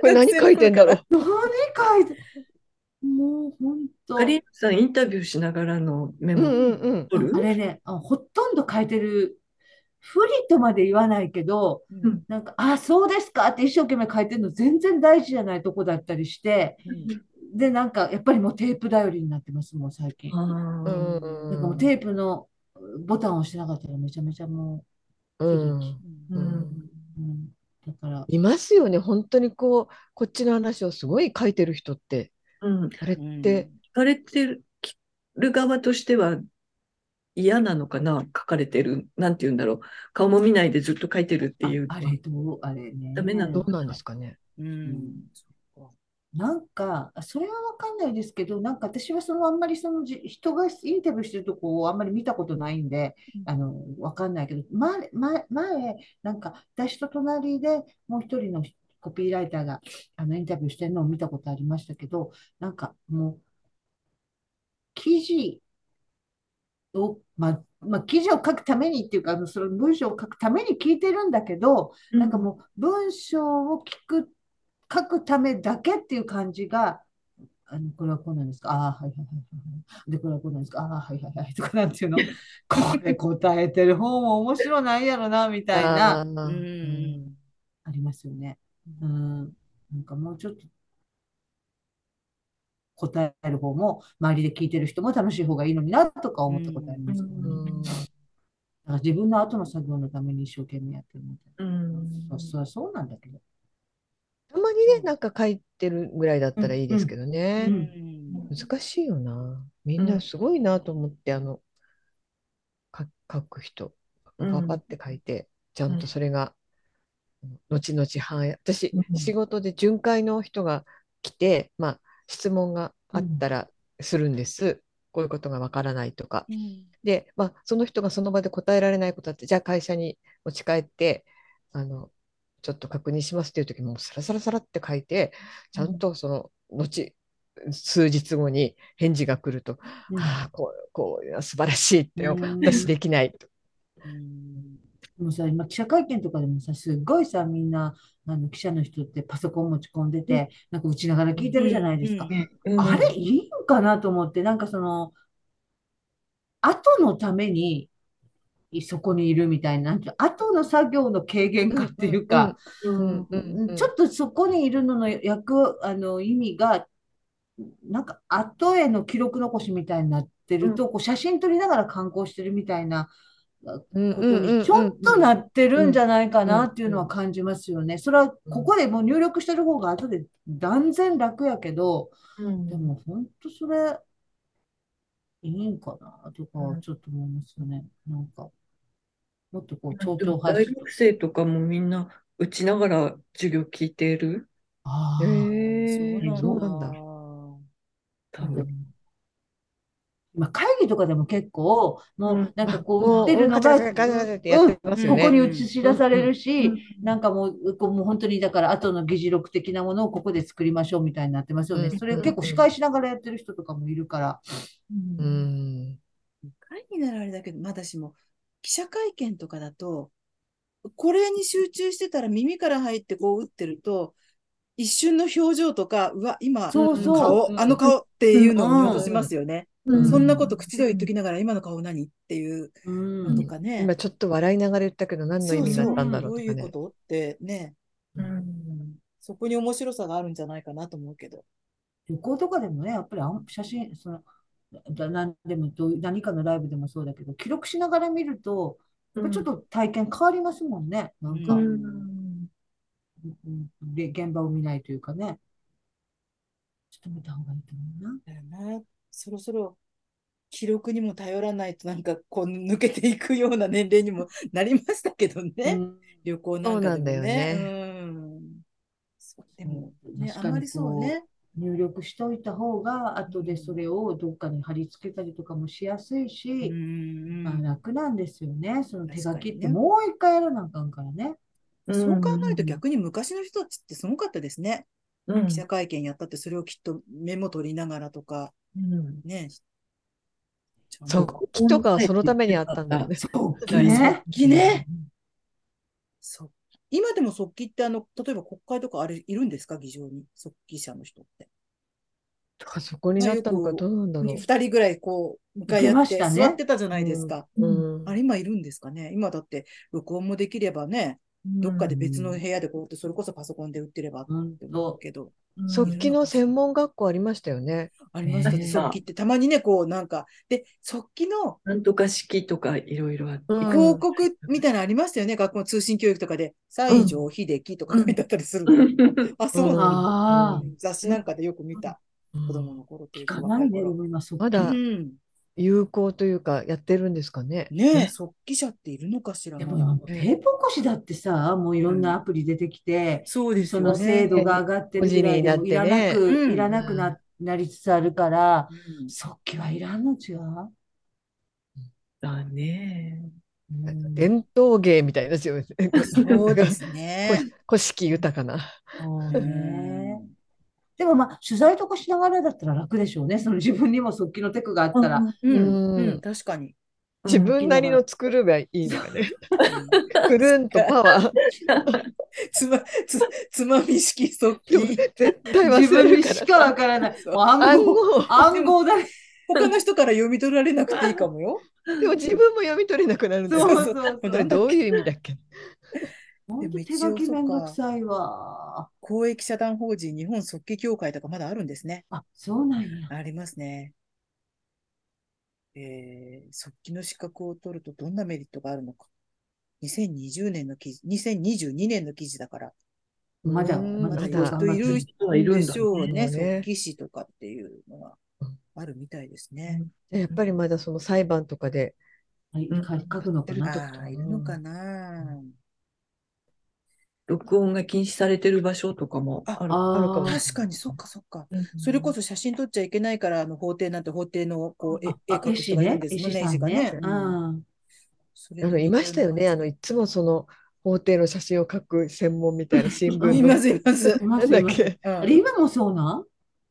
Speaker 4: これ何書いてんだろう。
Speaker 3: 何書いて、もう本当。
Speaker 2: カリーナさんインタビューしながらのメ
Speaker 4: うん
Speaker 2: モ
Speaker 4: うんうん。
Speaker 2: 取
Speaker 3: あ
Speaker 2: る
Speaker 3: れね、あほとんど書いてる。不利とまで言わないけど、
Speaker 1: うん
Speaker 3: なんか、あ、そうですかって一生懸命書いてるの全然大事じゃないとこだったりして、で、なんか、やっぱりもうテープ頼りになってます、もう最近。
Speaker 2: あ
Speaker 4: う
Speaker 2: ー
Speaker 4: ん
Speaker 3: なんかもうテープのボタンを押してなかったらめちゃめちゃも
Speaker 4: う
Speaker 1: う
Speaker 4: ん
Speaker 2: うんん
Speaker 3: う、うん、だから、
Speaker 4: いますよね。本当にこう、こっちの話をすごい書いてる人って。
Speaker 2: うん
Speaker 4: あれっ
Speaker 1: うん
Speaker 4: て、
Speaker 2: 書かれてる聞る側としては嫌なのかな書かれてるなんて言うんだろう顔も見ないでずっと書いてるっていう
Speaker 3: あ、あれどう、あれね。
Speaker 2: ダメなの
Speaker 4: どうなんですかね。
Speaker 1: うん。そっか
Speaker 3: なんか、それはわかんないですけど、なんか私はそのあんまりそのじ人がインタビューしてるとこをあんまり見たことないんで、あの、わかんないけど、前、前、前なんか私と隣でもう一人のコピーライターがあのインタビューしてるのを見たことありましたけど、なんかもう、記事を、まあ、まあ、記事を書くためにっていうか、あのその文章を書くために聞いてるんだけど、なんかもう文章を聞く、書くためだけっていう感じが、あの、これはこうなんですかああ、はいはいはいはい。で、これはこうなんですかああ、はいはいはい。とか、なんていうの これ答えてる方も面白ないやろな、みたいな、
Speaker 1: う
Speaker 4: あ
Speaker 1: ん。
Speaker 3: ありますよね。うん。なんかもうちょっと、答える方も、周りで聞いてる人も楽しい方がいいのにな、とか思ったことありますけどね。
Speaker 4: ーうん
Speaker 3: だから自分の後の作業のために一生懸命やってるみたい
Speaker 2: うん
Speaker 3: な。そそりゃそうなんだけど。
Speaker 4: たまにね、なんか書いてるぐらいだったらいいですけどね。
Speaker 3: うん
Speaker 4: 難しいよな。みんなすごいなと思って、あの、か書く人、パ
Speaker 2: う
Speaker 4: パ
Speaker 2: ん
Speaker 4: パって書いて、ちゃんとそれが、後々反映。私
Speaker 2: う、ん
Speaker 4: 仕事で巡回の人が来て、まあ、質問があったらするんです。こういうことがわからないとか。で、まあ、その人がその場で答えられないことあって、じゃあ会社に持ち帰って、あの、ちょっと確認しますっていう時も、サラサラサラって書いて、ちゃんとその、後、数日後に返事が来ると、
Speaker 3: うん
Speaker 4: ああ、こう、こう、素晴らしいって、
Speaker 3: うん
Speaker 4: 私できないと。
Speaker 3: でもさ、今、記者会見とかでもさ、すっごいさ、みんな、あの、記者の人ってパソコン持ち込んでて、なんか打ちながら聞いてるじゃないですか。
Speaker 1: うん
Speaker 2: うん
Speaker 3: あれ、いいんかなと思って、なんかその、後のために、そこにいるみたいな、なんていうの後の作業の軽減化っていうか、
Speaker 2: うん
Speaker 4: うんうんうん
Speaker 3: ちょっとそこにいるのの役、あの意味が、なんか後への記録残しみたいになってると、こう写真撮りながら観光してるみたいな
Speaker 4: うん
Speaker 3: こ
Speaker 4: うん
Speaker 3: と
Speaker 4: うんうん
Speaker 3: にちょっとなってるんじゃないか
Speaker 4: うんう
Speaker 3: なんっていうのは感じますよね。それはここでもう入力してる方が後で断然楽やけど、
Speaker 2: うん
Speaker 3: でも本当それいいんかなとか
Speaker 2: うん
Speaker 3: ちょっと思いますよね。なんか、もっとこう超
Speaker 2: で
Speaker 3: 党
Speaker 2: も
Speaker 3: 派
Speaker 2: 大学生とかもみんな打ちながら授業聞いている
Speaker 3: あ
Speaker 4: へ
Speaker 3: ー
Speaker 4: え
Speaker 3: ー
Speaker 4: そうなんだ。
Speaker 2: 多分。
Speaker 3: まあ、会議とかでも結構、もうなんかこう、
Speaker 4: もう
Speaker 3: 打ってるの
Speaker 4: ガチ
Speaker 3: が、
Speaker 4: ャガチャガチャガチャってやってますよ
Speaker 3: うん、ここ
Speaker 4: ね。
Speaker 3: に映し出される
Speaker 2: う
Speaker 3: し、なんかもう、こうもう本当にだから、後の議事録的なものをここで作りましょうみたいになってますよね。
Speaker 4: うん
Speaker 3: それ結構司会しながらやってる人とかもいるから。
Speaker 4: う
Speaker 2: うん
Speaker 4: ん。
Speaker 1: 会議ならあれだけど、まあ私も記者会見とかだと、これに集中してたら耳から入ってこう打ってると、一瞬の表情とか、うわ、今、
Speaker 3: そうそう
Speaker 1: 顔、あの顔っていうのを見落としますよね。
Speaker 4: うん
Speaker 1: そんなこと口では言っときながら、今の顔何っていう
Speaker 3: うん
Speaker 1: のとかね。
Speaker 4: 今ちょっと笑いながら言ったけど、何の意味だったんだろ
Speaker 1: そううそうどう
Speaker 4: とか
Speaker 1: いう
Speaker 4: ね
Speaker 1: こ。とってね、
Speaker 2: うん
Speaker 1: そこに面白さがあるんじゃないかなと思うけど。
Speaker 3: 旅行とかでもね、やっぱりあん写真、その、だ何でもどういう何かのライブでもそうだけど、記録しながら見ると、やっぱちょっと体験変わりますもんね。なんか、
Speaker 2: う
Speaker 1: うん
Speaker 3: うんで、現場を見ないというかね。ちょっと見た方がいいと思うな。
Speaker 1: だよな。そろそろ記録にも頼らないと、なんかこう抜けていくような年齢にもなりましたけどね。
Speaker 3: うん
Speaker 1: 旅行なんかでもね。
Speaker 4: そうなんだ
Speaker 1: うんそうでも、ね、
Speaker 3: 確
Speaker 1: あ
Speaker 3: かに
Speaker 1: まりそうね。
Speaker 3: 入力しておいた方が、後でそれをどっかに貼り付けたりとかもしやすいうし、
Speaker 1: ん
Speaker 3: まあ、楽なんですよね。その手書き
Speaker 1: 確
Speaker 3: っ
Speaker 1: かに
Speaker 3: て
Speaker 1: ね
Speaker 3: もう一回やらなあかんからね。
Speaker 1: そう考えると逆に昔の人たちってすごかったですね。
Speaker 2: うん
Speaker 1: 記者会見やったってそれをきっとメモ取りながらとか、
Speaker 2: うん
Speaker 1: ね。
Speaker 4: そう、木とかはそのためにあったんだよね。
Speaker 3: そう
Speaker 2: だね
Speaker 3: ね。
Speaker 1: きね。そう。今でも速記って、あの、例えば国会とかあれいるんですか議場に。速記者の人って。
Speaker 4: だからそこになったのかどうなんだろう
Speaker 1: に。二人ぐらいこう、向かい
Speaker 3: いけ
Speaker 1: 合
Speaker 3: ま
Speaker 1: っ
Speaker 3: してたね
Speaker 1: 座ってたじゃないですか。
Speaker 4: うん
Speaker 1: あれ今いるんですかね。今だって録音もできればね、どっかで別の部屋でこうやって、それこそパソコンで売ってればって
Speaker 3: 本
Speaker 1: 思う
Speaker 3: 当。
Speaker 1: けど、
Speaker 4: 速記の専門学校ありましたよね。
Speaker 1: ありました
Speaker 2: あ
Speaker 1: ね。
Speaker 2: りました
Speaker 1: 速記ってたまにね、こうなんか、で、速記の
Speaker 2: なんとか式とかいろいろあって。
Speaker 4: うん
Speaker 1: 広告みたいなのありましたよね。学校の通信教育とかで、西城秀樹とか書いてあったりするの。 あ、そうなんだ。
Speaker 3: ああ、
Speaker 1: 雑誌なんかでよく見た、子供の頃とい
Speaker 3: 聞
Speaker 1: うか、
Speaker 3: か
Speaker 1: 若
Speaker 3: ないいね。で
Speaker 1: 頃。
Speaker 3: も今、そっ
Speaker 4: ま
Speaker 3: か
Speaker 4: だ
Speaker 1: うん。
Speaker 4: 有効というか、やってるんですかね。
Speaker 1: ねえ、速記者っているのかしら
Speaker 3: でももうテープ起こしだってさ、もういろんなアプリ出てきて、
Speaker 1: そうです
Speaker 3: そ
Speaker 1: よ
Speaker 3: の
Speaker 1: ね。
Speaker 3: 精度が上がってるぐらいでもいらな
Speaker 1: 人
Speaker 4: 個
Speaker 1: になって
Speaker 3: く、
Speaker 1: ね
Speaker 3: いらなくな、なりつつあるから、
Speaker 1: うん
Speaker 3: 速記はいらんの違う
Speaker 2: だね。
Speaker 3: うん
Speaker 4: 伝統芸みたいですよね。
Speaker 1: そうですね。
Speaker 4: 古式豊かな。
Speaker 3: そう
Speaker 1: う
Speaker 3: ね。
Speaker 1: ん
Speaker 3: でもまあ、取材とかしながらだったら楽でしょうね。その自分にも速記のテクがあったら。
Speaker 1: うん、
Speaker 4: うん
Speaker 1: うん、確かに。
Speaker 4: 自分なりの作ればいいのかね。くるんとパワー。
Speaker 1: つま、つ、つまみ式速
Speaker 4: でも
Speaker 1: 記。
Speaker 4: 絶対忘
Speaker 3: 自
Speaker 4: れ
Speaker 3: 分
Speaker 4: る
Speaker 3: に
Speaker 4: から
Speaker 3: しかわからない。もう暗
Speaker 4: 暗
Speaker 3: 号、
Speaker 4: 号。
Speaker 3: 暗号だね。
Speaker 1: 他の人から読み取られなくていいかもよ。
Speaker 4: でも自分も読み取れなくなるんだ
Speaker 3: そ
Speaker 4: よ
Speaker 3: う
Speaker 4: ね。
Speaker 3: そうそう。
Speaker 1: 本
Speaker 4: これどういう意味だっけ
Speaker 3: 本当
Speaker 1: でも
Speaker 3: 手
Speaker 1: 一応
Speaker 3: 書き
Speaker 1: そっ
Speaker 3: めんど
Speaker 1: か
Speaker 3: くさいわ。
Speaker 1: 公益社団法人日本速記協会とかまだあるんですね。
Speaker 3: あ、そうなんや。
Speaker 1: ありますね。えー、速記の資格を取るとどんなメリットがあるのか。2020年の記事、2022年の記事だから、
Speaker 3: まだ、
Speaker 4: うん
Speaker 3: ま
Speaker 1: まだ
Speaker 3: だ
Speaker 4: ま
Speaker 1: きっ
Speaker 4: だ
Speaker 1: といる
Speaker 2: 人はいるんだね
Speaker 1: でしょうね。
Speaker 4: そうね
Speaker 1: 速記士とかっていうのがあるみたいですね。
Speaker 4: やっぱりまだその裁判とかで。
Speaker 3: はい
Speaker 2: うん
Speaker 3: か書くのかな。
Speaker 1: ああ、いるのかな。
Speaker 2: 録音が禁止されてる場所とかもある。
Speaker 4: あるかも
Speaker 3: あー
Speaker 1: 確かに、そっかそっか。
Speaker 2: うん
Speaker 1: それこそ写真撮っちゃいけないから、あの法廷なんて法廷のこう絵
Speaker 3: あ
Speaker 1: 絵
Speaker 3: あ
Speaker 1: 描く人がいるんですもんね、
Speaker 3: 絵
Speaker 1: 絵
Speaker 3: 師
Speaker 1: 師
Speaker 3: さ
Speaker 1: が
Speaker 3: ん
Speaker 1: ね
Speaker 3: ね。。
Speaker 1: うん
Speaker 3: うん
Speaker 1: そ
Speaker 4: あ
Speaker 1: れ
Speaker 4: の
Speaker 1: と
Speaker 4: いましたよね。あのいつもその法廷の写真を描く専門みた いな新聞
Speaker 1: い
Speaker 4: の。
Speaker 1: ます、います。
Speaker 3: いま
Speaker 4: なん
Speaker 3: す、
Speaker 4: だ
Speaker 3: い
Speaker 4: っ
Speaker 3: ます。
Speaker 4: け。
Speaker 1: うん
Speaker 3: あれ、今もそうなん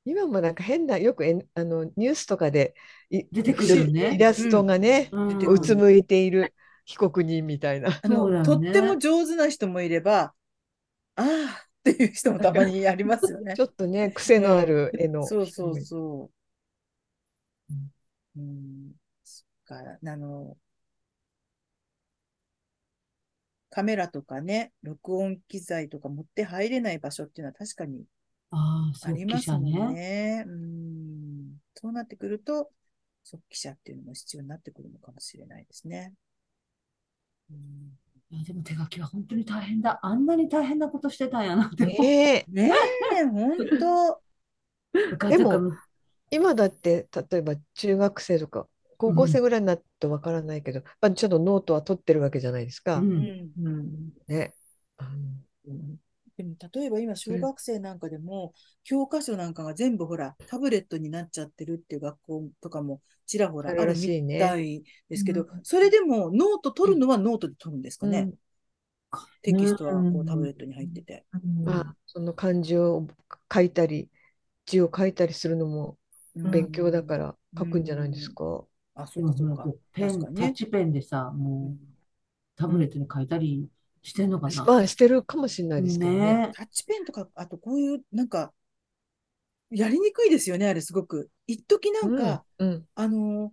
Speaker 4: 今もなんか変な、よくえあのニュースとかでい
Speaker 3: 出てくるよね
Speaker 4: イラストがね、
Speaker 3: うん
Speaker 1: 出て
Speaker 4: う
Speaker 1: く
Speaker 4: つ
Speaker 1: る
Speaker 4: むいている被告人みたいな。
Speaker 1: あ
Speaker 3: そうだ
Speaker 1: の、と
Speaker 3: よ
Speaker 1: っ
Speaker 3: ね
Speaker 1: ても上手な人もいれば、ああっていう人もたまにありますよね
Speaker 4: ち。ょっとね、癖のある絵の。
Speaker 1: そうそうそう。うん、そっか、あの、カメラとかね、録音機材とか持って入れない場所っていうのは確かに
Speaker 3: ああ、
Speaker 1: ありま
Speaker 3: 速記
Speaker 1: す
Speaker 3: 者
Speaker 1: もん
Speaker 3: ね。
Speaker 1: ね。うん、そうなってくると、速記者っていうのも必要になってくるのかもしれないですね。うん
Speaker 3: いやでも手書きは本当に大変だ。あんなに大変なことしてたんやなって。
Speaker 4: ねえ
Speaker 1: ねえ、ほんと。
Speaker 3: 部活
Speaker 4: でも
Speaker 3: とかも
Speaker 4: 今だって例えば中学生とか高校生ぐらいになるとわからないけど、まあ、ちょっとノートは取ってるわけじゃないです
Speaker 3: う。
Speaker 4: か。
Speaker 1: うんん
Speaker 2: うん
Speaker 4: ね。あの
Speaker 1: でも例えば今、小学生なんかでも、教科書なんかが全部ほら、タブレットになっちゃってるっていう学校とかもちらほらあ
Speaker 4: ある
Speaker 1: る
Speaker 4: らしい
Speaker 1: み
Speaker 4: ね
Speaker 1: たいですけど、
Speaker 2: うん
Speaker 1: それでもノート取るのはノートで取るんですかね。テキストはこ
Speaker 2: う
Speaker 1: うんタブレットに入ってて。
Speaker 2: うん
Speaker 4: まあ、その漢字を書いたり字を書いたりするのも
Speaker 1: うん
Speaker 4: 勉強だから書くんじゃないです
Speaker 1: うん
Speaker 4: か。
Speaker 1: あ、そ
Speaker 3: で
Speaker 1: う
Speaker 3: も
Speaker 1: かそ
Speaker 3: ほら
Speaker 1: うか
Speaker 3: こう。ペ
Speaker 1: 確か
Speaker 3: ン、
Speaker 1: に
Speaker 3: タッ
Speaker 1: ね。
Speaker 3: チペンでさ、もうタブレットに書いたりしてんのかな。
Speaker 4: まあしてるかもしれないですけどね。
Speaker 3: ね
Speaker 1: タッチペンとか、あとこういう、なんか、やりにくいですよね、あれすごく。一時なんか、
Speaker 4: うんうん、
Speaker 1: あのー、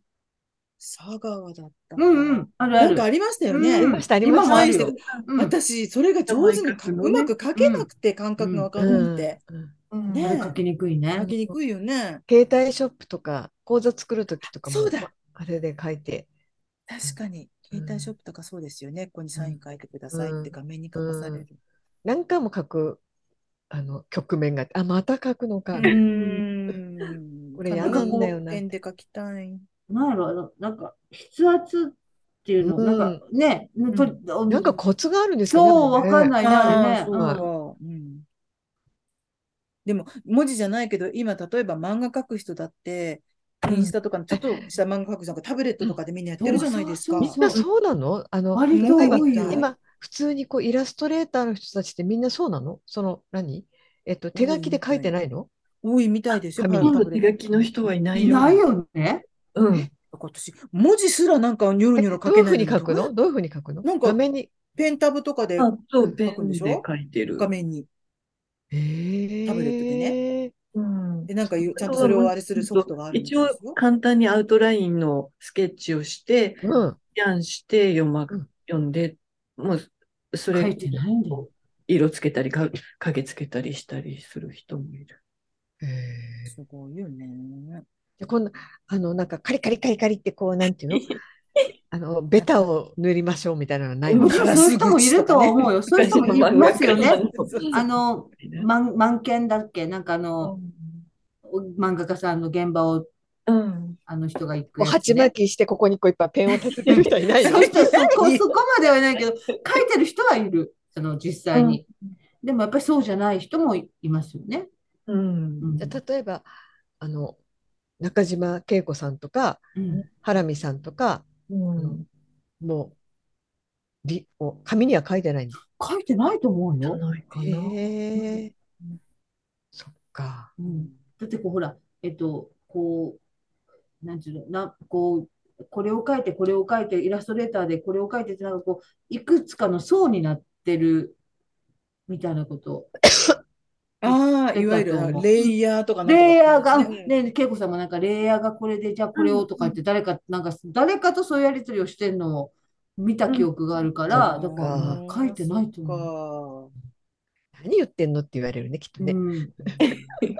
Speaker 1: 佐川だったか
Speaker 3: う
Speaker 1: なん
Speaker 3: うん、あるあ
Speaker 1: なん
Speaker 3: る
Speaker 1: か。ありましたよ
Speaker 3: うん
Speaker 1: ね。
Speaker 4: ありましたあり
Speaker 3: 今
Speaker 4: まし
Speaker 3: も
Speaker 4: た。
Speaker 3: あ
Speaker 1: 前
Speaker 3: る
Speaker 1: して
Speaker 3: よ。うん
Speaker 1: 私、それが上手にか、
Speaker 2: 名前書くの
Speaker 1: う
Speaker 2: ね
Speaker 1: まく書けなくて感覚がわからなくて。
Speaker 4: うんうん
Speaker 1: ね
Speaker 3: あれ書きにくい
Speaker 1: 書
Speaker 3: ね。
Speaker 1: きにくいよね。
Speaker 4: 携帯ショップとか講座作るときとかも
Speaker 1: そうだ
Speaker 4: まあれで書いて、
Speaker 1: 確かに、
Speaker 4: うん
Speaker 1: 携帯ショップとかそうですよね。ここにサイン書いてくださいって画面に書かされる。
Speaker 4: 何回も書くあの局面があってあまた書くのか、
Speaker 1: うーん。
Speaker 4: これ嫌なんだよ
Speaker 1: 紙
Speaker 4: な
Speaker 1: のペンで書きたい。
Speaker 3: なんやろ、あの、なんか、筆圧っていうの、なんか、ね、と
Speaker 4: なんかコツがあるんですかね。
Speaker 3: そう、わかん
Speaker 4: い。
Speaker 3: ないね、あれ
Speaker 1: ああ、
Speaker 3: ね。
Speaker 1: そう
Speaker 3: うん
Speaker 1: か。うん。でも、文字じゃないけど、今、例えば漫画書く人だって、インスタとかのちょっとした漫画書く人なんかタブレットとかでみんなやってるじゃないですか。
Speaker 3: そう
Speaker 4: みんなそうなの？あの
Speaker 3: 割と多いよ。
Speaker 4: 今普通にこうイラストレーターの人たちってみんなそうなの？その何？えっと手書きで書いてないの？
Speaker 1: 多いみたいですよ、
Speaker 4: 紙に
Speaker 2: 今
Speaker 1: タブ
Speaker 2: 度
Speaker 1: レット
Speaker 2: 手書きの人はいない
Speaker 3: い
Speaker 2: よ。
Speaker 3: ないよね。
Speaker 2: うん。
Speaker 1: 私、文字すらなんかニョロ
Speaker 4: え
Speaker 1: ニョ
Speaker 4: ど
Speaker 1: ロ
Speaker 4: う
Speaker 1: 書
Speaker 4: い
Speaker 1: け
Speaker 4: うふ
Speaker 1: な
Speaker 4: う
Speaker 1: い
Speaker 4: に
Speaker 1: の
Speaker 4: 書くの？どういうふうに書くの？
Speaker 1: なんか
Speaker 4: 画面に。
Speaker 1: ペンタブとかで
Speaker 2: あそう、ペ
Speaker 1: 書くん
Speaker 2: ン
Speaker 1: で
Speaker 2: で
Speaker 1: しょ
Speaker 2: 書いてる
Speaker 1: 画。面に。
Speaker 4: タ
Speaker 1: タブレットで
Speaker 4: ね。
Speaker 2: うん
Speaker 1: で、なんか言うちゃんとそれをあれするソフトがあるんです
Speaker 2: 一
Speaker 1: よ。
Speaker 2: 応簡単にアウトラインのスケッチをして、
Speaker 4: うん。
Speaker 2: スキャンして読,、ま
Speaker 4: うん
Speaker 2: 読んで、もうそ
Speaker 3: 書
Speaker 2: れ
Speaker 3: いてないんだよ。
Speaker 2: 色つけたりか影つけたりしたりする人もいる。
Speaker 4: へー
Speaker 1: すごいよね。
Speaker 4: でこんなあのなんかカリカリカリカリってこうなん ていうの？あのベタを塗りましょうみたいなのはない
Speaker 3: も
Speaker 4: の？
Speaker 3: ちろんそういう人もいるとは思うよ。そういう人もいますよ ね。あの、
Speaker 2: ね
Speaker 3: 満満研だっけなんかあの、
Speaker 2: うん
Speaker 3: 漫画家さんの現場を
Speaker 2: うん。
Speaker 5: あの人が行く
Speaker 4: もう
Speaker 5: やつ
Speaker 4: 鉢
Speaker 5: ね。
Speaker 4: 巻きしてここにこういっぱいペンを立ててる人はいない
Speaker 5: そ
Speaker 4: よ
Speaker 5: ういう
Speaker 4: ね。
Speaker 5: 人いない
Speaker 3: そこ、 そこまではないけど、書いてる人はいる。その実際に。でもやっぱりそうじゃない人もいますよね。
Speaker 2: うん
Speaker 3: うん
Speaker 4: じゃあ例えばあの中島恵子さんとか
Speaker 3: うん
Speaker 4: ハラミさんとか
Speaker 2: うん。
Speaker 4: もうりお紙には書いてないんだ。
Speaker 3: 書いてないと思う
Speaker 2: じゃ
Speaker 3: よ。
Speaker 2: ないかな。
Speaker 4: へえ。そっか。
Speaker 3: うん、だってこうほら、えっと、こう、なんていうの、な、こう、これを書いて、これを書いて、イラストレーターでこれを書いてって、なんかこう、いくつかの層になってるみたいなこと。
Speaker 1: ああ、いわゆる
Speaker 3: だと思う
Speaker 1: レイヤーとかなんとか
Speaker 3: レイヤーが、
Speaker 1: ね
Speaker 3: ね、恵子さんもなんかレイヤーがこれで、じゃあこれをとか言って、誰か、なんか、誰かとそういうやりとりをしてるのを見た記憶があるから、だから
Speaker 1: うん、
Speaker 3: 書いてないと思う。
Speaker 1: そ
Speaker 4: 何言ってんのって言われるねきっとね。
Speaker 3: うん、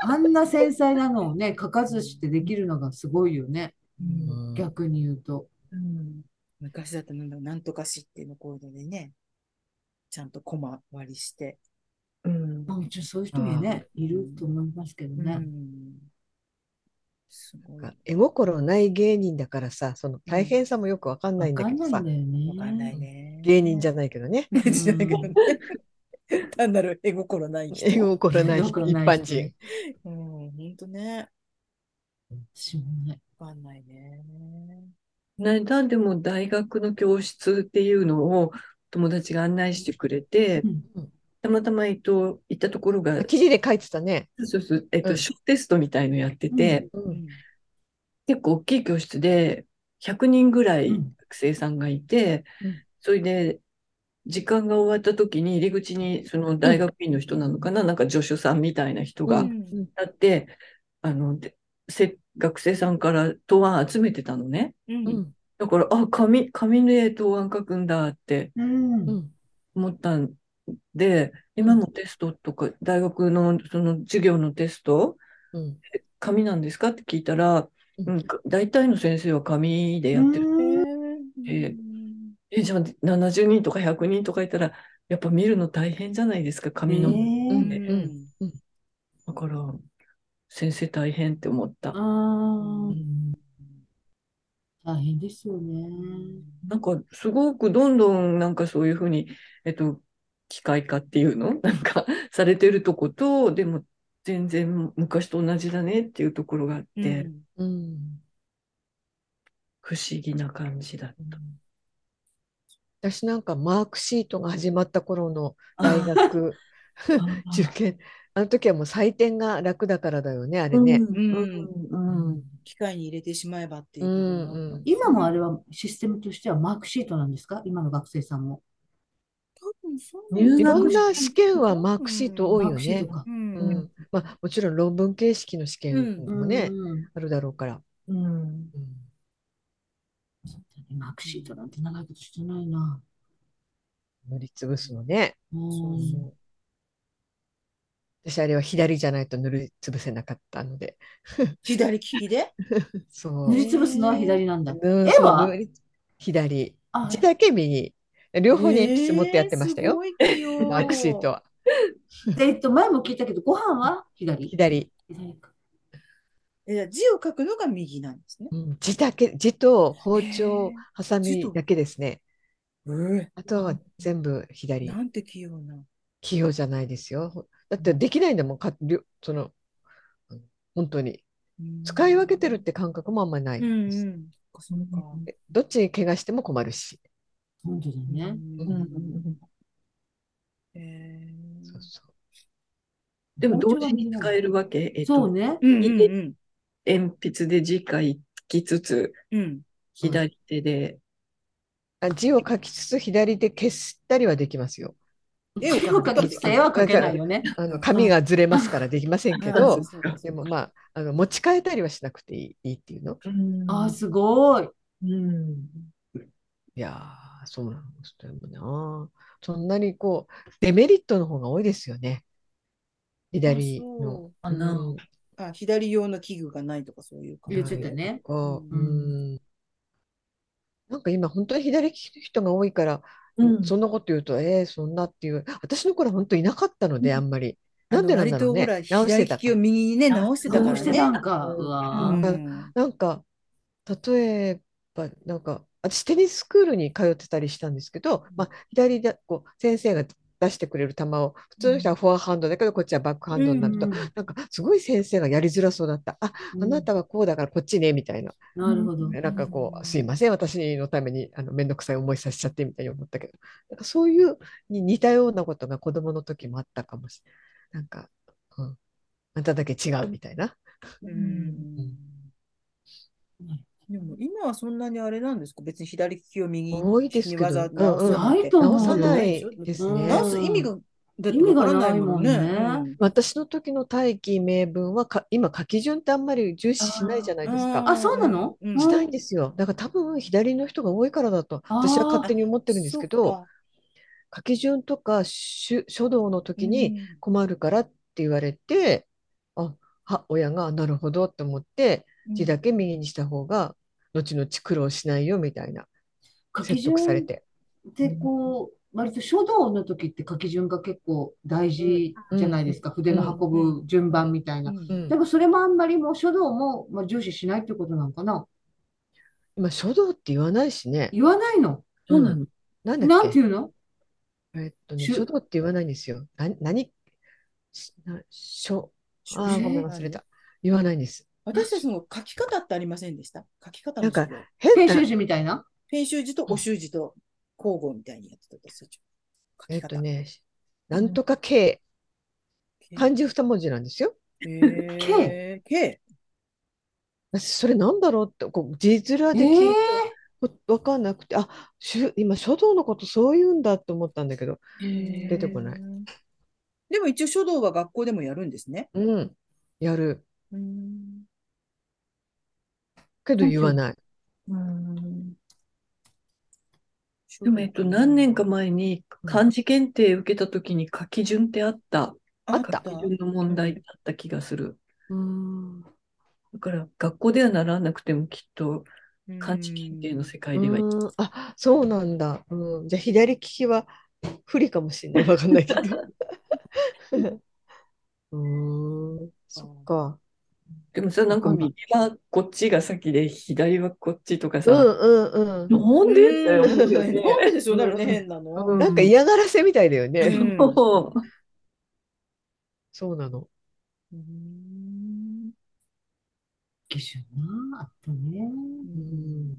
Speaker 3: あんな繊細なのをね、書かずしてできるのがすごいよね、
Speaker 4: うん
Speaker 3: 逆に言うと。
Speaker 2: うん。
Speaker 1: っか昔だとなんだろうなんとかしっていうのコードでね、ちゃんとコマ割りして。
Speaker 2: うん。
Speaker 3: まあ、もちろんそういう人もね、いると思いますけど
Speaker 1: う
Speaker 3: ね。
Speaker 1: んすごい。わ
Speaker 4: 絵心ない芸人だからさその大変さもよくわかんな
Speaker 3: わ
Speaker 4: いんだ
Speaker 3: か
Speaker 4: け
Speaker 3: ん
Speaker 4: ど
Speaker 3: ない
Speaker 4: さ
Speaker 3: んだよね。
Speaker 1: かんないね。
Speaker 4: 芸人じ
Speaker 1: ゃ
Speaker 4: ゃないけどね
Speaker 1: 知らないけどね。単なる絵心ない人。
Speaker 4: 絵心ない
Speaker 3: 絵
Speaker 4: 一
Speaker 3: 心ない
Speaker 4: 般人。
Speaker 1: うん、本当ね。
Speaker 3: しょうがない。
Speaker 1: わかんないね。
Speaker 2: なんだでも大学の教室っていうのを友達が案内してくれて
Speaker 3: うん、
Speaker 2: たまたま、えっと、行ったところが、
Speaker 4: 記事で書いてたね。
Speaker 2: そうそうえっ
Speaker 4: う
Speaker 2: と、
Speaker 4: ん
Speaker 2: 小テストみたいのやってて、
Speaker 4: うん
Speaker 1: うん
Speaker 2: 結構大きい教室で100人ぐらい
Speaker 3: うん
Speaker 2: 学生さんがいて
Speaker 4: うん、
Speaker 2: それで時間が終わった時に入り口にその大学院の人なのかな、なんか助手さんみたいな人が
Speaker 1: うん
Speaker 4: うん
Speaker 2: 立って、あの、でせ学生さんから答案集めてたのね。
Speaker 1: うん
Speaker 4: うん
Speaker 2: だから、あ、紙、紙で答案書くんだって
Speaker 3: うん。
Speaker 4: うん
Speaker 2: 思ったんで、今もテストとか、大学のその授業のテスト、
Speaker 4: うん
Speaker 2: 紙なんですかって聞いたら、
Speaker 4: うん
Speaker 2: うん、か大体の先生は紙でやってる。
Speaker 1: へー
Speaker 2: え、じゃあ70人とか100人とかいたら、やっぱ見るの大変じゃないですか、紙の。
Speaker 1: う
Speaker 3: ねえ
Speaker 1: ん
Speaker 2: だから、先生大変って思った。
Speaker 3: あ
Speaker 2: うん
Speaker 3: あ、大変ですよね。
Speaker 2: なんか、すごくどんどん、なんかそういうふうに、えっと、機械化っていうの なんか、されてるとこと、でも、全然昔と同じだねっていうところがあっ
Speaker 1: う
Speaker 2: て、
Speaker 1: ん
Speaker 4: うん
Speaker 2: 不思議な感じだった。
Speaker 4: 私なんかマークシートが始まった頃の大学受験あの時はもう採点が楽だからだよねあれね。
Speaker 2: うんうんうん
Speaker 1: 機械に入れてしまえばっていうう。
Speaker 4: んうん
Speaker 3: 今もあれはシステムとしてはマークシートなんですか今の学生さんも。
Speaker 1: 多分そう
Speaker 2: 入
Speaker 4: いろん
Speaker 2: 学
Speaker 4: な試験はマークシート多い
Speaker 3: マー
Speaker 4: よ
Speaker 3: クシー
Speaker 4: ね
Speaker 3: ト。か。
Speaker 1: う。
Speaker 4: うんんまあ、もちろん論文形式の試験
Speaker 1: う
Speaker 4: もね、
Speaker 3: うん
Speaker 4: あるだろうから。
Speaker 2: うん
Speaker 4: うん
Speaker 3: マークシートなんて長いことしてないな。
Speaker 4: 塗りつぶすのね。
Speaker 3: うん
Speaker 1: そうそ
Speaker 4: 私あれは左じゃないと塗りつぶせなかったので。
Speaker 1: う左利きで
Speaker 4: そう。
Speaker 3: 塗りつぶすのは左なんだ。
Speaker 4: うん
Speaker 3: 絵
Speaker 4: そう
Speaker 3: は
Speaker 4: 塗り左。
Speaker 3: あ
Speaker 4: 字だけ右。両方に鉛筆持ってやってましたよ。。
Speaker 1: えーすごい器用
Speaker 4: マークシートは。
Speaker 3: で、えっと、前も聞いたけど、ご飯は左
Speaker 4: 左。
Speaker 3: 左か。
Speaker 1: えじゃあ字を書くのが右なんですね。
Speaker 4: うん、字だけ、字と包丁、ハサ
Speaker 1: 字
Speaker 4: ミ
Speaker 1: と
Speaker 4: だけですね。
Speaker 1: え
Speaker 4: あとは全部左。
Speaker 1: なんて器用な。
Speaker 4: 器用じゃないですよ。ほだってできないんだもん。かりょその、うん本当に。使い分けてるって感覚もあんまりない
Speaker 1: うんう
Speaker 4: です。
Speaker 1: ん。そっか
Speaker 4: でどっちに怪我しても困るし。
Speaker 3: 本当だ
Speaker 1: う
Speaker 3: ね。
Speaker 1: んへー
Speaker 4: そうそう。
Speaker 2: でも同時に使えるわけ、えっ
Speaker 3: そう
Speaker 2: と、
Speaker 3: ね。
Speaker 1: うんうんうん
Speaker 2: 鉛筆で字書きつつ、
Speaker 1: うん。
Speaker 2: 左手で、
Speaker 4: あ字を書きつつ左手消したりはできますよ。
Speaker 1: 絵を描く
Speaker 3: 絵を描きつつ絵は描けないよね。
Speaker 4: あの紙がずれますからできませんけど、
Speaker 1: そうか
Speaker 4: でもまああの持ち替えたりはしなくていいいいっていうの。
Speaker 3: あー、すごい。
Speaker 2: うん
Speaker 4: いやーそうなんですよな。そんなにこうデメリットの方が多いですよね。左
Speaker 1: あ
Speaker 4: の。
Speaker 1: そう
Speaker 2: かな
Speaker 4: うん
Speaker 1: あ左用の器具がないとかそういう感
Speaker 3: 言っ
Speaker 1: じ
Speaker 3: てたね。
Speaker 4: こう
Speaker 1: うん
Speaker 4: うんなんか今本当に左利きの人が多いから、
Speaker 2: うん
Speaker 4: そんなこと言うとえー、そんなっていう私の頃は本当いなかったのであんまり。なんでなんだろうね
Speaker 1: あの割とほら、
Speaker 4: 直して
Speaker 1: 左
Speaker 4: た
Speaker 1: 利きを右にね、直してたから
Speaker 3: 直
Speaker 1: ね。
Speaker 3: してたんか。うわ
Speaker 1: う
Speaker 3: ー
Speaker 1: ん
Speaker 4: なんか例えばなんか私テニススクールに通ってたりしたんですけど、まあ、左でこう先生が出してくれる球を普通の人はフォアハンドだけどこっちはバックハンドになると、
Speaker 1: うん
Speaker 4: なんかすごい先生がやりづらそうだった「ああなたはこうだからこっちね」みたいな、
Speaker 3: なるほど。
Speaker 4: なんかこう「すいません私のためにあの面倒くさい思いさせちゃって」みたいに思ったけどなんかそういうに似たようなことが子どもの時もあったかもしれないなんか、うん、あんただけ違うみたいな。
Speaker 1: うんでも今はそんなにあれなんですか別に左利きを右
Speaker 4: 多いですけど
Speaker 1: にわざ
Speaker 4: うんう
Speaker 1: 直す
Speaker 4: ん
Speaker 1: なんて
Speaker 3: ないと思う
Speaker 4: 直さないですね。
Speaker 1: 直す意味が、だって
Speaker 3: 意味が
Speaker 1: わからないもんね。
Speaker 3: ないもん
Speaker 4: 私の時の大器名分はか今書き順ってあんまり重視しないじゃないです
Speaker 1: あ
Speaker 4: か。
Speaker 3: あ、そうなの
Speaker 1: うん
Speaker 4: したいんですよ。だから多分左の人が多いからだと
Speaker 3: あー
Speaker 4: 私は勝手に思ってるんですけど、書き順とか書書道の時に困るからって言われて、あは親がなるほどと思って字だけ右にした方が後々苦労しないよみたいな
Speaker 3: 書き
Speaker 4: 説
Speaker 3: 順
Speaker 4: 得されて。
Speaker 3: でこう、割と書道の時って書き順が結構大事じゃないですか。筆の運ぶ順番みたいな。
Speaker 1: うん
Speaker 4: うん
Speaker 3: でもそれもあんまりもう書道も、まあ、重視しないってことなのかな
Speaker 4: 今書道って言わないしね。
Speaker 3: 言わないの
Speaker 2: そうなの。
Speaker 4: なんだっ
Speaker 3: なん
Speaker 4: け
Speaker 3: ていうの
Speaker 4: えっとね、
Speaker 3: しゅ
Speaker 4: 書道って言わないんですよ。な、何、しな、書、あーごめん、忘れた。言わないんです。
Speaker 1: 私たちの書き方ってありませんでした書き方の
Speaker 4: なんか
Speaker 1: 授業
Speaker 4: 変
Speaker 3: 編
Speaker 4: な、
Speaker 3: 集時みたいな
Speaker 1: 編集時とお習字と交互みたいにやってた私たちは。
Speaker 4: えっ
Speaker 1: 書き
Speaker 4: と
Speaker 1: 方。
Speaker 4: ね、なんとか形、
Speaker 1: K
Speaker 4: 漢字二文字なんですよ。
Speaker 1: へー K
Speaker 4: 私それなんだろうって、こう、字面
Speaker 3: え
Speaker 4: で聞いて
Speaker 3: ー、
Speaker 4: わかんなくて、あ、しゅ、今書道のことそう言うんだと思ったんだけど、
Speaker 1: 出
Speaker 4: 出てこない。
Speaker 1: でも一応書道は学校でもやるんですね。
Speaker 4: うん、やる。
Speaker 1: うん
Speaker 4: けど言わない。
Speaker 2: でも、えっと、何年か前に漢字検定受けた時に書き順ってあった。
Speaker 1: あ
Speaker 4: った
Speaker 2: 書き順の問題だった気がする。
Speaker 4: うん、
Speaker 2: だから、学校では習わなくてもきっと漢字検定 の世界では
Speaker 4: うんあ、そうなんだ。うん、じゃあ左利きは不利かもしれない。わかんないけど。 うーん、そっか。
Speaker 2: でもさ、なんか
Speaker 4: わかんない
Speaker 2: 右はこっちが先で、左はこっちとか
Speaker 4: う
Speaker 2: さ、
Speaker 4: んうんうん。
Speaker 2: なんでって思うよ
Speaker 1: なん
Speaker 2: ね。
Speaker 1: ででしょう、なるね、変な
Speaker 2: う
Speaker 1: の。
Speaker 4: なんか嫌がらせみたいだよね。
Speaker 1: うん
Speaker 2: そう
Speaker 4: そうなの。
Speaker 1: うん
Speaker 3: 基準なあったね。
Speaker 4: うん。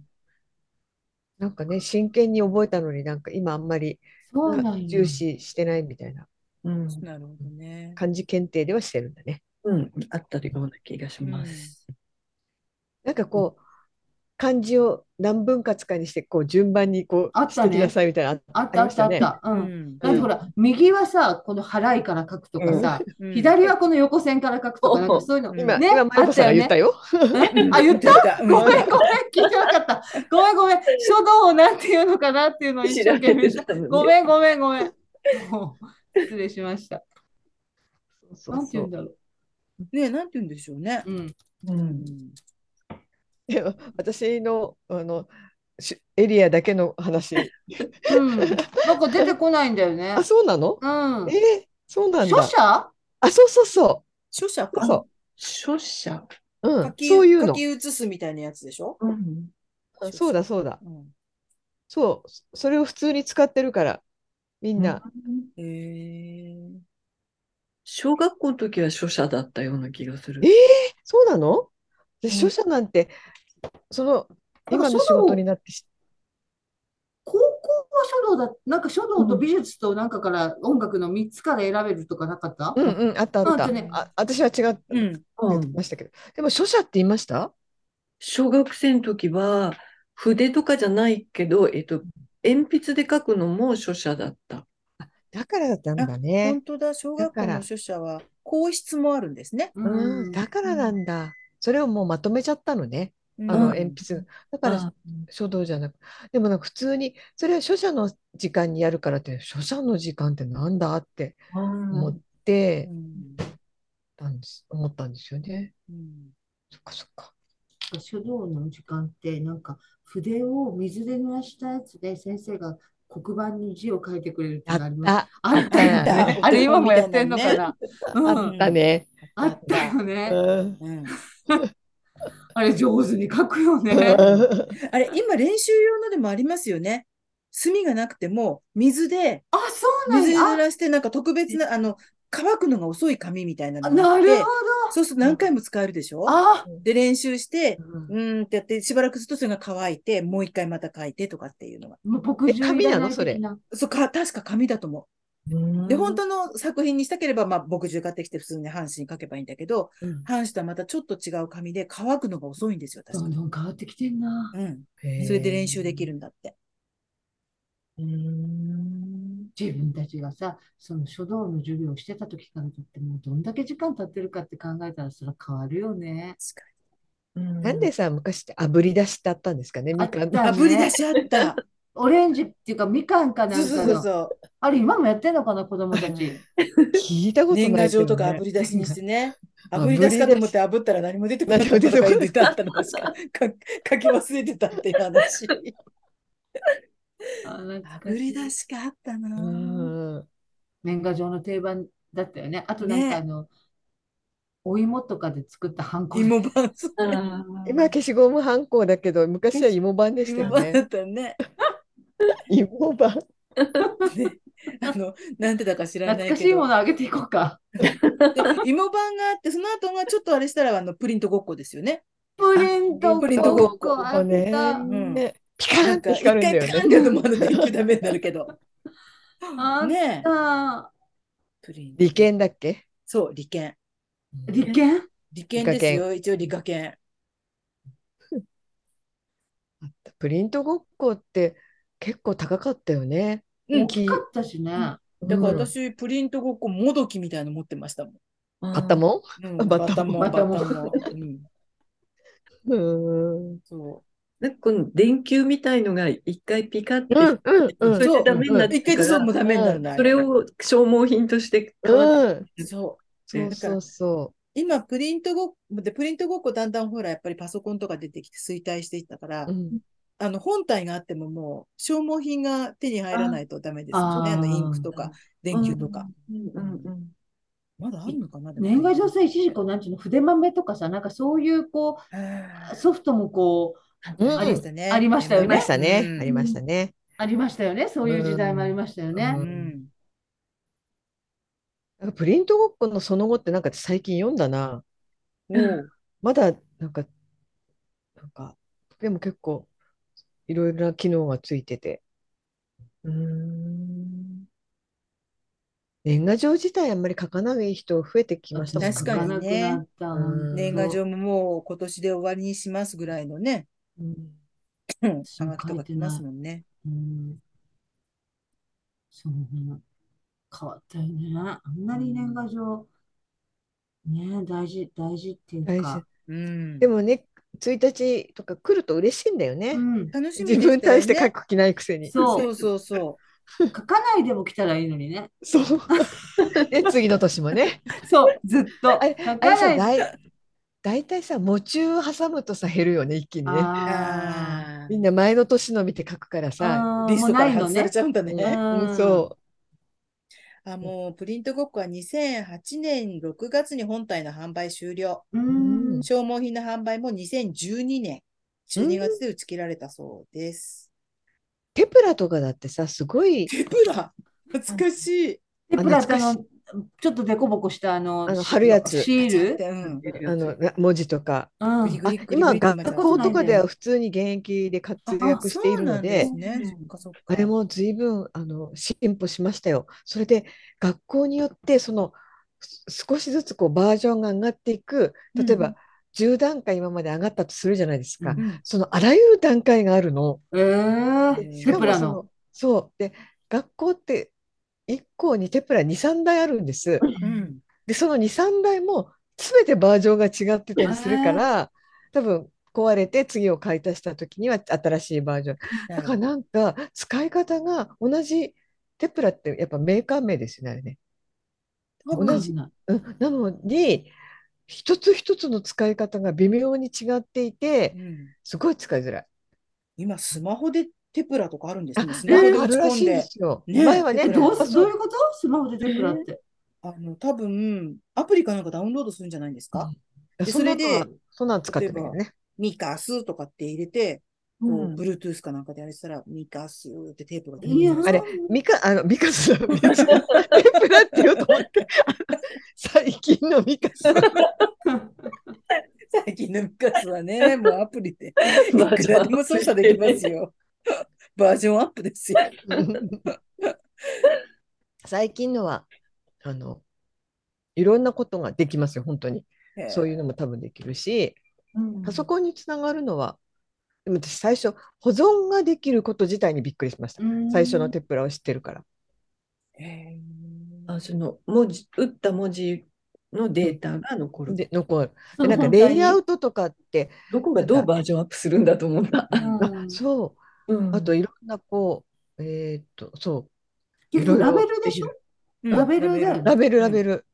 Speaker 4: なんかね、真剣に覚えたのになんか今あんまり
Speaker 3: そうなんや
Speaker 4: 重。視してないみたいな
Speaker 2: うん、
Speaker 1: なるほどね。
Speaker 4: 漢字検定ではしてるんだね。
Speaker 2: うん、あったような気がします。
Speaker 4: なんかこう、漢字を何分割かにしてこう順番にこう
Speaker 3: あった
Speaker 4: してき
Speaker 3: ね
Speaker 4: なさいみたいな
Speaker 3: あったあ
Speaker 4: りま
Speaker 3: っ
Speaker 4: した
Speaker 3: あ
Speaker 4: た
Speaker 3: っ
Speaker 4: ね。
Speaker 3: た。
Speaker 1: う
Speaker 3: うん。
Speaker 1: ん
Speaker 3: だってほら、右はさ、この払いから書くとかさ、左はこの横線から書くとか、なんかそういうの。
Speaker 1: うん
Speaker 4: 今、
Speaker 3: ね
Speaker 4: 今、まゆこさんが言ったよ。
Speaker 3: えあ、言った
Speaker 1: た
Speaker 3: ごめんごめん、聞いてなかった。ごめんごめん、書道をなんていうのかなっていうのを一生懸命した。ご
Speaker 2: ん。
Speaker 3: めんごめんごめん。もう失礼しました。
Speaker 4: そう
Speaker 3: なんて言
Speaker 4: そ
Speaker 3: う
Speaker 4: うん
Speaker 3: だろ
Speaker 1: ねなんて言うんでしょうね。
Speaker 3: う。うん。
Speaker 2: うん、
Speaker 4: でも 私の、あのしエリアだけの話。
Speaker 3: うん。なんか出てこないんだよね
Speaker 4: あ、。そうなの
Speaker 3: うん
Speaker 4: え。ーそうなん
Speaker 3: 書
Speaker 4: だ。
Speaker 3: 写
Speaker 4: あ、そうそうそ
Speaker 1: 書写
Speaker 4: う。
Speaker 1: か。
Speaker 4: そ
Speaker 2: 書写。
Speaker 4: う。う
Speaker 1: 書
Speaker 4: ん、
Speaker 1: き
Speaker 4: そういう
Speaker 1: 書
Speaker 4: の
Speaker 1: き。写すみたいなやつでしょ。
Speaker 2: うん。
Speaker 4: うんそうだそうだ。
Speaker 1: うん
Speaker 4: そう。そそれを普通に使ってるから、みんな。
Speaker 1: へえ。
Speaker 2: 小学校の時は書写だったような気がする
Speaker 4: え。そうなので、
Speaker 2: ん
Speaker 4: 書写なんて、その、
Speaker 3: なんか
Speaker 4: 今の仕
Speaker 3: 書道
Speaker 4: 事になってし、
Speaker 3: 高校は書道だ、なんか書道と美術となんかから音楽の3つから選べるとかなかった
Speaker 4: うんうん、あったあっ
Speaker 3: あ
Speaker 4: た
Speaker 3: とね。
Speaker 4: あ、私は違っ
Speaker 1: うん。
Speaker 2: うん
Speaker 4: ましたけど。でも書写って言いました
Speaker 2: 小学生の時は、筆とかじゃないけど、えっと、鉛筆で書くのも書写だった。
Speaker 4: だからだったんだね
Speaker 1: 本。当だ。小学校
Speaker 4: だか
Speaker 1: の
Speaker 4: ら
Speaker 1: 書写は皇室もあるんですね。
Speaker 4: うん、だからなんだ。それをもうまとめちゃったのね。
Speaker 1: うん
Speaker 4: あの、
Speaker 2: うん
Speaker 4: 鉛筆。だから、
Speaker 2: あ
Speaker 4: 書道じゃなく、でもなんか普通に、それは書写の時間にやるからって、書写の時間ってなんだって思って
Speaker 1: うん
Speaker 4: たんです、思ったんですよね。
Speaker 1: うん
Speaker 4: そっかそっか。
Speaker 3: 書道の時間ってなんか筆を水で濡らしたやつで先生が黒板に字を書いてくれるって
Speaker 4: あ
Speaker 3: いうのあります。
Speaker 4: った、
Speaker 3: あったよね
Speaker 1: あった
Speaker 3: あれ今もやってんのかな。うん、
Speaker 4: あったね。
Speaker 3: あったよね。
Speaker 4: うん
Speaker 1: うん
Speaker 3: あれ上手に書くよね。
Speaker 4: うん
Speaker 1: あれ、今練習用のでもありますよね。墨がなくても、水で、
Speaker 3: あ、そうなん
Speaker 1: 水に
Speaker 3: だ。
Speaker 1: 濡らして、なんか特別な、あの、乾くのが遅い紙みたいな
Speaker 3: あ
Speaker 1: のがあ
Speaker 3: な
Speaker 1: っ
Speaker 3: る
Speaker 1: て
Speaker 3: ほど、。
Speaker 1: そうすると何回も使えるでしょ
Speaker 3: あ、
Speaker 1: で、練習して、
Speaker 3: うん
Speaker 1: うーんってやって、しばらくするとそれが乾いて、もう一回また書いてとかっていうのが。
Speaker 3: もう僕中
Speaker 4: 紙な
Speaker 3: いらな
Speaker 4: の
Speaker 3: い
Speaker 4: それ
Speaker 3: 的な
Speaker 1: そうか、確か紙だと思う。で、
Speaker 2: で
Speaker 1: 本当の作品にしたければ、まあ、墨汁買ってきて普通に半紙に書けばいいんだけど、
Speaker 4: うん
Speaker 1: 半紙とはまたちょっと違う紙で乾くのが遅いんですよ、確
Speaker 3: ど
Speaker 1: か
Speaker 3: んどん変わってきてんな。
Speaker 1: うん。
Speaker 4: へー
Speaker 1: それで練習できるんだって。
Speaker 2: うん
Speaker 3: 自分たちがさ、その書道の授業をしてた時からだって、もうどんだけ時間経ってるかって考えたら、それは変わるよね。
Speaker 4: なんでさ、昔って炙り出しってあったんですかね、みかんの。
Speaker 3: あ
Speaker 1: あ、
Speaker 3: った
Speaker 1: ぶり出しあった。
Speaker 3: オレンジっていうか、みかんかな
Speaker 1: そうんそ
Speaker 3: か
Speaker 1: うそう
Speaker 3: の。
Speaker 1: そう。
Speaker 3: あれ、今もやってんのかな、子供 たち。
Speaker 4: 聞いたことない
Speaker 1: 年賀状とか炙
Speaker 4: けどね
Speaker 1: り出しにしてね。
Speaker 4: 炙
Speaker 1: 炙
Speaker 4: り
Speaker 1: り
Speaker 4: 出
Speaker 1: 出
Speaker 4: し
Speaker 1: しかと思って炙ったら何も出てこ なかったとか言ってたったの確か。か書き忘れてたっていう話。炙
Speaker 3: あ懐かしい
Speaker 1: り出しかあったなぁ。
Speaker 4: うん
Speaker 3: 年賀状の定番だったよね。あとなん
Speaker 1: ね
Speaker 3: かあの、お芋とかで作ったハンコ。
Speaker 1: 芋版、
Speaker 4: 今は消しゴムはんこだけど、昔は芋版でした
Speaker 1: 芋
Speaker 4: よ
Speaker 1: 版だ
Speaker 4: ね。
Speaker 1: ったよね。
Speaker 4: 芋版。
Speaker 1: ねあの、なんてだか知らない
Speaker 3: 懐
Speaker 1: けど。
Speaker 3: かしいものあげていこうか。
Speaker 1: で芋版があって、その後がちょっとあれしたら、あの、プリントごっこですよね。
Speaker 3: プリント
Speaker 1: プリント
Speaker 3: ごっこ
Speaker 4: こ
Speaker 3: あ
Speaker 4: こ
Speaker 3: っ
Speaker 4: ね
Speaker 3: た。
Speaker 1: うん
Speaker 4: ピカ
Speaker 1: な
Speaker 4: ーン
Speaker 1: ん
Speaker 4: っ
Speaker 1: か、
Speaker 4: て
Speaker 1: 一
Speaker 4: 光
Speaker 1: 回
Speaker 4: る
Speaker 1: ピ
Speaker 4: んだ
Speaker 1: カ
Speaker 4: よ
Speaker 1: ーンってやるのもあ
Speaker 4: ね。
Speaker 1: の電球ダメになるけど。
Speaker 3: あっ
Speaker 1: ねえ
Speaker 3: た。
Speaker 1: プリント
Speaker 4: 利権だっけ
Speaker 1: そう、理研。
Speaker 3: 理研
Speaker 1: 理研です
Speaker 4: 理
Speaker 1: よ、一応理科研。
Speaker 4: プリントごっこって結構高かったよね。
Speaker 1: うん
Speaker 3: 大きかったしね。
Speaker 1: だから
Speaker 4: うん
Speaker 1: 私、プリントごっこもどきみたいなの持ってましたもん。
Speaker 4: あったも
Speaker 1: うん、
Speaker 4: バタモン
Speaker 1: バタモン
Speaker 3: バ
Speaker 1: バ
Speaker 3: タ
Speaker 1: タ
Speaker 3: モ
Speaker 1: モ
Speaker 3: ン
Speaker 1: ンうん、
Speaker 4: ん。うん
Speaker 1: そ
Speaker 2: なんかこの電球みたいのが一回ピカって、
Speaker 4: うんうんう
Speaker 1: う。
Speaker 2: それ
Speaker 4: ん。
Speaker 2: でダメになっ
Speaker 1: 一回
Speaker 2: てか
Speaker 1: でそう
Speaker 2: ら、
Speaker 1: もうダメになるな。
Speaker 2: それを消耗品として買わ
Speaker 4: うん。
Speaker 1: そう。
Speaker 4: そうそうそ
Speaker 1: 今、プリントごっこ、で、プリントごっこだんだんほら、やっぱりパソコンとか出てきて衰退していったから、
Speaker 4: う。うん
Speaker 1: あの、本体があってももう、消耗品が手に入らないとダメですよ
Speaker 3: あ
Speaker 1: ね。
Speaker 3: ー
Speaker 1: あの、インクとか、電球とか。。
Speaker 2: うんうんうん
Speaker 1: まだあるのかなでも
Speaker 3: 年賀状さ、一時こう、なんていうの、筆豆とかさ、なんかそういうこ
Speaker 1: へー
Speaker 3: う、ソフトもこう、
Speaker 4: うん
Speaker 1: ありましたね。
Speaker 3: ありましたよ
Speaker 4: あ
Speaker 3: ね
Speaker 4: りましたね。あり
Speaker 1: ま
Speaker 4: ましたね。
Speaker 3: ありましたよね。そういう時代もありましたよね
Speaker 1: う。
Speaker 4: うん
Speaker 1: ん。
Speaker 4: なんかプリントごっこのその後ってなんか最近読んだな。
Speaker 1: おう
Speaker 4: まだなんか、なんか、でも結構いろいろな機能がついてて、
Speaker 2: うん
Speaker 4: 年賀状自体あんまり書かない人増えてきましたもん
Speaker 1: 確かに
Speaker 3: 書かなくなった
Speaker 4: うん
Speaker 1: 年賀状ももう今年で終わりにしますぐらいのね、
Speaker 4: うん
Speaker 1: うん
Speaker 3: そ
Speaker 1: はが
Speaker 3: う
Speaker 1: きとか来ますもんね。
Speaker 3: うんそうね。変わったよね。あんなに年賀状、ね、大事、大事っていう
Speaker 4: 大
Speaker 3: か
Speaker 4: 事。
Speaker 1: うん
Speaker 4: でもね、1日とか来ると嬉しいんだよね。
Speaker 3: うん、
Speaker 1: 楽しみ
Speaker 4: 自分に対して書
Speaker 1: 書
Speaker 4: く気ないくせに。
Speaker 3: そう
Speaker 1: そうそうそ
Speaker 3: 書かないでも来たらいいのに ね。
Speaker 4: そう。で、次の年もね。
Speaker 3: そう、ずっと。
Speaker 4: あれ
Speaker 3: 書
Speaker 4: あれ
Speaker 3: か
Speaker 4: さ、
Speaker 3: ない。
Speaker 4: だい、大体さ、喪中挟むとさ、減るよね、一気にね。
Speaker 1: う。
Speaker 3: あ
Speaker 1: あ
Speaker 4: みんな前の年の見て書くから
Speaker 3: ー
Speaker 4: さ。
Speaker 1: あ
Speaker 3: あー、
Speaker 1: リ
Speaker 3: も
Speaker 1: スト
Speaker 3: う
Speaker 1: か
Speaker 3: な
Speaker 1: ら
Speaker 3: いの
Speaker 1: 外され
Speaker 3: ね。
Speaker 1: ちゃうんだ
Speaker 4: うん
Speaker 1: ね。
Speaker 4: うんそ
Speaker 1: あ、もうプリントごっこは2008年6月に本体の販売終了。
Speaker 3: う
Speaker 4: う。うんん。
Speaker 1: 消耗品の販売も2012年12月で打ち切られたそうです。
Speaker 4: テプラとかだってさ、すごい、
Speaker 1: テプラ懐かしい。
Speaker 3: で、プラス
Speaker 4: 懐か
Speaker 3: あ
Speaker 4: し
Speaker 3: の、ちょっとデコボコしたあの、
Speaker 4: あの
Speaker 3: シ
Speaker 4: 貼るやつ
Speaker 3: シール。
Speaker 1: うん。
Speaker 4: あの、な文字とか。
Speaker 3: う
Speaker 1: グ
Speaker 3: ん
Speaker 1: リグ
Speaker 4: あ
Speaker 1: リグリグ
Speaker 4: 今、
Speaker 1: リって言いました
Speaker 4: 学校
Speaker 3: そ
Speaker 4: とかで
Speaker 3: うなんだよ
Speaker 4: は普通に現役で活
Speaker 1: あ、
Speaker 4: 躍してい
Speaker 1: そう
Speaker 4: るの
Speaker 1: なん
Speaker 4: で、
Speaker 1: ですね。そっかそっ
Speaker 4: あ
Speaker 1: か。
Speaker 4: れも随分あの進歩しましたよ。それで学校によってそのす少しずつこうバージョンが上がっていく例え
Speaker 1: う
Speaker 4: ば10段階今まで上がったとするじゃないですか、
Speaker 3: うん
Speaker 4: そのあらゆる段階があるの。
Speaker 3: えー
Speaker 1: え
Speaker 4: で
Speaker 1: ー
Speaker 4: し
Speaker 3: テ
Speaker 4: か
Speaker 3: プ
Speaker 4: も
Speaker 3: ラ
Speaker 4: そ
Speaker 3: の。
Speaker 4: のそうで学校って1校にテプラ23台あるんです。
Speaker 1: うん。
Speaker 4: でその23台も全てバージョンが違ってたりするから多分壊れて次を買い足した時には新しいバージョン。
Speaker 1: な
Speaker 4: だ
Speaker 1: る
Speaker 4: か
Speaker 1: ほ
Speaker 4: ら
Speaker 1: ど
Speaker 4: なんか使い方が同じテプラってやっぱメーカー名ですよねあれね。
Speaker 1: 多
Speaker 4: 同
Speaker 1: 分
Speaker 4: じ
Speaker 3: な
Speaker 4: うん、なのに一つ一つの使い方が微妙に違っていて
Speaker 1: うん
Speaker 4: すごい使いづらい。
Speaker 1: 今スマホでテプラとかあるんですね。ス
Speaker 4: い
Speaker 1: マホで打
Speaker 4: ろいろあ
Speaker 1: ち
Speaker 4: るら
Speaker 1: 込
Speaker 4: し
Speaker 1: ん
Speaker 4: い
Speaker 1: で。
Speaker 4: ですよ。
Speaker 1: ね
Speaker 4: 前はね、
Speaker 1: え
Speaker 4: な
Speaker 3: ど
Speaker 4: んか
Speaker 3: う
Speaker 4: そ
Speaker 3: どう
Speaker 4: の
Speaker 3: いうことスマホでテプラって。
Speaker 1: あの、多分、アプリかなんかダウンロードするんじゃないんですか、で
Speaker 4: そんなん
Speaker 1: それで
Speaker 4: そんなん使ってたよね。
Speaker 1: ミカスとかって入れて、こ
Speaker 3: う
Speaker 1: う、
Speaker 3: ん
Speaker 1: Bluetooth かなんかでやれてたら、ミカスってテープが出て
Speaker 3: いや
Speaker 1: くる
Speaker 3: ー
Speaker 4: あれ、ミカ、あの、ミカスのミカス、テプラって言うと思って、最近のミカス。
Speaker 1: 最近のミカスはね、もうアプリで、い
Speaker 2: バー
Speaker 1: く
Speaker 2: ジョンア
Speaker 1: らで
Speaker 2: ップ
Speaker 1: も操作できますよ。バージョンアップですよ。
Speaker 4: 最近のは、あの、いろんなことができますよ、本当に。そういうのも多分できるし、パソコンにつながるのは、でも私最初、保存ができること自体にびっくりしました。最初のテプラを知ってるから。
Speaker 1: へー
Speaker 2: あその文字打った文字のデータが残る。
Speaker 4: で、残る。
Speaker 3: そ
Speaker 4: で
Speaker 3: の
Speaker 4: なんか
Speaker 3: 本体
Speaker 4: レイアウトとかって、
Speaker 2: どこがどうバージョンアップするんだと思った。
Speaker 4: あ
Speaker 3: うん
Speaker 4: そうう、
Speaker 2: ん
Speaker 4: あといろんなこう、えーっと、そう、
Speaker 3: 結局ラベルでしょ
Speaker 1: うん
Speaker 3: ラベルだよね
Speaker 4: ラベル、ラベ
Speaker 1: ル。
Speaker 4: ル。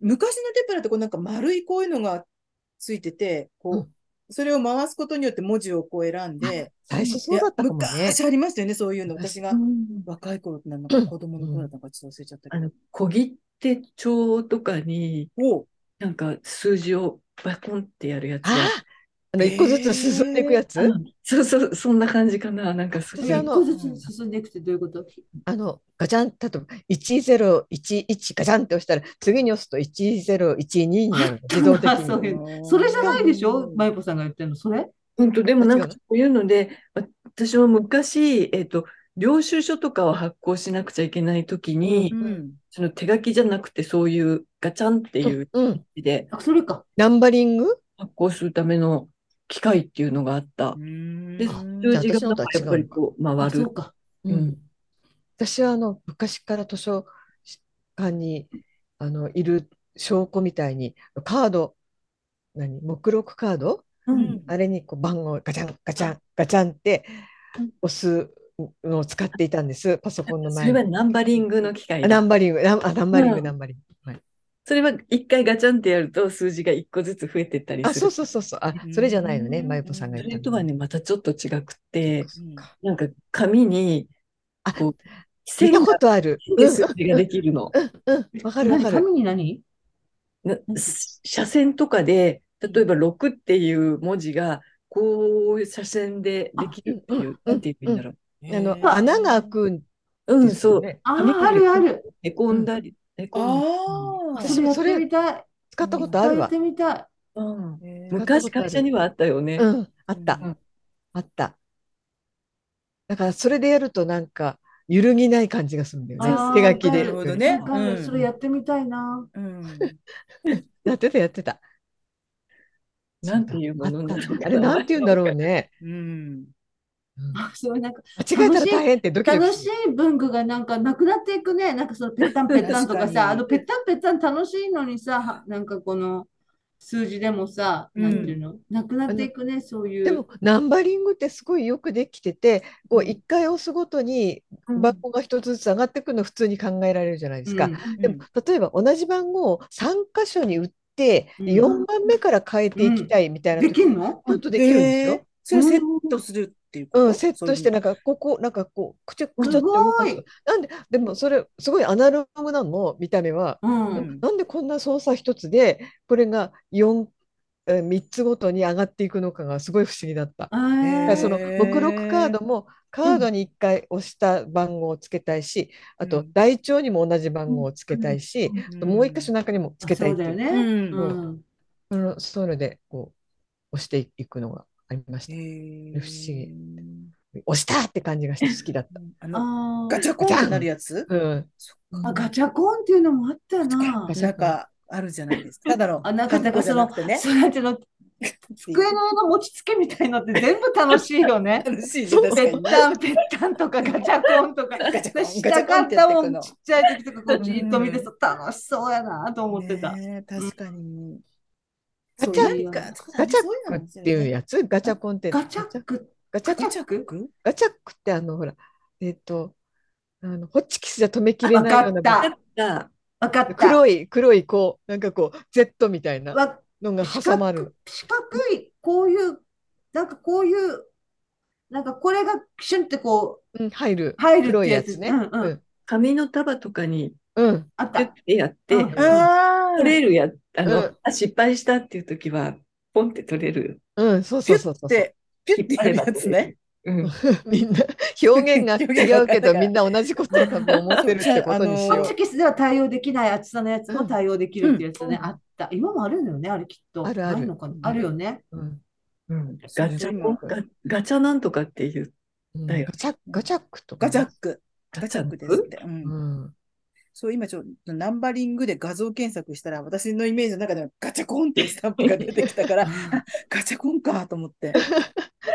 Speaker 1: 昔のテプラってこうなんか丸いこういうのがついてて、
Speaker 4: う
Speaker 1: こ
Speaker 4: ん
Speaker 1: う、それを回すことによって文字をこう選んで、
Speaker 4: 最初そうだったかも
Speaker 1: いや
Speaker 4: ね。
Speaker 1: 昔ありましたよね、そういうの。私
Speaker 4: 昔
Speaker 1: が若い頃なんか子供の頃だったのかちょっと忘れちゃった
Speaker 2: あ
Speaker 1: けど
Speaker 2: の小切手帳とかに。
Speaker 1: おう
Speaker 2: なんか数字をバコンってやるやつが
Speaker 4: ああ、あの、一個ずつ進んでいくやつ、
Speaker 2: うんそうそうそんな感じかななんかすご
Speaker 4: 私
Speaker 2: い
Speaker 4: あ
Speaker 3: 一
Speaker 4: の
Speaker 3: 個ずつ進んでいくってどういうこと
Speaker 4: あの、ガチャン、例えば1011ガチャンって押したら、次に押すと1012になる。自動的
Speaker 3: あそう
Speaker 4: に。
Speaker 3: いうそれじゃないでしょまゆこさんが言ってるの、それ
Speaker 2: 本当でもなん
Speaker 4: 違う
Speaker 2: か
Speaker 4: の
Speaker 2: そういうので私は昔、えっと領収書とかを発行しなくちゃいけない時に、
Speaker 1: うん。
Speaker 2: その手書きじゃなくてそういうガチャンっていう
Speaker 4: うん。
Speaker 2: 字で
Speaker 3: あ、それか。
Speaker 4: ナンバリング
Speaker 2: 発行するための機械っていうのがあった
Speaker 1: う。ん
Speaker 2: で
Speaker 4: あ
Speaker 2: 数字
Speaker 4: じゃあ私の
Speaker 2: が
Speaker 4: とは違
Speaker 2: や
Speaker 4: うのか
Speaker 2: っぱりこう
Speaker 3: あ、
Speaker 2: 回
Speaker 3: そ
Speaker 2: る
Speaker 3: う。か。
Speaker 2: うん
Speaker 4: 私はあの昔から図書館にあのいる証拠みたいにカード何目録カード
Speaker 1: うん
Speaker 4: あれにこう番号をガチャンガチャンガチャンって押すのを使っていたんですパソコンの
Speaker 2: そ
Speaker 4: 前
Speaker 2: れは
Speaker 4: に。
Speaker 2: ナンバリングの機械
Speaker 4: あ
Speaker 2: だ
Speaker 4: ナンバリングナンあナンバリン
Speaker 2: う
Speaker 4: グ
Speaker 2: ん
Speaker 4: ナンバリング。はい、
Speaker 2: それは一回ガチャンってやると数字が一個ずつ増えてったり
Speaker 4: あ
Speaker 2: する
Speaker 4: そう。そうそうそうあそれじゃないのねまゆぽさんが
Speaker 2: そ
Speaker 4: 言
Speaker 2: れ
Speaker 4: った
Speaker 2: と
Speaker 4: の
Speaker 2: はね、またちょっと違くて、
Speaker 1: うん
Speaker 2: なんか紙に、
Speaker 4: あ
Speaker 2: こう、
Speaker 4: 見
Speaker 2: 線
Speaker 4: た
Speaker 2: が
Speaker 4: ことある。
Speaker 2: 線で数字ができるの。
Speaker 4: うんうんわかるわ
Speaker 3: 何
Speaker 4: かる。
Speaker 3: 紙に何
Speaker 2: な斜線とかで、例えば6っていう文字が、こう、斜線でできるって
Speaker 4: あ
Speaker 2: いう、
Speaker 4: うん
Speaker 2: なんて言うんだろう。
Speaker 4: あの
Speaker 1: へー
Speaker 4: 穴が開くん
Speaker 2: う
Speaker 4: で
Speaker 2: ん、
Speaker 4: す
Speaker 2: そ
Speaker 4: よ
Speaker 2: う。
Speaker 4: ね。
Speaker 3: あ
Speaker 2: 紙に
Speaker 3: ー、あるある。
Speaker 2: へこんだり、へこんだり
Speaker 1: ああ。
Speaker 4: うん
Speaker 3: それやってみたい。
Speaker 4: 使ったことある
Speaker 3: やっ
Speaker 4: わ。
Speaker 3: てみたい。
Speaker 2: うん
Speaker 1: へー
Speaker 2: 昔会社にはあったよね。
Speaker 4: うん、あった、
Speaker 1: うん
Speaker 4: あった。だからそれでやるとなんか揺るぎない感じがするんだよね
Speaker 3: あ。ー
Speaker 4: 手書きで。
Speaker 3: なる
Speaker 1: ほどね
Speaker 3: なんか
Speaker 1: うん
Speaker 3: それやってみたいな。
Speaker 1: うん
Speaker 4: やってたやってた。
Speaker 2: なんていうもの
Speaker 4: あっ
Speaker 2: な
Speaker 4: た
Speaker 2: のかな
Speaker 4: あれなんて言うんだろうね。
Speaker 1: うん。
Speaker 4: うん
Speaker 3: あそうなんか
Speaker 4: 間違えたら大変ってドキドキ
Speaker 3: 楽
Speaker 4: す
Speaker 3: し
Speaker 4: る。
Speaker 3: い文具がなんかなくなっていくね。なんかそのぺったんぺったんと
Speaker 1: 確
Speaker 3: か
Speaker 1: かに
Speaker 3: さ、あのぺったんぺったん楽しいのにさ、なんかこの数字でもさ、
Speaker 1: うん
Speaker 3: なんていうの、なくなっていくね、そういう。
Speaker 4: でもナンバリングってすごいよくできてて、こ
Speaker 1: う
Speaker 4: うん一回押すごとに
Speaker 2: うん
Speaker 4: 番号が一つずつ上がってくるの普通に考えられるじゃないですか。
Speaker 3: うん
Speaker 4: でも例えば同じ番号を三箇所に打って
Speaker 3: うん
Speaker 4: 四番目から変えていきたいみたいな
Speaker 3: で
Speaker 4: 時
Speaker 3: きんの
Speaker 4: ちゃんとできるんですよ。
Speaker 1: へーそれセットするっていうこと
Speaker 4: うん、セットし
Speaker 1: そう
Speaker 4: て、
Speaker 1: い
Speaker 4: なんか、ここ、なんか、こう、くちょく
Speaker 3: す
Speaker 4: ちょって動
Speaker 3: ご
Speaker 4: か
Speaker 3: い
Speaker 4: す。。なんで、でも、それ、すごいアナログなの、見た目は。
Speaker 3: う。
Speaker 1: うん
Speaker 4: なんでこんな操作一つで、これが四、えー三つごとに上がっていくのかが、すごい不思議だった。
Speaker 3: あ
Speaker 4: だ
Speaker 1: へ
Speaker 4: か
Speaker 1: ー
Speaker 4: らその目録カードもカードに一回押した番号をつけたいし、あ
Speaker 1: う
Speaker 4: と
Speaker 1: ん
Speaker 4: 台帳にも同じ番号をつけたいし、
Speaker 1: うん
Speaker 4: あともう一箇所なんかにもつけた
Speaker 3: そ
Speaker 4: い
Speaker 3: う
Speaker 4: ってい
Speaker 3: だ
Speaker 4: う
Speaker 1: う
Speaker 3: よね。
Speaker 1: ん。
Speaker 4: ん
Speaker 3: うん
Speaker 4: そのそういうのでこう押していくのがありまし
Speaker 1: へ
Speaker 4: た。
Speaker 1: ー
Speaker 4: 不思議押したって感じがして好き だった。
Speaker 1: あの、
Speaker 3: あ
Speaker 1: ガ
Speaker 3: ー
Speaker 1: チャコンってなるやつ
Speaker 4: うん、
Speaker 3: あ、ガチャコンっていうのもあったな
Speaker 4: ガ。チャ
Speaker 1: なんかあるじゃないですか。ただの、
Speaker 3: あ、なんか、だか
Speaker 1: 箱
Speaker 3: ら
Speaker 1: じゃ
Speaker 3: そ
Speaker 1: な
Speaker 3: の、
Speaker 1: くてね。
Speaker 3: そうやっての、机の上の持ちつけみたいのって全部楽しいよね。
Speaker 1: 楽しいね
Speaker 4: そう
Speaker 1: 確か
Speaker 3: ぺっ
Speaker 1: にね。
Speaker 3: たんぺったんとかガチャコンとか、
Speaker 1: ガチャコン
Speaker 3: したかったも
Speaker 1: ガチャコンってやってくの
Speaker 3: ん、ちっちゃい時とかこうじーっと見て
Speaker 1: う
Speaker 3: さ、楽しそうやなと思ってた。
Speaker 1: ねえ確かに。
Speaker 4: ガチ
Speaker 1: そ
Speaker 4: ャ
Speaker 1: ういうか
Speaker 4: ガチ
Speaker 1: そ
Speaker 4: ャ
Speaker 1: ういうのも面
Speaker 4: ックっ
Speaker 1: 白
Speaker 4: て
Speaker 1: い
Speaker 4: いう
Speaker 1: ね
Speaker 4: やつガチャコンって
Speaker 3: ガチャック、
Speaker 4: ガチャ
Speaker 1: ガ
Speaker 4: ガチ
Speaker 1: チ
Speaker 4: ャ
Speaker 1: ャク
Speaker 4: ガチャックってあのほらえっ、とあのホッチキスじゃ止めきれ
Speaker 3: わ
Speaker 4: ない
Speaker 3: か
Speaker 4: よう
Speaker 3: っ
Speaker 4: な
Speaker 2: あ
Speaker 3: た
Speaker 2: っ、た。
Speaker 3: わかった。
Speaker 4: 黒い黒いこうなんかこう Z みたいな
Speaker 3: わ
Speaker 4: のが
Speaker 3: 四
Speaker 4: 挟ま
Speaker 3: 角
Speaker 4: る
Speaker 3: 四角い、こういう、なんかこういう、なんかこれがシュンってこう、
Speaker 4: うん、入る。
Speaker 3: 入るって
Speaker 4: 黒い
Speaker 3: や
Speaker 4: や
Speaker 3: つ
Speaker 4: つね。
Speaker 3: うんう
Speaker 4: うんん。
Speaker 2: 紙の束とかに
Speaker 4: うん。
Speaker 3: あっ
Speaker 2: ギュッ
Speaker 3: た。
Speaker 2: てやって、
Speaker 3: うん
Speaker 1: ああ
Speaker 2: 取れるや、あの、
Speaker 4: うん
Speaker 2: あ失敗したっていう時は、ポンって取れる。
Speaker 4: うん。そうそうそうそう。
Speaker 1: で、ピュ
Speaker 2: 引
Speaker 1: ッ
Speaker 2: って張
Speaker 1: や
Speaker 2: れ
Speaker 1: る
Speaker 2: ば
Speaker 1: や
Speaker 2: 取
Speaker 1: つ
Speaker 2: れ
Speaker 1: ね。
Speaker 2: る。うん。
Speaker 4: みんな表現が違うけど、みんな同じことを多分思ってるってことにし
Speaker 1: あの
Speaker 3: ホ
Speaker 4: よ
Speaker 3: ッ
Speaker 4: う
Speaker 3: チ。キスでは対応できない厚さのやつも対応できるっていうやつね。
Speaker 2: うん
Speaker 3: あった。今もあるのよね、あれきっと。
Speaker 4: あるある
Speaker 3: ないのかなあるよね。
Speaker 4: うん
Speaker 2: うん、ガチ
Speaker 1: そう
Speaker 2: ャ
Speaker 1: そう
Speaker 2: ガ、ガチャなんとかっていう。
Speaker 4: うん
Speaker 2: だよ
Speaker 4: ガチャガチャックとか
Speaker 1: ガ
Speaker 4: ね。
Speaker 1: チャック。ガチャックですって。う。
Speaker 4: うんん。
Speaker 1: そう、今ちょっとナンバリングで画像検索したら、私のイメージの中ではガチャコンってスタンプが出てきた から、あガチャコンかと思って。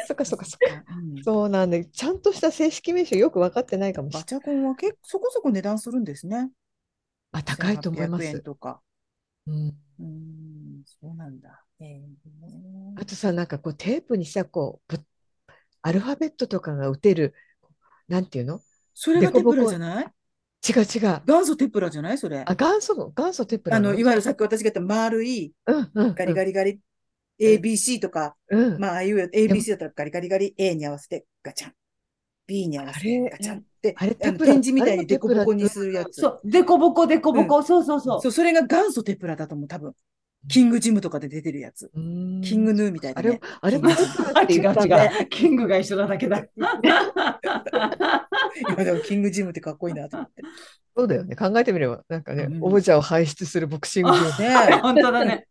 Speaker 4: そっかそっかそっか。
Speaker 1: うん
Speaker 4: そうなんで、ちゃんとした正式名称よく分かってないかもし
Speaker 1: ガ
Speaker 4: れない。
Speaker 1: チャコンは結構そこそこ値段するんですね。
Speaker 4: あ、高いと思いま
Speaker 1: 1800円
Speaker 4: す。
Speaker 1: とか。
Speaker 4: うん。
Speaker 1: うーん、そうなんだ。えー
Speaker 4: あとさ、なんかこうテープにさ、こう、ぶアルファベットとかが打てる、なんていうの
Speaker 1: それがテプラじゃない
Speaker 4: 違う違う。
Speaker 1: 元祖テプラじゃないそれ。
Speaker 4: あ、元祖、元祖テープ
Speaker 1: あ
Speaker 4: なの
Speaker 1: の、いわゆるさっき私が言った丸い、
Speaker 4: うんうんうん
Speaker 1: ガリガリガリ、
Speaker 4: ん
Speaker 1: ABC とか、
Speaker 4: うん。
Speaker 1: まあ、ああいう ABC だったらガリガリガリ、A に合わせてガチャン。B に合わせて
Speaker 4: あれ
Speaker 1: ガチャンって、
Speaker 4: あれ
Speaker 1: あ
Speaker 4: テ
Speaker 1: の
Speaker 4: プラ
Speaker 1: 展示みたいにデコボコに
Speaker 4: あれテプラ
Speaker 1: するやつ。
Speaker 3: そう、でこぼこでこぼこ。そうそうそう
Speaker 1: そ。う、それが元祖テプラだと思う、多分。キングジムとかで出てるやつ。
Speaker 4: うーん
Speaker 1: キングヌーみたいな
Speaker 4: あ
Speaker 1: ね、
Speaker 4: れ、あれもテプラって言ったんだ。
Speaker 3: 違う。キングが一緒なだけだ。
Speaker 1: いやでもキングジムってかっこいいなと思って。
Speaker 4: そうだよね。考えてみれば、なんかね
Speaker 1: うん、
Speaker 4: 王者を輩出するボクシング。
Speaker 1: ねえ
Speaker 3: 本当だ ね。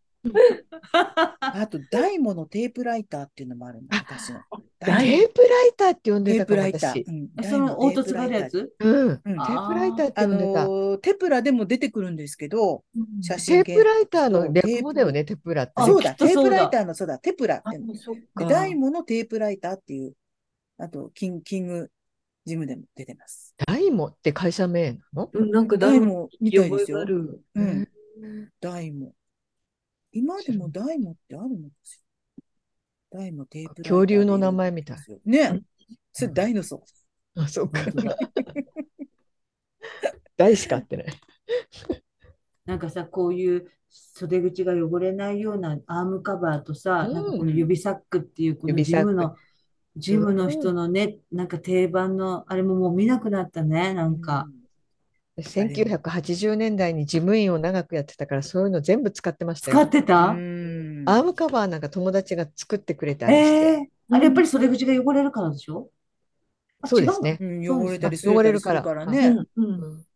Speaker 1: あと、ダイモのテープライターっていうのもあるの、私の。
Speaker 4: テ
Speaker 2: ダイ
Speaker 4: ープライターって呼んで
Speaker 1: テ
Speaker 4: た
Speaker 1: ープ
Speaker 4: かも
Speaker 1: ライター
Speaker 4: 私。。
Speaker 1: うん
Speaker 3: えその
Speaker 1: ダイモ
Speaker 3: 凹凸があるや
Speaker 1: テープライター
Speaker 3: つ
Speaker 4: うん。テ
Speaker 1: うん
Speaker 4: ープライターって
Speaker 1: あ
Speaker 4: 呼んでた。
Speaker 1: のーテプラでも出てくるんですけど、写
Speaker 4: テ
Speaker 1: 真
Speaker 4: ープライター
Speaker 1: そ
Speaker 4: の
Speaker 1: う
Speaker 4: 略語だよね、テープラって
Speaker 3: あ
Speaker 4: ね。
Speaker 1: そうだ、
Speaker 3: きっと
Speaker 1: テー
Speaker 3: そうだ
Speaker 1: プライターの、そうだ、テプラって。
Speaker 2: あそっ
Speaker 1: で、
Speaker 2: か。
Speaker 1: ダイモのテープライターっていう、あと、キング、キングジムでも出てます。
Speaker 4: ダイモって会社名なの
Speaker 2: うんなんか
Speaker 1: ダ
Speaker 2: ダ
Speaker 1: イ
Speaker 2: イモ
Speaker 1: モみたいです
Speaker 2: あ
Speaker 1: よ。
Speaker 2: る。
Speaker 1: う
Speaker 4: へ
Speaker 1: ん、ダイモ。今でもダイモってあるのかしらダイモテープライター。
Speaker 4: 恐竜の名前みたい。
Speaker 1: ね
Speaker 4: うん
Speaker 1: それダイノソー。
Speaker 4: あ、そうか
Speaker 1: 本。当だ
Speaker 4: 大しか合ってない。
Speaker 3: なんかさ、こういう袖口が汚れないようなアームカバーとさ、
Speaker 4: うん
Speaker 3: なんかこの指サックっていう、この
Speaker 4: 指
Speaker 3: ジ
Speaker 4: サック
Speaker 3: ムの、ジムの人のね、なんか定番の、あれももう見なくなったね、なんか。
Speaker 4: 1980年代に事務員を長くやってたから、そういうの全部使ってました
Speaker 3: 使
Speaker 4: よ
Speaker 3: っ。て
Speaker 1: う
Speaker 3: た
Speaker 1: ん。
Speaker 4: アームカバーなんか友達が作ってくれたりして、
Speaker 3: ええあれやっぱり袖口が汚れるからでしょあ
Speaker 4: そうですね。
Speaker 1: うん、
Speaker 3: そうです
Speaker 1: 汚れたりす
Speaker 4: 汚れ
Speaker 1: る
Speaker 4: る
Speaker 1: か
Speaker 4: からら
Speaker 1: から
Speaker 2: う
Speaker 1: ね。
Speaker 2: んうん。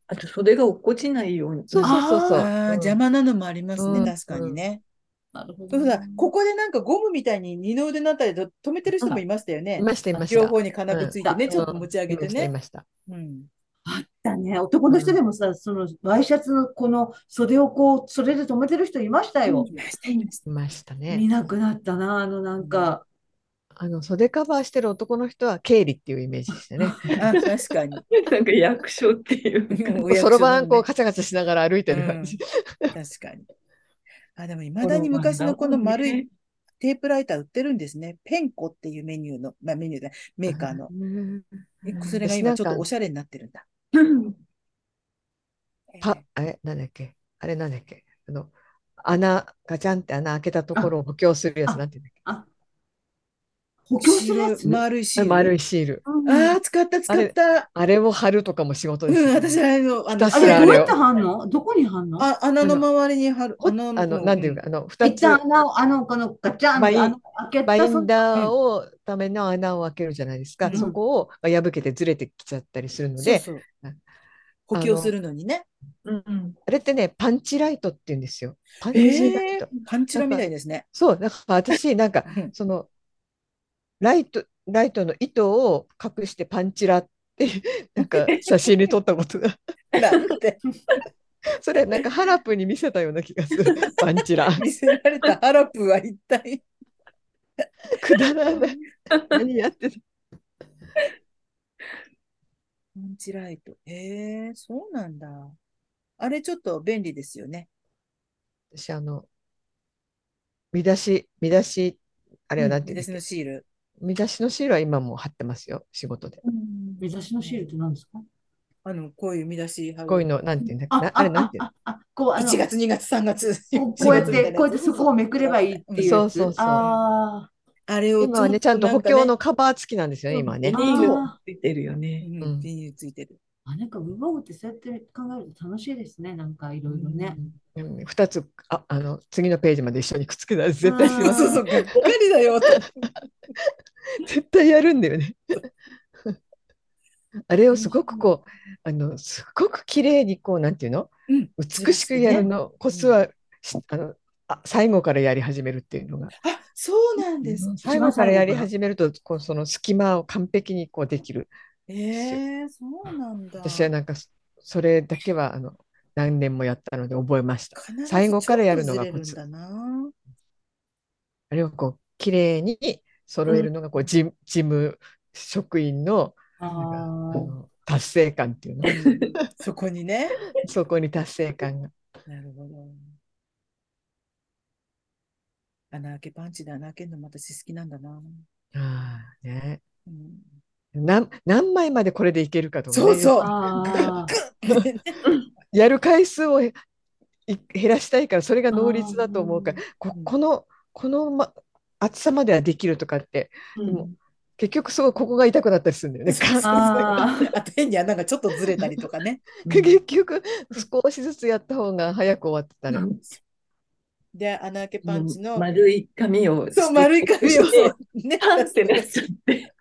Speaker 2: あと袖が落っこちないように。
Speaker 4: そうそうそうそう。
Speaker 1: ああー、邪魔なのもありますね、
Speaker 4: うん
Speaker 1: 確かにね。
Speaker 3: なるほ
Speaker 1: そ
Speaker 3: ど
Speaker 1: う
Speaker 3: ね
Speaker 1: だ、ここでなんかゴムみたいに二の腕のあたりで止めてる人もいましたよ
Speaker 4: うん
Speaker 1: ね
Speaker 4: い。ました、いました。
Speaker 1: 両方に金具ついてね、
Speaker 3: うん
Speaker 1: ちょっと持ち上げて
Speaker 4: い
Speaker 1: ね。
Speaker 4: ました。
Speaker 1: うん。
Speaker 3: だね、男の人でもさ、そのワイシャツのこの袖をこう、袖で止めてる人いましたよ
Speaker 1: い。ました、いました。
Speaker 4: いました
Speaker 3: 見
Speaker 4: ね。
Speaker 3: なくなったな、あのなんか。
Speaker 4: あの袖カバーしてる男の人は経理っていうイメージでしたね。
Speaker 1: あ、確か に。
Speaker 2: なんか役所っていうか。
Speaker 1: お役所のね
Speaker 4: そろばんこうカチャカチャしながら歩いてる感じ。
Speaker 1: 確かに。あ、でも未だに昔のこの丸いテープライター売ってるんですね。ペンコっていうメニューの、まあメニューだ、メーカーの。えそれが今ちょっとおしゃれになってるんだ。
Speaker 2: うん。
Speaker 4: パ、 あれ、なんだっけあれなんだっけあの、穴、ガチャンって穴開けたところを補強するやつ
Speaker 3: あ
Speaker 4: なんていうんだっ
Speaker 3: あ、補強するや
Speaker 1: シー
Speaker 3: つ
Speaker 1: ル丸いシ
Speaker 4: け
Speaker 1: ール。
Speaker 4: 丸いシール。
Speaker 3: うん
Speaker 1: ああ、使った、使った。
Speaker 4: あれを貼るとかも仕事です
Speaker 1: う
Speaker 4: よ
Speaker 1: ん、
Speaker 4: ね。
Speaker 1: 私、あの、あの、
Speaker 4: 私
Speaker 3: あ
Speaker 1: あ
Speaker 3: れ
Speaker 1: れ
Speaker 3: ど
Speaker 4: あ
Speaker 3: う
Speaker 4: れを
Speaker 3: やって貼んのどこに貼んの
Speaker 1: あ穴の周りに貼る。
Speaker 4: ほあの、なんていう
Speaker 1: か。
Speaker 4: か、あの、二
Speaker 3: 一
Speaker 4: つ
Speaker 3: 旦穴を、あの、このガチャンっ
Speaker 4: バ
Speaker 3: て
Speaker 4: イン
Speaker 3: 穴を開け
Speaker 4: バ
Speaker 3: た、
Speaker 4: イ
Speaker 3: そ
Speaker 4: ン
Speaker 3: の
Speaker 4: ダーをための穴を開けるじゃないですか。
Speaker 1: うん
Speaker 4: そこをまあ破けてずれてきちゃったりするの
Speaker 1: そう
Speaker 4: で、
Speaker 1: そう
Speaker 4: うん。
Speaker 1: 補強するのにね。
Speaker 2: うん。
Speaker 4: あれってね、パンチライトって言うんですよ。パンチライ
Speaker 1: ええ
Speaker 4: ト。
Speaker 1: パンチラみたいですね。
Speaker 4: そう、だから私、なんか、
Speaker 1: うん
Speaker 4: その、ライト、ライトの糸を隠してパンチラって、 なんか写真に撮ったことが、
Speaker 1: なんて
Speaker 4: それなんかハラプに見せたような気が する。パンチラ。
Speaker 1: 見せられたハラプは一体。
Speaker 4: くだ らない。何やってた
Speaker 1: パンチライト。ええそうなんだ。あれちょっと便利ですよね。
Speaker 4: 私、あの、見出し、見出し、あれはなんていうんだっ
Speaker 1: 私
Speaker 4: け
Speaker 1: のシール。
Speaker 4: 見出しのシールは今も貼ってますよ、仕事で。
Speaker 3: 目指しのシールって何ですか
Speaker 1: あの、こういう見出し貼る。
Speaker 4: こういうの、なんていうんだっけ
Speaker 3: あ
Speaker 4: な、
Speaker 3: あ
Speaker 4: あれなんていうの
Speaker 3: ああこう、あの、
Speaker 1: 1月、2月、3月。
Speaker 3: こうこうやっ
Speaker 1: 4月みたいな
Speaker 3: て、
Speaker 1: つ
Speaker 3: こうやってそこをめくればいいっていうやつ。
Speaker 4: そうそうそう
Speaker 3: あ
Speaker 1: あれを
Speaker 4: 今はね、ちゃんと補強のカバー付きなんですよね、
Speaker 1: うん
Speaker 4: 今は
Speaker 2: ビ
Speaker 4: ね。
Speaker 2: ニ
Speaker 3: あ
Speaker 2: ールもついてるよ
Speaker 1: う
Speaker 2: ね。
Speaker 1: ん、
Speaker 4: うん
Speaker 1: ビニールついてる。
Speaker 3: あ、なんか文房具ってそうやって考えると楽しいですね。なんかいろいろね。
Speaker 4: うん二つ、あ、あの、次のページまで一緒にくっつけたら絶対し
Speaker 1: うん。
Speaker 4: ま
Speaker 3: あ
Speaker 1: そ
Speaker 4: す。
Speaker 1: うそうそう、がっかりだよ。
Speaker 4: 絶対やるんだよね。 あれをすごくこう、あの、すごく綺麗にこう、なんていうの
Speaker 1: うん
Speaker 4: 美しくやるの、コツは、しあの、あ、最後からやり始めるっていうのが。
Speaker 1: あ、そうなんです。
Speaker 4: 最後からやり始めると、こうその隙間を完璧にこうできる。
Speaker 1: ええそうなんだ。
Speaker 4: 私はなんかそ、それだけは、あの、何年もやったので覚えました。
Speaker 1: 必ず
Speaker 4: 最後からやるのが
Speaker 1: ちょっとずれるんだな。
Speaker 4: あれをこう、綺麗に揃えるのが、こう、事事務職員の、
Speaker 3: あ
Speaker 4: なんかあ
Speaker 3: ー
Speaker 4: の達成感っていうの
Speaker 1: そこにね。
Speaker 4: そこに達成感が。
Speaker 1: なるほど。穴開けパンチで穴開けるのも私好きなんだな。
Speaker 4: ああね、
Speaker 1: うん、
Speaker 4: 何何枚までこれでいけるかとか、ね、
Speaker 1: そうそう。
Speaker 3: あー。
Speaker 4: やる回数をへい減らしたいからそれが能率だと思うからこ
Speaker 1: うん
Speaker 4: このこの、ま、厚さまではできるとかって
Speaker 3: う
Speaker 4: でも
Speaker 3: ん
Speaker 4: 結局すごいここが痛くなったりするんだよね。
Speaker 1: そうそう
Speaker 3: あ
Speaker 1: あと変に穴がちょっとずれたりとかね。
Speaker 4: 結局少しずつやった方が早く終わってたら、
Speaker 2: うん
Speaker 1: で、穴開けパンチの、
Speaker 2: 丸い紙を
Speaker 1: そう、丸い紙を、そうね、
Speaker 2: パンってなっちゃって、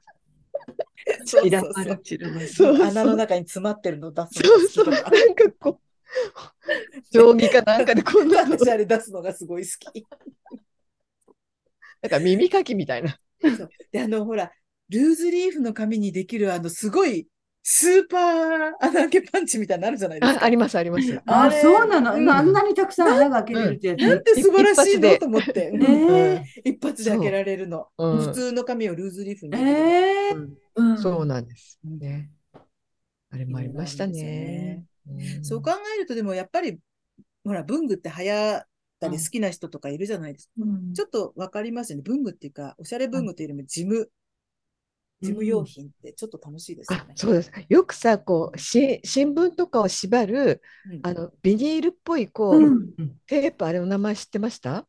Speaker 1: そうそ
Speaker 2: 散ら
Speaker 1: う
Speaker 2: ば
Speaker 1: そ
Speaker 2: る
Speaker 1: う
Speaker 2: 散らばる。
Speaker 4: そうそう
Speaker 1: 穴の中に詰まってるの出すの
Speaker 4: そう
Speaker 1: が
Speaker 4: そう
Speaker 1: 好き
Speaker 4: なん
Speaker 1: と
Speaker 4: か
Speaker 1: か。
Speaker 4: こう定規かなんかでこんなの
Speaker 1: 私あれ出すのがすごい好き。
Speaker 4: なんか耳かき みたいな。
Speaker 1: そうで、あの、ほら、ルーズリーフの紙にできる、あの、すごい、スーパー穴開けパンチみたいなのあるじゃないです
Speaker 4: あ
Speaker 1: か。
Speaker 4: ありますあります。
Speaker 3: あ
Speaker 1: あ
Speaker 3: ー、
Speaker 1: れ
Speaker 3: そうなの。
Speaker 1: うん
Speaker 3: あんなにたくさん穴が開けれるってやつ。
Speaker 1: なんて素晴らしい
Speaker 4: 一発で
Speaker 1: のと思って。
Speaker 3: えー
Speaker 1: 一発で開けられるの。
Speaker 4: うん
Speaker 1: 普通の紙をルーズリーフに
Speaker 3: え
Speaker 1: できるの。
Speaker 3: ー
Speaker 2: うん
Speaker 4: そうなんです。
Speaker 1: うん
Speaker 4: ね。あれもありましたね。ん
Speaker 1: そう考えると、でもやっぱり、ほら、文具って流行ったり
Speaker 3: うん
Speaker 1: 好きな人とかいるじゃないですか。
Speaker 2: うん
Speaker 1: ちょっとわかりますよね。文具っていうか、おしゃれ文具というよりも、事務、事務用品ってちょっと楽しいですよ
Speaker 4: あ
Speaker 1: ね。
Speaker 4: そうですよくさこうし新聞とかを縛る
Speaker 1: うん
Speaker 4: あのビニールっぽいこう、
Speaker 2: うん
Speaker 4: テープあれの名前知ってました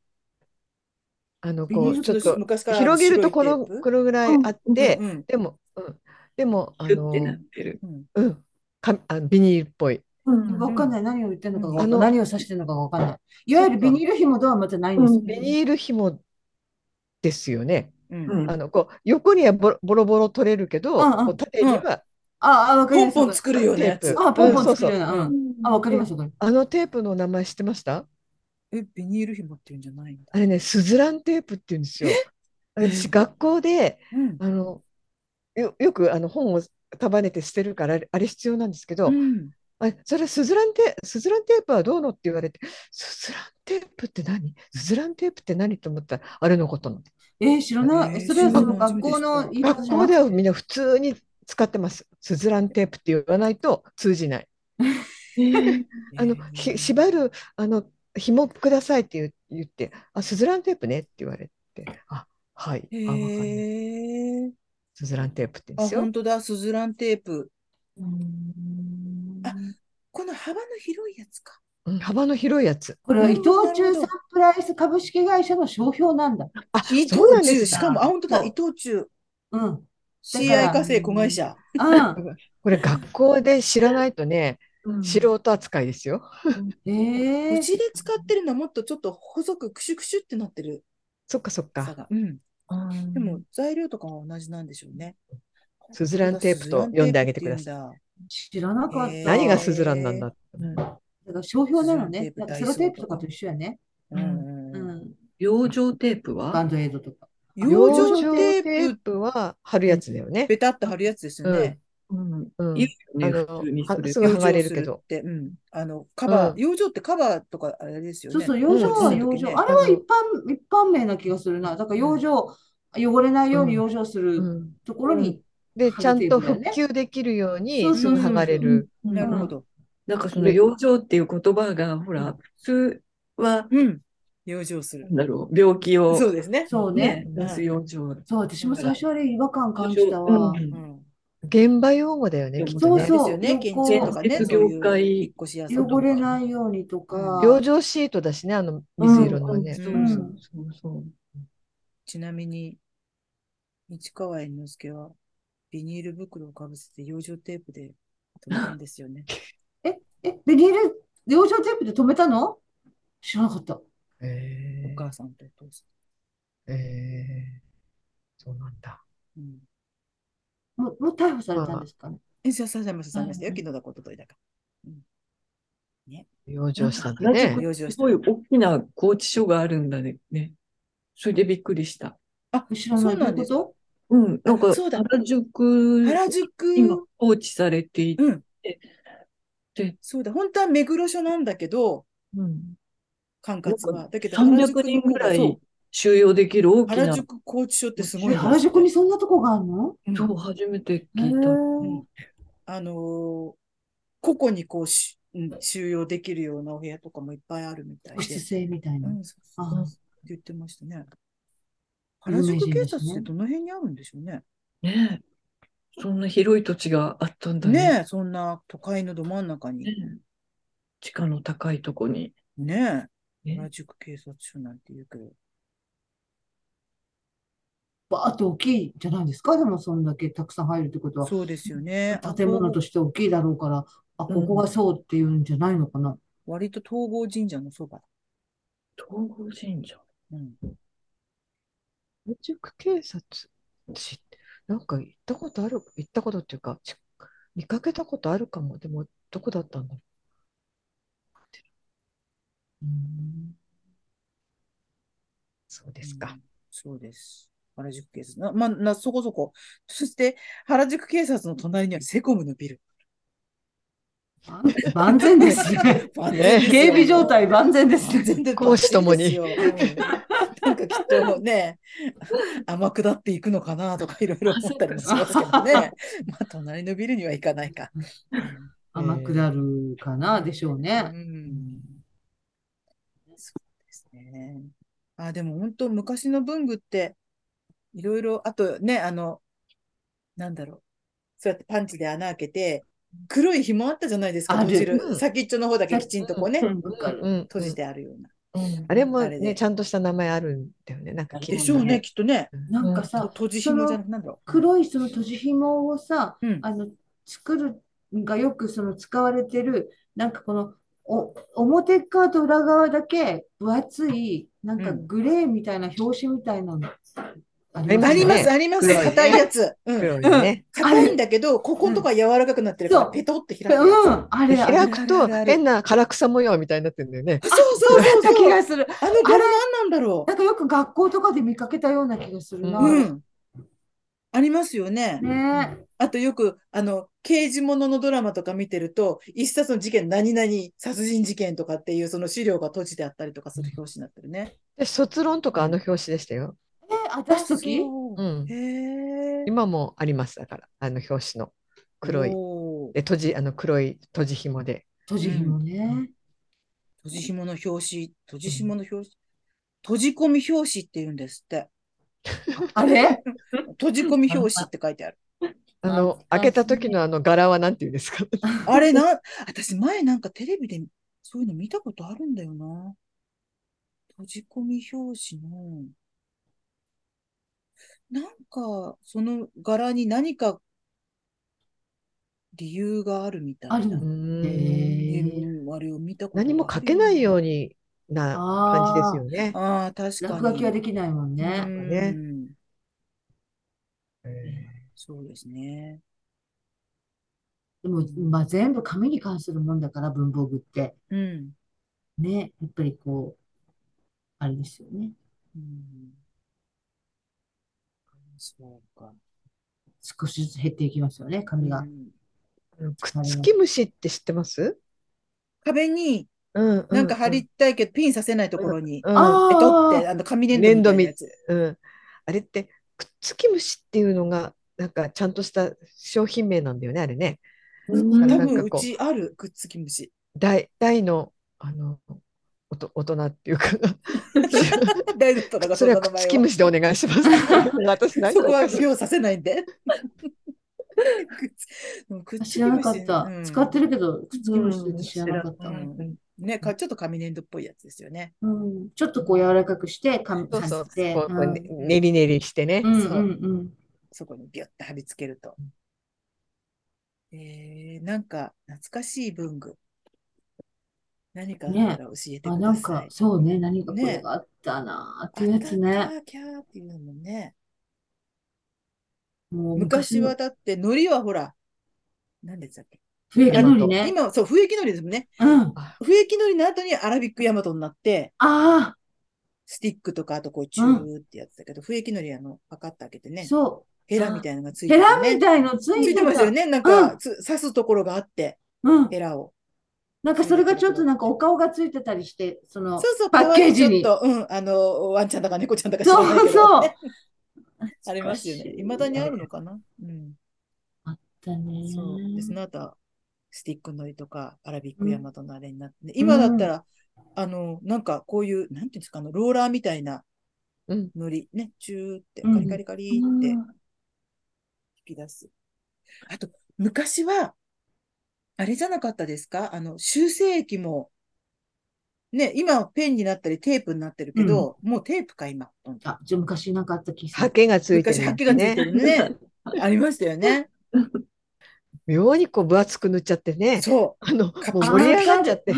Speaker 4: あの
Speaker 1: ビ
Speaker 4: こ
Speaker 1: ニ
Speaker 4: う
Speaker 1: ー
Speaker 4: ちょ
Speaker 1: ル
Speaker 4: っ
Speaker 1: の
Speaker 4: と
Speaker 1: 昔からある
Speaker 4: 広げるとこの
Speaker 1: 白いテープ
Speaker 4: このぐらいあっ
Speaker 2: うん
Speaker 4: て、
Speaker 1: うんうん
Speaker 4: でも、うん、でもあ
Speaker 2: キュッてなっ
Speaker 4: の、
Speaker 2: てる。
Speaker 1: うん
Speaker 4: うん、かあのビニールっぽい
Speaker 3: わかんない。何を言ってるのかがわかん
Speaker 4: あの
Speaker 3: ない。何を指してるのかがわかんない。いわゆるビニール紐とはまたないんですよ
Speaker 2: うん
Speaker 4: ビニール紐ですよね。
Speaker 1: うん
Speaker 2: うん
Speaker 4: あのこう横にはボロボロボロ取れるけど、
Speaker 3: うんうん
Speaker 4: こう縦には
Speaker 3: ああ、わかり
Speaker 1: ポ
Speaker 3: ま
Speaker 1: ン
Speaker 3: す。
Speaker 1: ポン作るようなや
Speaker 4: テ
Speaker 1: つ
Speaker 4: ー。プ
Speaker 3: あ、ポンポン作るような。。
Speaker 4: うんそうそううん
Speaker 3: あ、わかります。わかります
Speaker 4: あのテープの名前知ってました
Speaker 1: え、ビニール紐っていうんじゃないんだ
Speaker 4: あ。れね、スズランテープって言うんですよ。私、学校で
Speaker 1: うん。
Speaker 4: あのよよくあの本を束ねて捨てるから、あれあれ必要なんですけど、
Speaker 1: うん
Speaker 4: あれそれスズランテ、スズランテープはどうのって言われて、スズランテープって何スズランテープって何と思ったら、あれのことなの。
Speaker 3: えー、知らな
Speaker 1: え
Speaker 3: い。
Speaker 1: ー
Speaker 3: それはその
Speaker 1: 知らない
Speaker 3: 学校の言い方
Speaker 4: 学
Speaker 3: じゃな
Speaker 4: 校
Speaker 3: い
Speaker 4: ではみんな普通に使ってます。スズランテープって言わないと通じない。あのひ縛るあの紐くださいって言う言って、あ、スズランテープねって言われて、あ、はい、
Speaker 1: え
Speaker 4: あ、わかんない。
Speaker 1: ー、
Speaker 4: スズランテープって言うん
Speaker 1: あ、
Speaker 4: ですよ
Speaker 1: 本。当だ、スズランテープ。
Speaker 2: うん
Speaker 1: あこの幅の広いやつか。
Speaker 4: うん幅の広いやつ。
Speaker 3: これは伊藤
Speaker 1: な
Speaker 3: 忠
Speaker 1: るほ
Speaker 3: 産
Speaker 1: ど
Speaker 3: プライス株式会社の商標なんだ。
Speaker 4: あ、
Speaker 1: 伊藤
Speaker 4: そうなんで
Speaker 1: 忠、
Speaker 4: す
Speaker 1: し
Speaker 4: か。
Speaker 1: かも、あ、本当だ、
Speaker 3: そう
Speaker 1: 伊藤忠。
Speaker 3: うん。
Speaker 1: CI 化成子会社。
Speaker 3: あ
Speaker 4: これ学校で知らないとね、素人扱いですよ。
Speaker 3: えー
Speaker 1: うちで使ってるのはもっとちょっと細くクシュクシュってなってる
Speaker 4: そっかそっ
Speaker 1: 差
Speaker 4: か。
Speaker 1: が。うん。
Speaker 2: うん
Speaker 1: でも材料とかは同じなんでしょうね。
Speaker 4: スズランテープと呼んであげてください
Speaker 1: い。
Speaker 3: 知らなかっ
Speaker 1: えー
Speaker 3: た。
Speaker 4: 何がスズランなんだって。
Speaker 1: うん
Speaker 3: だから商標なのね。
Speaker 1: スズランテープ
Speaker 3: なんかセロテープとかと一緒やね。
Speaker 1: うん
Speaker 3: う
Speaker 1: うん
Speaker 3: ん。
Speaker 2: 養生テープ
Speaker 3: バ
Speaker 2: は
Speaker 3: ンドエイドとか。
Speaker 1: 養
Speaker 4: 養
Speaker 1: 生テ
Speaker 4: 生テ
Speaker 1: ー
Speaker 4: ー
Speaker 1: プ、
Speaker 4: プは貼るやつだよね。
Speaker 1: ベタって貼るやつですよね。
Speaker 2: うん
Speaker 4: うん。
Speaker 2: いる
Speaker 4: あ
Speaker 2: よね、
Speaker 4: の
Speaker 2: 普通にそれ
Speaker 4: はすぐ
Speaker 1: 養
Speaker 4: 剥が
Speaker 1: 生
Speaker 4: れ
Speaker 1: す
Speaker 4: るけ
Speaker 1: る
Speaker 4: ど
Speaker 1: っ。て、うん。あの、カバー、
Speaker 4: うん
Speaker 1: 養生ってカバーとかあれですよ
Speaker 3: そう
Speaker 1: ね。
Speaker 3: そう、養生
Speaker 4: う
Speaker 3: は
Speaker 4: ん
Speaker 3: 養生。
Speaker 1: うん
Speaker 3: あれは一般、一般名な気がするな。だから養生、汚れないように養生す
Speaker 4: う
Speaker 3: る
Speaker 4: ん。
Speaker 3: ところに。
Speaker 4: で、ちゃんと
Speaker 3: 貼るテープだよね
Speaker 4: 復旧できるよう
Speaker 3: そ
Speaker 4: に
Speaker 3: う
Speaker 4: す
Speaker 3: そう
Speaker 4: ぐ
Speaker 3: そう
Speaker 4: 剥がれる。
Speaker 2: うん
Speaker 1: なるほど。
Speaker 2: なんかその養生っていう言葉が、ほら、普通は、
Speaker 1: うん。養生する
Speaker 2: な。んだろう、病気を、
Speaker 1: そうですね。
Speaker 3: そうね
Speaker 2: ね。、出す養生。
Speaker 3: そう、私も最初あれ違和感感じた
Speaker 2: うん
Speaker 3: わ。
Speaker 1: うん。
Speaker 4: 現場用語だよね、きっと
Speaker 3: そう
Speaker 4: ね。
Speaker 1: そうですよね。
Speaker 3: 旅行
Speaker 1: 建築とかね。
Speaker 2: 建
Speaker 1: そう
Speaker 2: 設
Speaker 1: いう
Speaker 2: 業界
Speaker 1: 引っ越し屋さんとか
Speaker 3: 汚れないようにとか。
Speaker 4: 養生シートだしね、あの水色のはね。
Speaker 2: うんそうそうそうそう。
Speaker 1: ちなみに、市川猿之助はビニール袋をかぶせて養生テープで止めたんですよね。
Speaker 3: え、ビニール、養生テープで止めたの知らなかった。
Speaker 1: お
Speaker 4: え
Speaker 1: 母さんとお父さ
Speaker 4: ー、えー、そうなんだ。
Speaker 1: ん。うん、
Speaker 3: もう、もう逮捕されたんですかね。
Speaker 1: え、じゃあ、さざました、さざましたよ。
Speaker 3: うん
Speaker 1: 昨日だことといだか
Speaker 4: 養生したんだ
Speaker 2: 同じ
Speaker 4: ね
Speaker 1: ら。。
Speaker 2: く
Speaker 1: 養生
Speaker 2: す
Speaker 1: した
Speaker 2: ごい。大きな拘置所があるんだね。それでびっくりした。
Speaker 3: 知らない
Speaker 1: そうなん
Speaker 3: どういう
Speaker 1: です
Speaker 3: こと
Speaker 2: うん、なんか
Speaker 1: そうだ
Speaker 2: 原宿
Speaker 1: 原
Speaker 2: 今
Speaker 1: 宿、
Speaker 2: 放置されていて、
Speaker 1: うん
Speaker 2: で
Speaker 1: そうだ、本当は目黒署なんだけど、
Speaker 2: うん
Speaker 1: 管轄は。だけど、原宿
Speaker 2: 300
Speaker 1: の
Speaker 2: 人ぐら
Speaker 1: そ
Speaker 2: いう収容できる大きな
Speaker 1: 原、宿拘置所ってすごい
Speaker 3: え
Speaker 1: の。
Speaker 3: 原宿にそんなとこがあるの
Speaker 1: うん
Speaker 2: そう、初めて
Speaker 3: へ
Speaker 2: 聞いた。
Speaker 1: うんあのー個々にこうし、うん収容できるようなお部屋とかもいっぱいあるみたい
Speaker 3: 個室
Speaker 1: で。
Speaker 3: 制みたいうな。
Speaker 1: ん、そうそう
Speaker 3: あ
Speaker 1: って言ってましたね。
Speaker 3: 有名
Speaker 1: 原
Speaker 3: 人
Speaker 1: 宿警察っ
Speaker 3: です
Speaker 1: て
Speaker 3: ね
Speaker 1: どの辺にあるんでしょうね。
Speaker 2: ねえそんな広い土地があったんだね。
Speaker 1: ねえ、そんな都会のど真ん中に。
Speaker 2: ねえ地価の高いとこに。
Speaker 1: ねえ、
Speaker 2: ね
Speaker 1: 原宿警察署なんて言うけど。
Speaker 3: バーッと大きいじゃないですか。でも、そんだけたくさん入るってことは、
Speaker 1: そうですよね。あ
Speaker 3: 建物
Speaker 1: 逃
Speaker 3: として大きいだろうから、あ、ここがそうっていうんじゃないのかな。
Speaker 1: 亡割と東郷神社のそばだ。
Speaker 2: 東郷神社。
Speaker 1: うん。
Speaker 4: 原宿警察しなんか行ったことある、行ったことっていうか、ち見かけたことあるかも。でも、どこだったんだろう。うーんそうです
Speaker 1: う
Speaker 4: か
Speaker 1: ん。そうです。原宿警察。なまあ、な、そこそこ。そして、原宿警察の隣にあるセコムのビル。
Speaker 3: 万全で すね。
Speaker 4: ね
Speaker 3: 警備状態万全です
Speaker 1: 全
Speaker 3: ね。
Speaker 1: 然
Speaker 4: 公私ともに
Speaker 1: なんかきっとね、天下っていくのかなとかいろいろ思ったりもしますけどね。まあ、隣のビルには行かないか。
Speaker 3: 甘くなるかな、でしょう
Speaker 1: う
Speaker 3: ね。
Speaker 1: ん。そうですね。あ、でも本当昔の文具って、いろいろ、あとね、あの、なんだろう。そうやってパンチで穴開けて、黒い紐あったじゃないですか、
Speaker 3: ある
Speaker 1: 閉じる。
Speaker 4: うん
Speaker 1: 先っちょの方だけきちんとこうね、
Speaker 2: うん
Speaker 3: わかる。
Speaker 4: うん、
Speaker 1: 閉じてあるような。
Speaker 2: うん
Speaker 4: あれも
Speaker 1: あれで
Speaker 4: ね、ちゃんとした名前あるんだよね。なんか
Speaker 1: でしょうね、。きっとね。
Speaker 3: なんかさ、
Speaker 1: 閉じ紐じゃなくなんだろう。
Speaker 3: 黒いそのとじ紐をさ、
Speaker 1: うん
Speaker 3: あの作るがよくその使われてるなんかこのお表側と裏側だけ分厚いなんか
Speaker 1: うん
Speaker 3: グレーみたいな表紙みたいなのあり
Speaker 1: ありま
Speaker 3: ま
Speaker 1: す、
Speaker 3: すよね
Speaker 1: あります。
Speaker 4: 黒いね
Speaker 1: 硬いやつ。うん。
Speaker 4: 黒いね。
Speaker 1: 硬いんだけど、ここのとこは柔らかくなってるから、
Speaker 3: そう
Speaker 1: ペトって開くやつ。
Speaker 3: うん、あれ、あれ
Speaker 4: 開くと変な唐草模様みたいになってるんだよね。
Speaker 1: そう そうそう
Speaker 3: だった
Speaker 1: そ
Speaker 3: 気
Speaker 1: う。
Speaker 3: がする。
Speaker 1: あの柄何なんだろ
Speaker 3: なんかよく学校とかで見かけたような気がするな。
Speaker 1: う。うん。ありますよね。
Speaker 3: ねえ
Speaker 1: あとよく、あの、刑事もののドラマとか見てると、一冊の事件、何々、殺人事件とかっていう、その資料が閉じてあったりとかする表紙になってるね。
Speaker 4: で卒論とかあの表紙でしたよ。
Speaker 3: え、あ出すとき
Speaker 1: そう
Speaker 4: うん
Speaker 1: へえ。
Speaker 4: 今もありますだから、あの表紙の黒い。
Speaker 1: おー
Speaker 4: で、閉じ、あの黒い閉じ紐で。
Speaker 3: とじ紐ね。
Speaker 1: 閉じ紐の表紙、閉じ紐の表紙、閉じ込み表紙って言うんですって。
Speaker 3: あれ
Speaker 1: 閉じ込み表紙って書いてある。
Speaker 4: あの、
Speaker 2: あ
Speaker 4: 開けた時のあの柄はなんていうんですか。
Speaker 1: あれな、私前なんかテレビでそういうの見たことあるんだよな。閉じ込み表紙の、なんかその柄に何か理由があるみたいな
Speaker 3: ある。
Speaker 1: う
Speaker 3: へー
Speaker 1: んあれを見たことがある
Speaker 4: 何も書けないようにな感じですよね。
Speaker 1: ああ、確かに。
Speaker 3: 落書きはできないもんね。
Speaker 4: ね
Speaker 1: うん
Speaker 4: え
Speaker 1: そうですね。
Speaker 3: でも、まあ、全部紙に関するもんだから、文房具って。
Speaker 1: うん。
Speaker 3: ね、やっぱりこう、あれですよね。
Speaker 1: うん、そうか。
Speaker 3: 少しずつ減っていきますよね、紙
Speaker 1: う
Speaker 3: が。
Speaker 1: ん
Speaker 4: ーくっつき虫って知ってます
Speaker 1: 壁に
Speaker 4: うんう
Speaker 1: なんか貼りたいけど、ピンさせないところに、
Speaker 4: うん
Speaker 3: あ
Speaker 1: ペトって、
Speaker 3: あ、
Speaker 1: あの紙粘土みたいなやつ。
Speaker 4: うん、あれってくっつき虫っていうのがなんかちゃんとした商品名なんだよねあれね
Speaker 2: うん
Speaker 4: あ
Speaker 1: 多
Speaker 4: のなん
Speaker 1: 分
Speaker 4: か
Speaker 1: う
Speaker 4: こう
Speaker 1: ちあるくっつき虫。
Speaker 4: 大大のあのおと大人っ ていうか
Speaker 1: 大丈夫だから
Speaker 4: そ
Speaker 1: そ
Speaker 4: れ
Speaker 1: の
Speaker 4: は
Speaker 1: 名
Speaker 4: くっ
Speaker 1: 前
Speaker 4: つき
Speaker 1: を。
Speaker 4: 虫でお願 いします私何
Speaker 1: そこは
Speaker 4: かしら
Speaker 1: 秒させないん で。くっつでもくっつ
Speaker 3: 知
Speaker 1: き
Speaker 3: らな
Speaker 1: 虫
Speaker 3: かった。使ってるけど、くっつき虫って知らなかった。
Speaker 1: うんね、かちょっと紙粘土っぽいやつですよね。
Speaker 3: うん、ちょっとこう柔らかくして、かん、
Speaker 4: そう
Speaker 3: さ
Speaker 4: そう、
Speaker 3: せて、
Speaker 4: こうこうね
Speaker 3: うん
Speaker 4: ねりねりしてね。
Speaker 3: うん
Speaker 1: そう
Speaker 3: うんうん。
Speaker 1: そこにビュッて貼り付けると。えー、なんか懐かしい文具。何かあったら教えて
Speaker 3: あ、
Speaker 1: く
Speaker 3: な
Speaker 1: だ
Speaker 3: ん
Speaker 1: さ
Speaker 3: か
Speaker 1: い。、
Speaker 3: そうね、何かこ
Speaker 1: ね
Speaker 3: れがあったなーって
Speaker 1: あ
Speaker 3: いうや
Speaker 1: った
Speaker 3: つね。
Speaker 1: あったキャーっていうのもね。
Speaker 3: もう
Speaker 1: 昔
Speaker 3: の
Speaker 1: はだって、海苔はほら、何でしたっけ
Speaker 3: 笛木のりね。
Speaker 1: 今はそう、不液のりですもんね。
Speaker 3: うん。あ
Speaker 1: 不液のりの後にアラビックヤマトになって、
Speaker 3: あ
Speaker 1: スティックとか、あとこう、チューってやつだけど、不液のりあの、パカッと開けて
Speaker 3: ー、
Speaker 1: ね、
Speaker 3: そ
Speaker 1: ヘラみたいなのがつ
Speaker 3: う。
Speaker 1: い
Speaker 3: ヘ
Speaker 1: てる
Speaker 3: ラみ
Speaker 1: ね。
Speaker 3: たいのつ
Speaker 1: つ
Speaker 3: い
Speaker 1: い
Speaker 3: て
Speaker 1: てますよ
Speaker 3: た。
Speaker 1: ね。なん
Speaker 3: う
Speaker 1: か、つ刺すところがあって、
Speaker 3: うん。
Speaker 1: ヘラを。
Speaker 3: なんかそれがちょっとなんかお顔がついてたりして、その
Speaker 1: そうそう、
Speaker 3: パッケージに。
Speaker 1: 可愛いちょっと、うん、あの、ワンちゃんだか猫ちゃんだか知らない
Speaker 3: そう
Speaker 1: けど、
Speaker 3: そう。
Speaker 1: ありますよね。いまだにあるのかなうん。
Speaker 3: あったね。
Speaker 1: そう。で、その後は、スティックのりとか、アラビッ
Speaker 3: う
Speaker 1: ク
Speaker 3: ん
Speaker 1: ヤマトのあれになって、今だったら、あの、なんかこういう、なんていうんですか、あの、ローラーみたいな
Speaker 4: うん
Speaker 1: のり、ね、チューって、
Speaker 3: うん
Speaker 1: カリカリカリって
Speaker 3: う
Speaker 1: 引
Speaker 3: ん
Speaker 1: き出す。あと、昔は、あれじゃなかったですかあの、修正液も、ね、今ペンになったりテープになってるけど、もうテープか、今。ほとんど
Speaker 3: あ、じゃあ昔なかった気がす
Speaker 4: ハ
Speaker 3: る。
Speaker 4: ケがついてる
Speaker 1: 昔、
Speaker 4: やつ
Speaker 1: ハケがついて
Speaker 4: ね。
Speaker 1: るね。ありましたよね。
Speaker 4: 妙にこう分厚く塗っちゃってね。
Speaker 1: そ
Speaker 4: あの、
Speaker 1: か
Speaker 4: もう
Speaker 1: き
Speaker 4: 盛り上がっちゃって、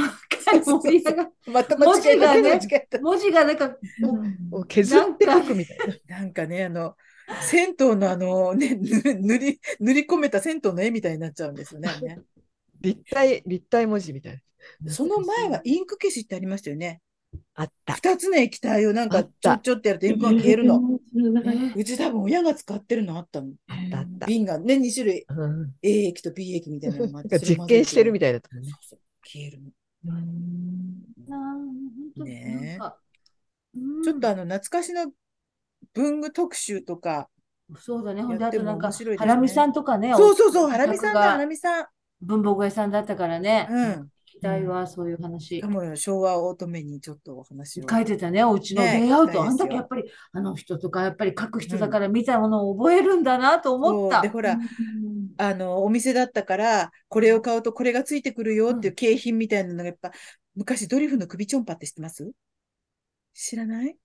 Speaker 3: 盛り上がっ
Speaker 1: う。また間違えた。
Speaker 3: 文字がね
Speaker 1: 間違えた
Speaker 3: 文字がなんか、こう
Speaker 4: もう削って書くみたいな。
Speaker 1: なんかね、あの、銭湯のあの、ね、ぬ塗り、塗り込めた銭湯の絵みたいになっちゃうんですよね。あれね
Speaker 4: 立体、立体文字みたい な。
Speaker 1: その前はインク消しってありましたよね。
Speaker 4: あった。
Speaker 1: 二つの液体をなん
Speaker 4: あ
Speaker 1: かち
Speaker 4: っ
Speaker 1: ょ
Speaker 4: た
Speaker 1: っちょってやるとインクが消えるの。
Speaker 3: えー
Speaker 1: うち多分親が使ってるのあったの。
Speaker 4: あったあった。
Speaker 1: 瓶がね、二種類。
Speaker 4: うん、
Speaker 1: A 液と B 液みたいなのもあっ
Speaker 4: なん
Speaker 1: て。
Speaker 4: か実験してるみ
Speaker 1: た
Speaker 4: たいだったもん
Speaker 1: い
Speaker 4: ね。
Speaker 1: そうそう。消えるの。
Speaker 3: なあ本当
Speaker 1: ねえ
Speaker 3: なんか、
Speaker 1: ちょっと
Speaker 3: う
Speaker 1: あの、懐かしの文具特集とか。
Speaker 3: ん、そうだね。ほんで、
Speaker 1: やっ
Speaker 3: あ
Speaker 1: て
Speaker 3: と
Speaker 1: も
Speaker 3: なん
Speaker 1: 面
Speaker 3: か、
Speaker 1: 白いです
Speaker 3: ハ
Speaker 1: ね
Speaker 3: ラミさんとかね、
Speaker 1: そうそうそう、
Speaker 3: お
Speaker 1: ハラミさんだ、
Speaker 3: が
Speaker 1: ハラミさん。
Speaker 3: 文房具屋さんだったからね。
Speaker 1: うん。
Speaker 3: 期待はそういう話
Speaker 1: しか。も昭和を乙女にちょっとお話を。
Speaker 3: 書いてたね、お家の
Speaker 1: ね
Speaker 3: レイアウ
Speaker 1: 書
Speaker 3: ト。
Speaker 1: きたい
Speaker 3: あん
Speaker 1: です
Speaker 3: だ
Speaker 1: よ
Speaker 3: けやっぱり、あの人とか、やっぱり書く人だから見たものを覚えるんだなと思っ
Speaker 1: そう
Speaker 3: た。
Speaker 1: で、ほら、
Speaker 2: うん
Speaker 1: あの、お店だったから、これを買うとこれがついてくるよっていう景品みたいなのがやっぱ、昔ドリフの首ちょんぱって知ってます知らない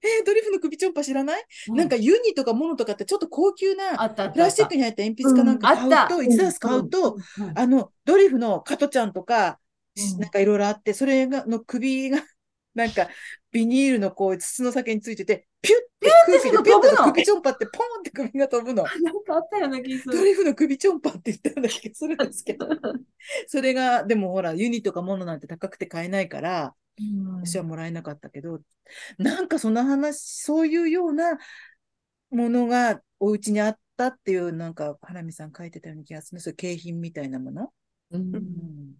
Speaker 1: えードリフの首ちょんぱ知らない、
Speaker 3: う
Speaker 1: なんか、ユニとかモノとかってちょっと高級
Speaker 3: あ
Speaker 1: な、
Speaker 3: ったあったあった。
Speaker 1: プラスチックに入った鉛筆かなんか買
Speaker 3: うんあ
Speaker 1: う
Speaker 3: った
Speaker 1: と、一冊買うと、
Speaker 3: うん
Speaker 1: あの、ドリフの加トちゃんとか、し
Speaker 2: うん
Speaker 1: なんかいろいろあって、それが、の首が、 なんか、ビニールのこう、筒の先についてて、ピュッて空気で
Speaker 3: すぐ
Speaker 1: ピュッて
Speaker 3: 飛ぶの
Speaker 1: 首ちょんぱって、ポンって首が飛ぶの。
Speaker 3: なんかあったような気がす
Speaker 1: ド
Speaker 3: る。
Speaker 1: リフの首ちょんぱって言ったんだけど、それですけど。 それが、でもほら、ユニとかモノなんて高くて買えないから、私はもらえなかったけど、なんかその話、そういうようなものがお家にあったっていう、なんか、花見さん書いてたような気がするね。そういう景品みたいなもの。
Speaker 4: うん
Speaker 1: うん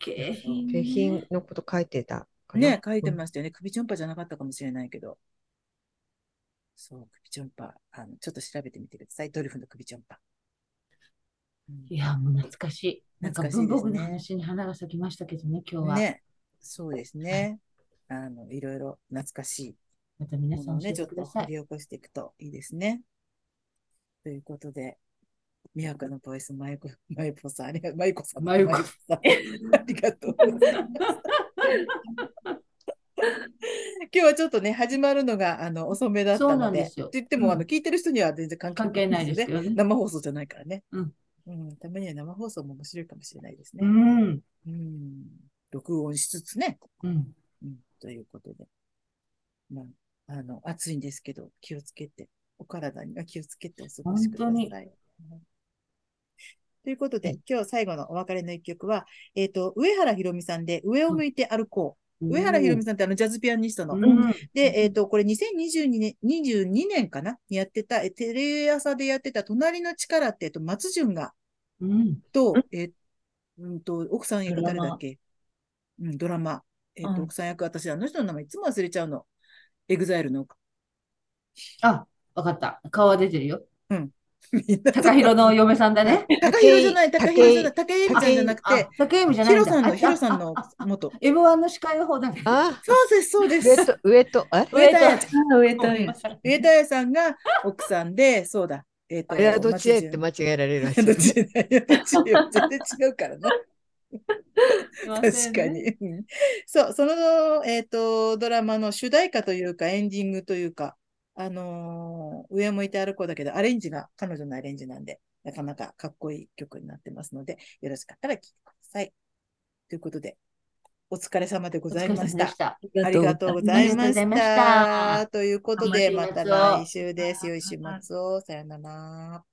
Speaker 3: 景品ね
Speaker 4: 景品のこと書いてたかな。
Speaker 1: ね、書いてましたよね。首ちょんぱじゃなかったかもしれないけど。そう、首ちょんぱ。あの、ちょっと調べてみてください。ドリフの首ちょんぱ。うん
Speaker 3: いや、もう懐かしい。なんか
Speaker 1: 懐かしい
Speaker 3: 文
Speaker 1: ですね
Speaker 3: 房具の話に花が咲きましたけどね、今日は。
Speaker 1: ね、そうですね。あの、いろいろ懐かし
Speaker 3: また
Speaker 1: い
Speaker 3: 皆
Speaker 1: も
Speaker 3: さ
Speaker 1: のを
Speaker 3: ん教え
Speaker 1: ね、ちょっ
Speaker 3: てくだ
Speaker 1: と
Speaker 3: さ
Speaker 1: 掘
Speaker 3: い。
Speaker 1: り起こしていくといいですね。ということで、宮古のボイス、まゆこ、まゆぽさん、ありがとう、まゆこさん、
Speaker 3: まゆこ
Speaker 1: さん、ありがとうございます。 今日はちょっとね、始まるのが、あの、遅めだった
Speaker 3: そうな
Speaker 1: の
Speaker 3: ん
Speaker 1: で、
Speaker 3: ですよ
Speaker 1: って言っても、あ
Speaker 3: う
Speaker 1: の、
Speaker 3: ん
Speaker 1: 聞いてる人には全然関係
Speaker 3: 関係ないですけどね。
Speaker 1: 生放送じゃないからね。
Speaker 3: うん。
Speaker 1: うん、ためには生放送も面白いかもしれないです
Speaker 3: う
Speaker 1: ね。
Speaker 3: ん。
Speaker 1: うん。録音しつつね。
Speaker 3: うん。
Speaker 1: うん、ということで。まあ、あの、暑いんですけど、気をつけて、お体には気をつけてお過ごしくださ
Speaker 3: 本
Speaker 1: い。
Speaker 3: 当
Speaker 1: うんということで、今日最後のお別れの一曲は、えっ、と、上原ひろみさんで、上を向いて歩こう。上原ひろみさんってあの、ジャズピアニストの。
Speaker 3: うん。
Speaker 1: で、えっ、と、これ2022年、22年かなにやってた、えテレ朝でやってた、隣の力って、えっと、松潤が、
Speaker 3: うん。
Speaker 1: と、えっ、うんと、奥さん役誰だっけうん、ドラマ。えっ、と、
Speaker 2: うん
Speaker 1: 奥さん役、私、あの人の名前いつも忘れちゃうの。エグザイルの、
Speaker 3: あ、わかった。顔は出てるよ。
Speaker 1: みんな
Speaker 3: 高弘の嫁さんだね。
Speaker 1: 高弘じゃない、高
Speaker 4: 武井
Speaker 1: 弘じゃない、高弘ちゃんじゃなく
Speaker 3: あ
Speaker 1: て、、
Speaker 3: 竹山じゃ
Speaker 1: ヒ
Speaker 3: ない
Speaker 1: ロ
Speaker 3: んだ。
Speaker 1: さん
Speaker 3: あ
Speaker 1: の、ヒロさん。
Speaker 3: あ
Speaker 1: の
Speaker 3: ああ
Speaker 1: 元。
Speaker 3: M1 の司会の方だね。
Speaker 4: あ、
Speaker 1: そうです、そうで
Speaker 4: 上
Speaker 1: す。
Speaker 4: と、上と、あれ
Speaker 1: 上田
Speaker 3: 上
Speaker 1: 彩
Speaker 3: 田
Speaker 1: ちゃん。
Speaker 2: 上田や
Speaker 1: 上田彩さんが奥さんで、そうだ。えっ、
Speaker 4: あ
Speaker 1: と、
Speaker 4: れはどっちへって
Speaker 1: 松
Speaker 4: 間違えられるらし
Speaker 1: 潤ど
Speaker 4: い
Speaker 1: っ。ちへどっちへ全然違うからね。
Speaker 3: すいませ
Speaker 1: 確
Speaker 3: ん
Speaker 1: か
Speaker 3: ね。
Speaker 1: に。うんそう、その、えっ、と、ドラマの主題歌というか、エンディングというか、あのー上向いて歩こうだけど、アレンジが彼女のアレンジなんで、なかなかかっこいい曲になってますので、よろしかったら聴いてください。ということで、お疲れ様でご
Speaker 3: お
Speaker 1: ざ
Speaker 3: 疲
Speaker 1: い
Speaker 3: れ
Speaker 1: ま
Speaker 3: 様
Speaker 1: し
Speaker 3: で
Speaker 1: た
Speaker 3: し。た。
Speaker 1: ありがとうございま
Speaker 3: ありがとう
Speaker 1: し
Speaker 3: ございました
Speaker 1: た。ということで、
Speaker 3: 浜
Speaker 1: ま
Speaker 3: 松
Speaker 1: た
Speaker 3: を
Speaker 1: 来週です。よいしまつを。さよなら。